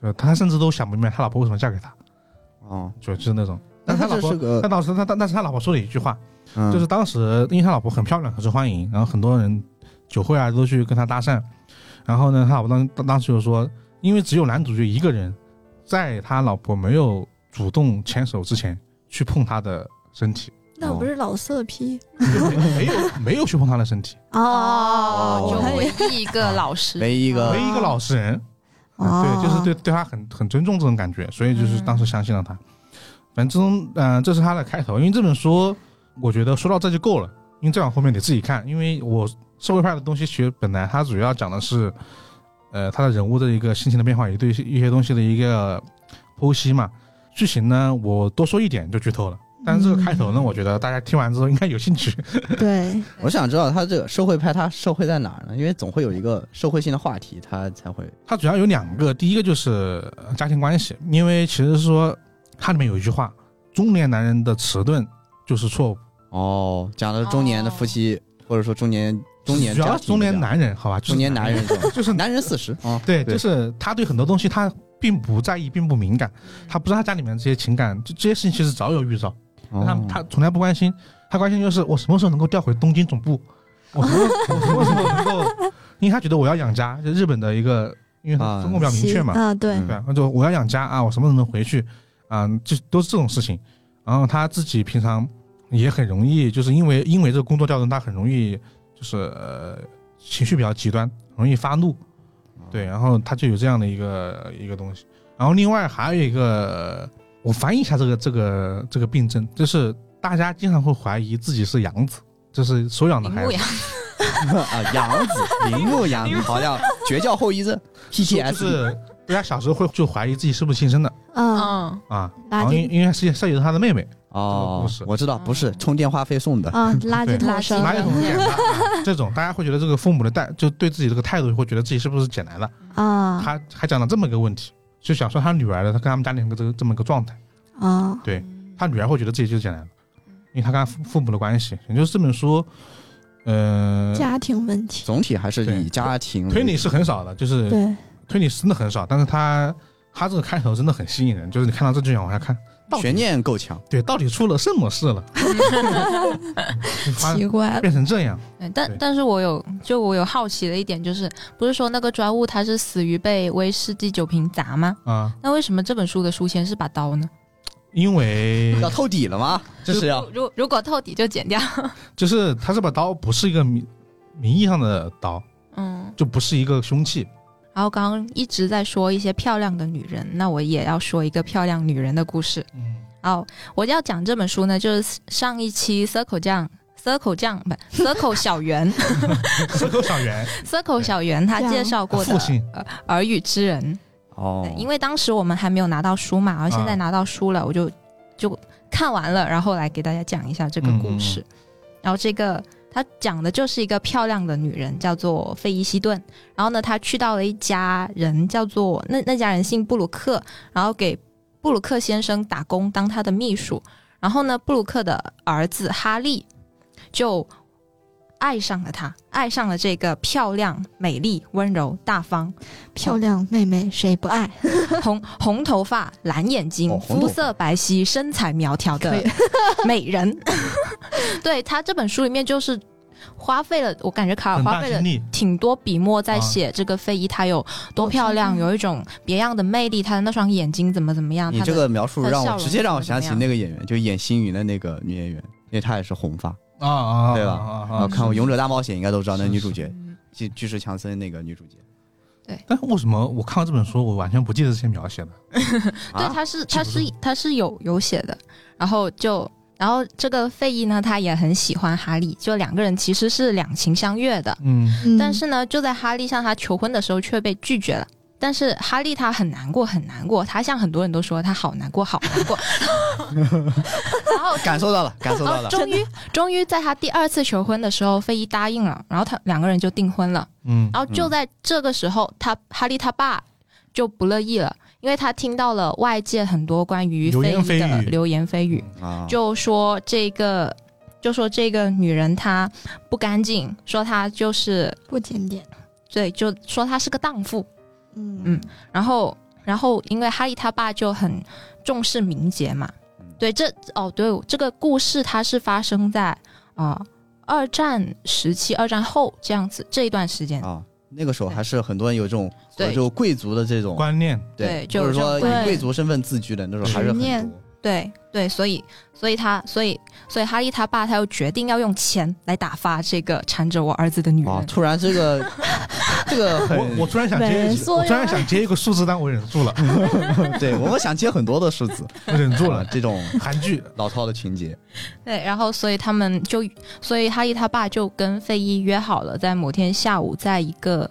S1: 就是他甚至都想不明白他老婆为什么嫁给他，
S5: 哦，
S1: 就是那种。但
S5: 但他
S1: 他
S5: 这
S1: 老婆
S5: 是，个
S1: 但当时他但但是他老婆说了一句话，
S5: 嗯
S1: 就是当时因为他老婆很漂亮，很受欢迎，然后很多人酒会啊都去跟他搭讪，然后呢，他老婆当当当时就说，因为只有男主角一个人，在他老婆没有主动牵手之前去碰她的身体，
S4: 那不是老色批
S1: 就没 没有没有去碰她的身体，
S4: 哦
S3: 就
S4: 我还以
S3: 唯
S4: 为
S3: 一一个老师，
S5: 唯一一
S2: 呃
S5: 个
S4: 啊
S1: 唯一一个老实人，哦
S4: 哦
S1: 对，就是对对他很很尊重这种感觉，所以就是当时相信了他。反正这种，嗯、这是他的开头，因为这本书我觉得说到这就够了，因为再往后面得自己看，因为我社会派的东西学本来它主要讲的是，呃，他的人物的一个心情的变化，也对一些东西的一个剖析嘛。剧情呢，我多说一点就剧透了，但是这个开头呢，我觉得大家听完之后应该有兴趣。
S4: 对，
S5: 我想知道他这个社会派他社会在哪儿呢？因为总会有一个社会性的话题，他才会
S1: 它主要有两个，第一个就是呃家庭关系，因为其实说它里面有一句话，中年男人的迟钝就是错误，
S5: 哦，讲的是中年的夫妻，或者说中年中年
S1: 主要
S5: 家
S1: 是
S5: 庭
S1: 中
S5: 的
S1: 年
S5: 这样
S1: 男人，好吧，就是
S5: 中年男人这种，
S1: 就是
S5: 男人四十啊，
S1: 对，
S5: 对
S1: 就是他对很多东西他并不在意，并不敏感，他不知道他家里面这些情感，这这些事情其实早有预兆，但他
S5: 哦
S1: 他从来不关心，他关心就是我什么时候能够调回东京总部，我什么我什么时候能够，因为他觉得我要养家，就日本的一个，因为他
S5: 啊
S1: 中国比较明确嘛，
S4: 啊，对
S5: 嗯
S1: 对啊，那就我要养家啊，我什么时候能回去啊？就都是这种事情。然后他自己平常也很容易，就是因为因为这个工作调动，他很容易就是、呃、情绪比较极端，容易发怒。对，然后他就有这样的一个一个东西。然后另外还有一个，我翻译一下这个这个这个病症，就是大家经常会怀疑自己是养子，就是收养的
S3: 铃
S1: 孩
S3: 木
S1: 子
S3: 呀。，
S5: 啊，养子铃木养子好像绝教后遗症
S1: 就
S5: PTS
S1: 是 大家小时候会就怀疑自己是不是亲生的
S4: 啊，
S3: 嗯，
S1: 啊，
S4: 垃
S1: 然后
S4: 圾
S1: 因因为他是涉及到他的妹妹。
S5: 哦
S1: 不是，
S5: 我知道不是充电话费送的，
S4: 啊，垃圾
S1: 对
S4: 桶
S3: 垃圾
S4: 生
S1: 哪有
S3: 桶
S1: 很
S4: 嗯
S1: 简单啊？这种大家会觉得这个父母的态，就对自己这个态度，会觉得自己是不是捡来了？
S4: 啊
S1: 他还讲了这么一个问题，就想说他女儿的，他跟他们家里人这个这么一个状态，
S4: 啊，
S1: 对他女儿会觉得自己就是捡来了，
S4: 嗯
S1: 因为他跟他父父母的关系，也就是这本书，呃，
S4: 家庭问题，
S5: 总体还是
S1: 对
S5: 以家
S2: 嗯
S5: 庭为
S1: 推理是很少的，就是
S4: 对，
S1: 推理是真的很少，但是他他这个开头真的很吸引人，就是你看到这就想往下看，到底
S5: 悬念够强，
S1: 对，到底出了什么事 了？
S3: 嗯
S1: 发
S4: 奇怪了，
S1: 变成这样，
S3: 对
S1: 对
S3: 但但是我有就我有好奇的一点就是，不是说那个抓物他是死于被威士忌酒瓶砸吗？
S1: 啊、
S3: 那为什么这本书的书签是把刀呢？
S1: 因为
S5: 要透底了吗？这是啊要
S3: 如如果透底就剪掉，
S1: 就是他这把刀不是一个名名义上的刀，
S3: 嗯。
S1: 就不是一个凶器。
S3: 然后刚刚一直在说一些漂亮的女人，那我也要说一个漂亮女人的故事。
S1: 嗯，
S3: 哦，我要讲这本书呢，就是上一期 Circle 酱。Circle 酱不 Circle 小圆
S1: 蛇口小圆，
S3: Circle 小圆他介绍过 的
S1: 父亲
S3: 呃《耳语之人》
S5: 哦
S3: 对，因为当时我们还没有拿到书嘛，而现在
S1: 啊
S3: 拿到书了，我就就看完了，然后来给大家讲一下这个故事。然后这个他讲的就是一个漂亮的女人，叫做费伊希顿。然后呢，她去到了一家人，叫做那那家人姓布鲁克，然后给布鲁克先生打工当他的秘书。然后呢，布鲁克的儿子哈利就爱上了她，爱上了这个漂亮、美丽、温柔、大方。
S4: 漂亮妹妹谁不爱？
S3: 红红头发、蓝眼睛、
S5: 哦红头发
S3: 肤色白皙、身材苗条的 美人。 对他这本书里面就是花费了，我感觉卡尔
S1: 很
S3: 花
S1: 大
S3: 费了
S1: 精力。
S3: 挺多笔墨在
S1: 啊
S3: 写这个非遗，她有多漂
S5: 哦
S3: 亮，有一种别样的魅力，她的那双眼睛怎么怎么样，
S5: 你
S3: 她
S5: 这
S3: 的
S5: 个描述
S3: 他的
S5: 让
S3: 笑
S5: 我
S3: 容
S5: 直接让我
S3: 是怎么
S5: 想起
S3: 样
S5: 那个演员，就演星云的那个女演员，因为她也是红发。
S1: 啊啊，
S5: 对吧啊，
S1: 吧
S5: 看过《
S1: 有，
S5: 勇者大冒险》应该都知道那
S1: 是
S5: 女
S1: 是
S5: 主角，
S3: 嗯
S5: 巨巨石强森那个女主角。
S1: 但为什么我看到这本书，我完全不记得这些描写了？
S3: 对，
S5: 啊，
S3: 她
S1: 记
S3: 是
S1: 不
S3: 她是她是有有写的，然后就然后这个费祎呢，他也很喜欢哈利，就两个人其实是两情相悦的。
S1: 嗯
S4: 嗯
S3: 但是呢，就在哈利向他求婚的时候却被拒绝了。但是哈利他很难过，很难过。他向很多人都说他好难过，好难过。 然后
S2: 感受到了，感受到
S3: 哦，
S2: 了。
S3: 终于，终于在他第二次求婚的时候，费伊答应了，然后他两个人就订婚了。
S1: 嗯
S3: 然后就在这个时候，他哈利他爸就不乐意了，因为他听到了外界很多关于
S1: 流
S3: 费
S1: 言
S3: 伊的
S1: 蜚语哦
S3: 流言蜚语，
S2: 啊，
S3: 哦就说这个，就说这个女人她不干净，说她就是
S4: 不检点，
S3: 对，就说她是个荡妇。
S4: 嗯
S3: 嗯然后，然后因为哈利他爸就很重视名节嘛
S2: 嗯，
S3: 对，这哦，对，这个故事它是发生在啊、呃二战时期、二战后这样子这一段时间，
S2: 啊，那个时候还是很多人有这种
S3: 对
S2: 有这种贵族的这种
S1: 观念，
S3: 对就
S2: 或者
S3: 是
S2: 说
S3: 对
S2: 以贵族身份自居的那种还哦
S3: 嗯
S2: 是很
S4: 执念
S2: 多。
S3: 对对，所以所以他所以所以哈利他爸他又决定要用钱来打发这个缠着我儿子的女人，
S2: 啊
S5: 突然这个 这个很
S1: 我我突然想接
S4: 萎
S1: 一
S4: 缩
S1: 个，我
S4: 呀
S1: 突然想接一个数字，但我忍 住了，
S2: 对我们想接很多的数字，
S1: 我忍住
S2: 啊
S1: 了。
S2: 这种
S1: 韩剧
S2: 老套的情节，
S3: 对，然后所以他们就，所以哈利他爸就跟费伊约好了，在某天下午，在一个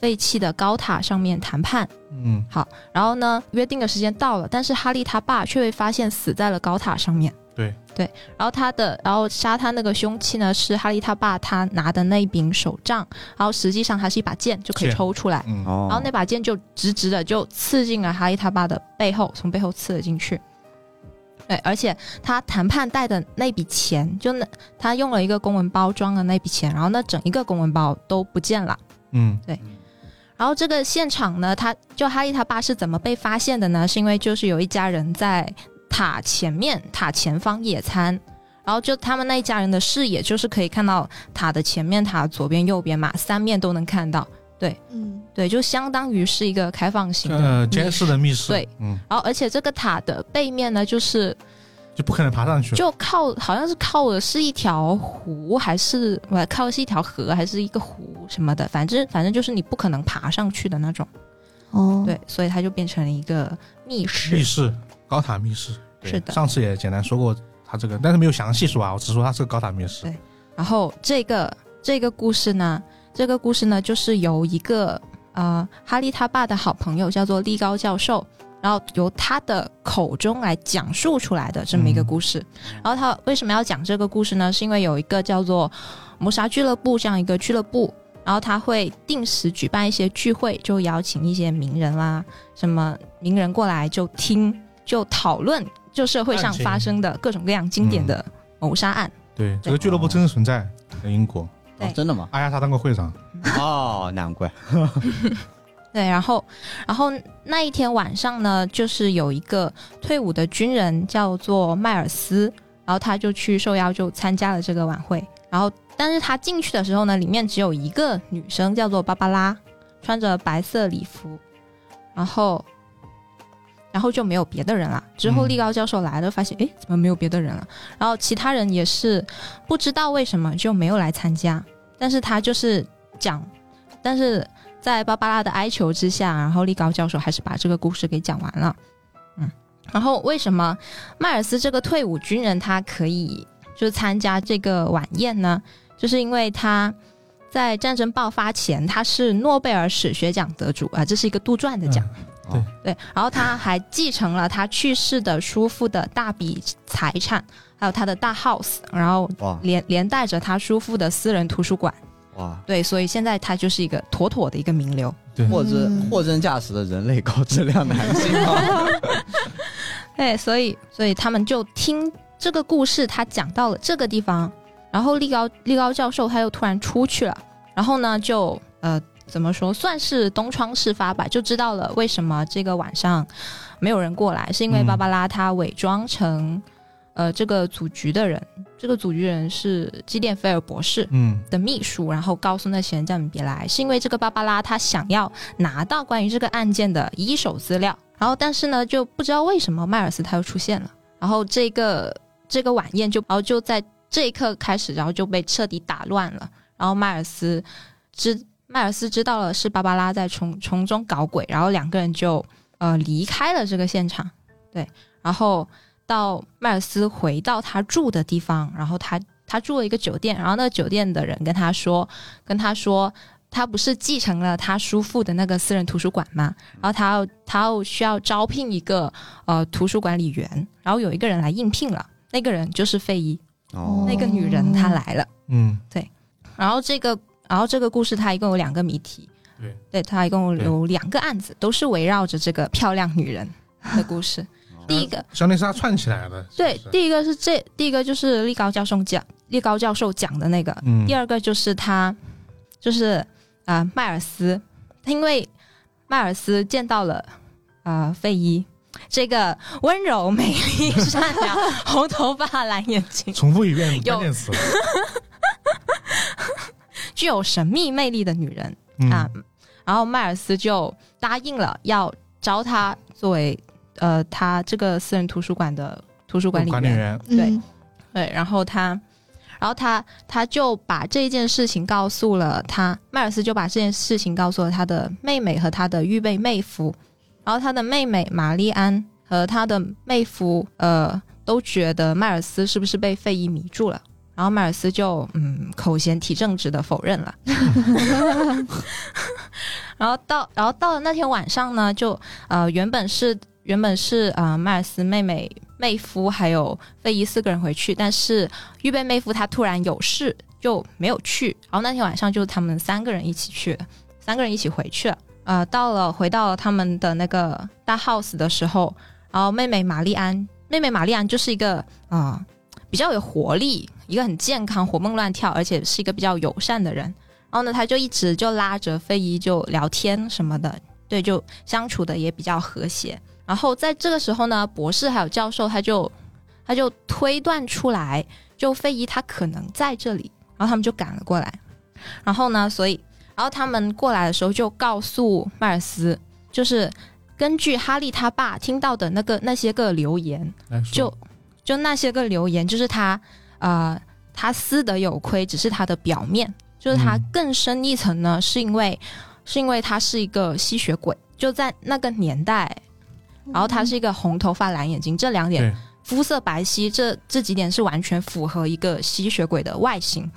S3: 废弃的高塔上面谈判。
S1: 嗯
S3: 然后呢，约定的时间到了，但是哈利他爸却被发现死在了高塔上面。
S1: 对
S3: 对，然后他的，然后杀他那个凶器呢是哈利他爸他拿的那一柄手杖，然后实际上它是一把剑，就可以
S1: 剑
S3: 抽出来。
S1: 嗯，
S2: 哦
S3: 然后那把剑就直直的就刺进了哈利他爸的背后，从背后刺了进去。对，而且他谈判带的那笔钱，就那他用了一个公文包装的那笔钱，然后那整一个公文包都不见了。
S1: 嗯
S3: 然后这个现场呢，他就哈利他爸是怎么被发现的呢？是因为就是有一家人在塔前面塔前方野餐，然后就他们那一家人的视野就是可以看到塔的前面、塔的左边、右边嘛，三面都能看到。
S4: 嗯
S3: 对，就相当于是一个开放型的
S1: 呃，
S3: 密
S1: 监视的密室，
S3: 对，
S1: 嗯，
S3: 然后而且这个塔的背面呢，就是
S1: 就不可能爬上去，
S3: 就靠好像是靠的是一条湖，还是呃靠的是一条河，还是一个湖什么的，反正反正就是你不可能爬上去的那种。
S4: 哦，
S3: 对，所以它就变成了一个密室。
S1: 密室高塔密室，对
S3: 是的
S1: 上次也简单说过他这个，但是没有详细说啊，我只说他是个高塔密室
S3: 对，然后这个这个故事呢，这个故事呢，就是由一个呃哈利他爸的好朋友叫做利高教授，然后由他的口中来讲述出来的这么一个故事。然后他为什么要讲这个故事呢？是因为有一个叫做谋杀俱乐部这样一个俱乐部。然后他会定时举办一些聚会，就邀请一些名人啦，什么名人过来就听，就讨论，就社会上
S1: 案情
S3: 发生的各种各样经典的谋杀案。
S1: 对，这个俱乐部真实存在在英国，
S3: 对
S5: 哦真的吗？
S1: 阿亚莎当过会长，
S2: 哦，难怪
S3: 对，然后，然后那一天晚上呢，就是有一个退伍的军人叫做迈尔斯，然后他就去受邀就参加了这个晚会。然后，但是他进去的时候呢，里面只有一个女生叫做芭芭拉，穿着白色礼服，然后，然后就没有别的人了。之后，
S1: 嗯
S3: 利高教授来了，发现诶，怎么没有别的人了？然后其他人也是不知道为什么就没有来参加，但是他就是讲，但是在芭芭拉的哀求之下，然后利高教授还是把这个故事给讲完了。嗯，然后为什么迈尔斯这个退伍军人他可以就是参加这个晚宴呢？就是因为他在战争爆发前他是诺贝尔史学奖得主啊，这是一个杜撰的奖。
S1: 对
S2: 嗯啊
S3: 对，然后他还继承了他去世的叔父的大笔财产，还有他的大 house，然后
S2: 哇
S3: 连连带着他叔父的私人图书馆。
S2: 哇，
S3: 对，所以现在他就是一个妥妥的一个名流。
S1: 对
S5: 货真
S4: 嗯
S5: 货真价实的人类高质量男性
S2: 啊
S5: 吗？
S3: 对，哎所以所以他们就听这个故事，他讲到了这个地方，然后利高利高教授他又突然出去了，然后呢就呃怎么说，算是东窗事发吧，就知道了为什么这个晚上没有人过来，是因为
S1: 嗯
S3: 芭芭拉她伪装成、呃这个组局的人，这个组局人是基甸菲尔博士，
S1: 嗯
S3: 的秘书，然后告诉那些人叫你们别来，是因为这个芭芭拉她想要拿到关于这个案件的一手资料，然后但是呢就不知道为什么迈尔斯他又出现了，然后这个这个晚宴就然后就在这一刻开始，然后就被彻底打乱了，然后迈尔斯知迈尔斯知道了是芭芭拉在从从中搞鬼，然后两个人就呃离开了这个现场，对，然后到迈尔斯回到他住的地方，然后他他住了一个酒店，然后那个酒店的人跟他说，跟他说。他不是继承了他叔父的那个私人图书馆吗？然后他要他要需要招聘一个呃图书管理员，然后有一个人来应聘了，那个人就是费伊，
S2: 哦，
S3: 那个女人她来了。
S1: 嗯，
S3: 然后这个，然后这个故事它一共有两个谜题，
S1: 对，
S3: 对，它一共
S1: 对
S3: 有两个案子，都是围绕着这个漂亮女人的故事。第一个，
S1: 相当于是他串起来的。
S3: 对
S1: 是，不是
S3: 第一个是这，第一个就是立高教授讲，立高教授讲的那个，
S1: 嗯，
S3: 第二个就是他，就是啊、迈尔斯，因为迈尔斯见到了啊、费伊。这个温柔、美丽、善良、红头发、蓝眼 睛，
S1: 重复一遍
S3: 有
S1: 关键词。
S3: 具有神秘魅力的女人，
S1: 嗯
S3: 啊，然后迈尔斯就答应了要招他作为呃他这个私人图书馆的图书管理
S1: 管理
S3: 员。
S1: 员，
S3: 对
S4: 嗯
S3: 对，然后他，然后他他就把这件事情告诉了他，迈尔斯就把这件事情告诉了他的妹妹和他的预备妹夫，然后他的妹妹玛丽安和他的妹夫呃都觉得迈尔斯是不是被费伊迷住了。然后迈尔斯就嗯口嫌体正直的否认了， 然后到然后到了那天晚上呢，就呃原本是原本是啊、呃迈尔斯妹妹妹夫还有费伊四个人回去，但是预备妹夫他突然有事就没有去，然后那天晚上就他们三个人一起去了，三个人一起回去了。呃，到了回到了他们的那个大 house 的时候，然后妹妹玛丽安，妹妹玛丽安就是一个啊、比较有活力，一个很健康、活蹦乱跳，而且是一个比较友善的人。然后呢，他就一直就拉着费伊就聊天什么的，对，就相处的也比较和谐。然后在这个时候呢，博士还有教授他就他就推断出来，就费伊他可能在这里，然后他们就赶了过来。然后呢，所以然后他们过来的时候就告诉迈尔斯，就是根据哈利他爸听到的那个那些个留言，
S1: 来哎说
S3: 就就那些个留言，就是他呃，他私德有亏，只是他的表面，就是他
S1: 嗯
S3: 更深一层呢，是因为是因为他是一个吸血鬼，就在那个年代，然后他是一个红头发蓝眼睛，这两点
S1: 对
S3: 肤色白皙，这这几点是完全符合一个吸血鬼的外形。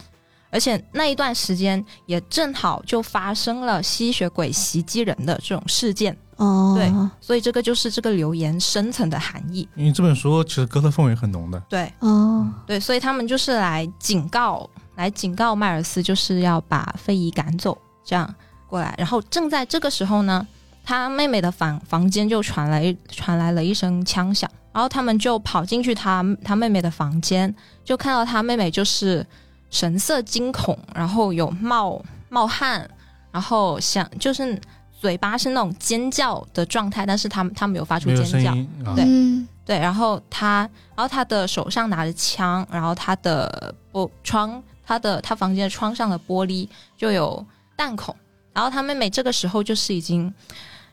S3: 而且那一段时间也正好就发生了吸血鬼袭击人的这种事件，
S4: 哦，
S3: 对所以这个就是这个留言深层的含义。
S1: 因为这本书其实哥特氛围很浓的，
S3: 对，
S4: 哦，
S3: 对，所以他们就是来警告，来警告迈尔斯，就是要把非遗赶走，这样过来。然后正在这个时候呢，他妹妹的房房间就传来一传来了一声枪响，然后他们就跑进去他他妹妹的房间，就看到他妹妹就是神色惊恐，然后有冒冒汗，然后想就是嘴巴是那种尖叫的状态，但是他们他没有发出
S1: 没有声
S3: 尖叫。
S1: 音啊，
S3: 对
S4: 嗯
S3: 对，然后他，然后他的手上拿着枪，然后他的玻窗，他的他房间的窗上的玻璃就有弹孔，然后他妹妹这个时候就是已经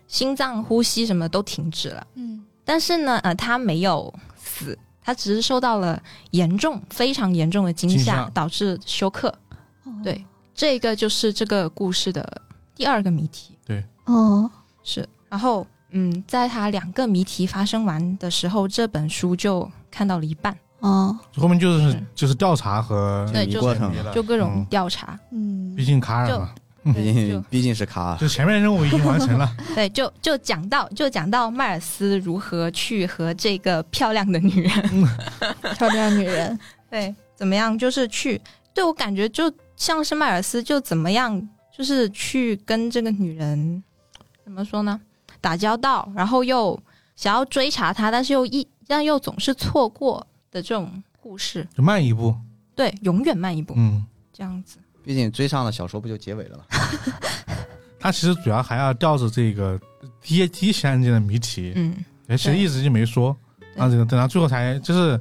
S3: 心脏呼吸什么都停止了，
S4: 嗯
S3: 但是呢，呃，他没有死，他只是受到了严重、非常严重的惊
S1: 惊
S3: 吓
S1: 吓，
S3: 导致休克。对这个就是这个故事的第二个谜题。
S4: 哦，
S3: 是，然后嗯，在他两个谜题发生完的时候，这本书就看到了一半，
S4: 哦，
S1: 后面就是
S3: 嗯
S1: 就是调查和
S3: 对
S1: 解谜
S3: 就是
S5: 过
S2: 啊
S5: 程
S1: 了
S3: 就各种
S1: 嗯
S3: 调 查，
S4: 嗯
S1: 毕，竟卡尔嘛，
S5: 毕
S3: 对就
S5: 竟毕竟是卡，
S1: 就前面任务已经完成 了，
S3: 对，就就讲到就讲到迈尔斯如何去和这个漂亮的 女人，
S4: 漂亮女人，
S3: 对，怎么样，就是去，对我感觉就像是迈尔斯就怎么样，就是去跟这个女人怎么说呢，打交道，然后又想要追查她，但是又一但又总是错过的这种故事，
S1: 就慢一步，
S3: 对，永远慢一步、
S1: 嗯，
S3: 这样子。
S5: 毕竟追上了小说不就结尾了吗？
S1: 他其实主要还要吊着这个第一第一起案件的谜题，
S3: 嗯，
S1: 哎，其实一直就没说，
S3: 对
S1: 啊，这个等到最后才就是，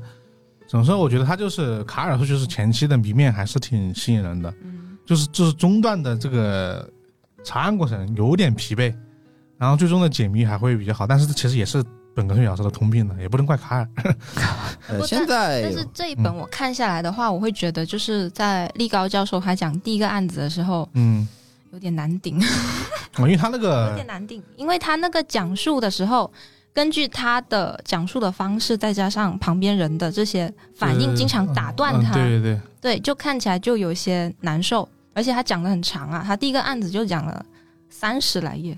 S1: 怎么说？我觉得他就是卡尔，就是前期的谜面还是挺吸引人的，
S3: 嗯
S1: 就是就是中段的这个查案过程有点疲惫，然后最终的解谜还会比较好，但是其实也是本格推理小说的通病了，也不能怪卡尔。
S5: 呃，
S3: 不
S5: 现在
S3: 但是这一本我看下来的话，我会觉得就是在立高教授他讲第一个案子的时候
S1: 嗯，
S3: 有点难顶，
S1: 啊因为他那
S3: 有
S1: 个
S3: 点难顶，因为他那个讲述的时候根据他的讲述的方式，再加上旁边人的这些反应，
S1: 对
S3: 经常打断
S1: 嗯
S3: 他，
S1: 对对对，
S3: 对，就看起来就有一些难受。而且他讲的很长啊，他第一个案子就讲了三十来页。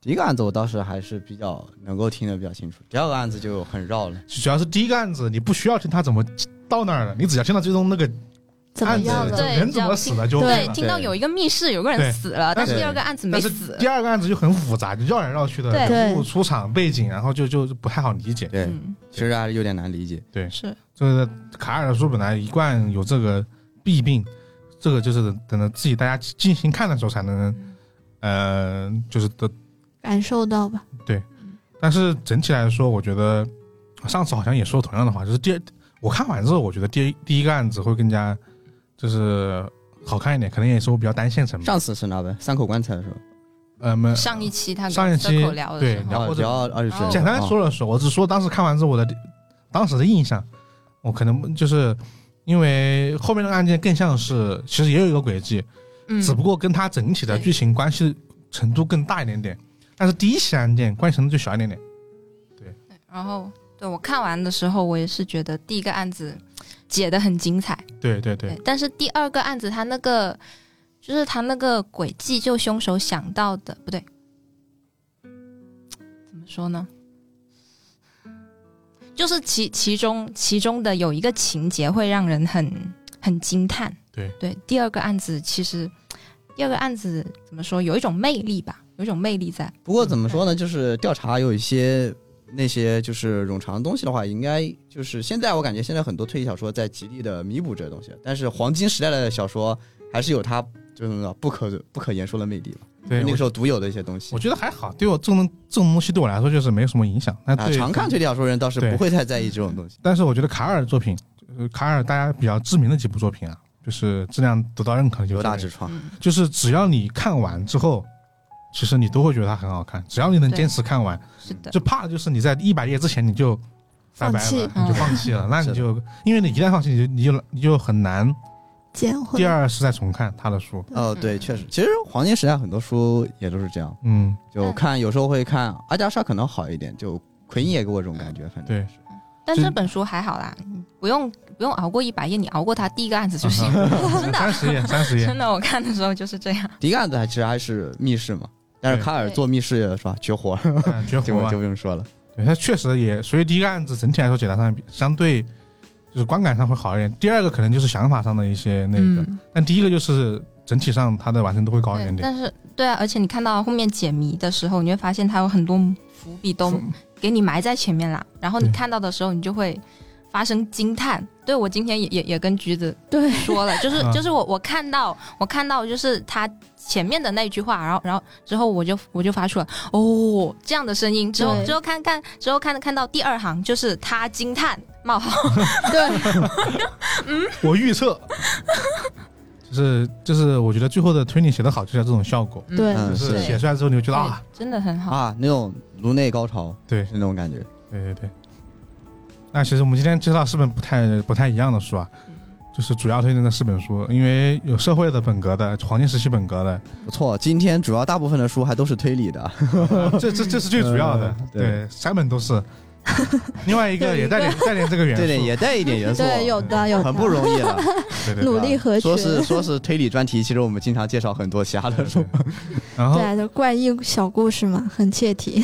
S2: 第一个案子我倒是还是比较能够听得比较清楚，第二个案子就很绕了。
S6: 主要是第一个案子，你不需要听他怎么到那儿的，你只要听到最终那个
S4: 怎么
S6: 案子
S4: 样
S3: 对
S4: 了？
S6: 人怎么死的就 OK
S3: 对，
S6: 了。
S3: 听到有一个密室有个人
S6: 对
S3: 死了，
S6: 但
S3: 但是
S6: 是
S3: 第二个案子没
S6: 但是
S3: 死。
S6: 第二个案子就很复杂，就绕来绕去的，
S3: 对
S6: 人物出场背景，然后就就不太好理解。
S2: 对，
S3: 嗯，
S2: 其实还是有点难理解。
S3: 是
S1: 就是卡尔的书本来一贯有这个弊病，这个就是等着自己大家进行看的时候才能，
S3: 嗯
S1: 呃，就是得。
S4: 感受到吧？
S1: 但是整体来说，我觉得上次好像也说同样的话，就是第二我看完之后，我觉得第一第一个案子会更加就是好看一点，可能也是我比较单线程吧。
S2: 上次是哪本？三口棺材的时候，
S1: 呃，没
S3: 上一期他跟
S1: 上一期
S3: Circle 聊的
S1: 对
S3: 时候
S1: 然后
S2: 哦
S1: 这
S2: 聊二十
S3: 哦
S1: 简单说了说，我只说当时看完之后我的当时的印象，我可能就是因为后面那个案件更像是其实也有一个轨迹，
S3: 嗯，
S1: 只不过跟它整体的
S3: 对
S1: 剧情关系程度更大一点点，但是第一起案件关系程度就小一点点。
S3: 然后对我看完的时候，我也是觉得第一个案子解的很精彩，
S1: 对对对，
S3: 但是第二个案子他那个就是他那个轨迹，就凶手想到的不对，怎么说呢？就是其其中其中的有一个情节会让人很很惊叹，
S1: 对
S3: 对。第二个案子其实第二个案子怎么说，有一种魅力吧，有一种魅力在。
S2: 不过怎么说呢，就是调查有一些那些就是冗长的东西的话，应该就是现在我感觉现在很多推理小说在极力的弥补这东西，但是黄金时代的小说还是有它就是那种不可不可言说的魅力吧，
S1: 对
S2: 那
S1: 我
S2: 个时候独有的一些东西
S1: 我。觉得还好，对我这种这种东西对我来说就是没有什么影响。那
S2: 啊，
S1: 对，
S2: 常看推理小说人倒是
S1: 对
S2: 不会太在意这种东西。
S1: 但是我觉得卡尔的作品，呃卡尔大家比较知名的几部作品啊，就是质量得到认可的就
S2: 有
S1: 是
S2: 大
S1: 这
S2: 之
S1: 个
S2: 创，
S3: 嗯
S1: 就是只要你看完之后，其实你都会觉得它很好看，只要你能
S3: 对
S1: 坚持看完。
S3: 是的，
S1: 就怕的就是你在一百页之前你就拜拜
S4: 放弃
S1: 了，
S3: 嗯
S1: 你就放弃 了，那你就因为你一旦放弃，你就你就你就很难
S4: 捡回
S1: 第二是再重看他的书。
S2: 哦，对，确实，其实黄金时代很多书也都是这样，
S1: 嗯，
S2: 就看有时候会看阿加莎可能好一点，就奎因也给我这种感觉，反正
S1: 对，
S3: 但
S1: 就嗯
S3: 这本书还好啦，不用不用熬过一百页，你熬过他第一个案子就行， 真的
S1: 啊三十页，三十页
S3: 真，的，我看的时候就是这样。
S2: 第一个案子还其实还是密室嘛，但是
S1: 对
S2: 卡尔做密室是吧，绝活了，
S1: 嗯绝
S2: 这
S1: 活
S2: 我
S1: 啊
S2: 就！不用说了。
S1: 对，他确实也，所以第一个案子整体来说解答上比相对就是观感上会好一点，第二个可能就是想法上的一些那个，
S3: 嗯，
S1: 但第一个就是整体上它的完成度会高一点点。
S3: 对，但是对啊，而且你看到后面解谜的时候，你会发现它有很多伏笔都给你埋在前面啦。然后你
S1: 对
S3: 看到的时候，你就会发生惊叹。对我今天也也也跟橘子
S4: 对
S3: 说了，就是
S1: 啊
S3: 就是我我看到我看到就是他前面的那句话，然后然后之后我就我就发出了哦这样的声音，之后
S4: 对
S3: 之后看看之后看看到第二行就是他惊叹冒号，
S4: 对，
S1: 我预测，就是就是我觉得最后的推理写得好，就是要这种效果，
S3: 嗯
S4: 对
S2: 嗯，
S1: 就是是
S3: 对
S1: 写出来之后你就觉得啊，
S3: 真的很好，
S2: 啊，那种颅内高潮，
S1: 对
S2: 是那种感觉。
S1: 对对对。那其实我们今天介绍四本不太不太一样的书啊，就是主要推荐的四本书，因为有社会的本格的、黄金时期本格的，
S2: 不错，今天主要大部分的书还都是推理的，
S1: 这这这是最主要的
S2: 嗯，对
S1: 对，三本都是。另外一个也带点带点这个元素，
S2: 对对，也带一点元素，
S4: 对，有的有的，
S2: 很不容 易了。啊
S1: 对对
S4: 努力合群
S2: 说。是说是推理专题，其实我们经常介绍很多其他的
S1: 对
S2: 书
S1: 对。然
S2: 哦
S1: 后
S4: 对，就怪异小故事嘛，很切题。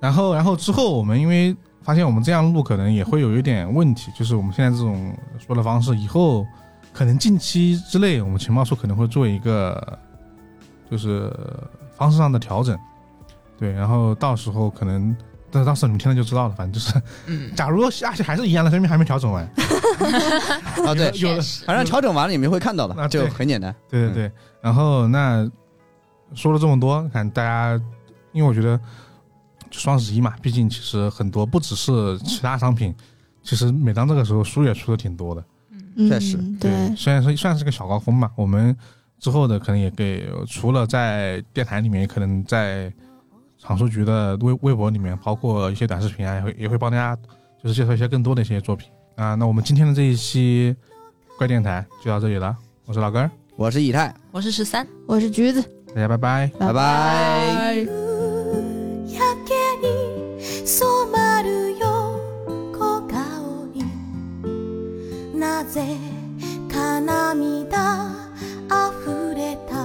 S1: 然后，然后之后我们因为发现我们这样录可能也会有一点问题，就是我们现在这种说的方式，以后可能近期之内，我们情报处可能会做一个就是方式上的调整，对，然后到时候可能。但是当时你们听了就知道了，反正就是，
S3: 嗯，
S1: 假如下期还是一样的，说明还没调整完。
S2: 啊，对，
S1: 有的
S3: 实
S2: 反正调整完了你们会看到
S1: 啊
S2: 的，
S1: 对
S2: 就很简单。
S1: 对对对，然后那说了这么多，看大家，因为我觉得就双十一嘛，毕竟其实很多不只是其他商品，其实每当这个时候书也出的挺多的。
S4: 嗯，
S2: 确实
S4: 对，
S1: 虽然说算是个小高峰吧，我们之后的可能也给除了在电台里面，也可能在藏书局的微微博里面，包括一些短视频啊，也会也会帮大家就是介绍一些更多的一些作品啊。那我们今天的这一期怪电台就到这里了，我是老根儿，
S2: 我是以太，
S3: 我是十三。
S4: 我是橘子，
S1: 大家拜拜。
S2: 拜拜
S4: 拜
S7: 焼けぜか涙あふれた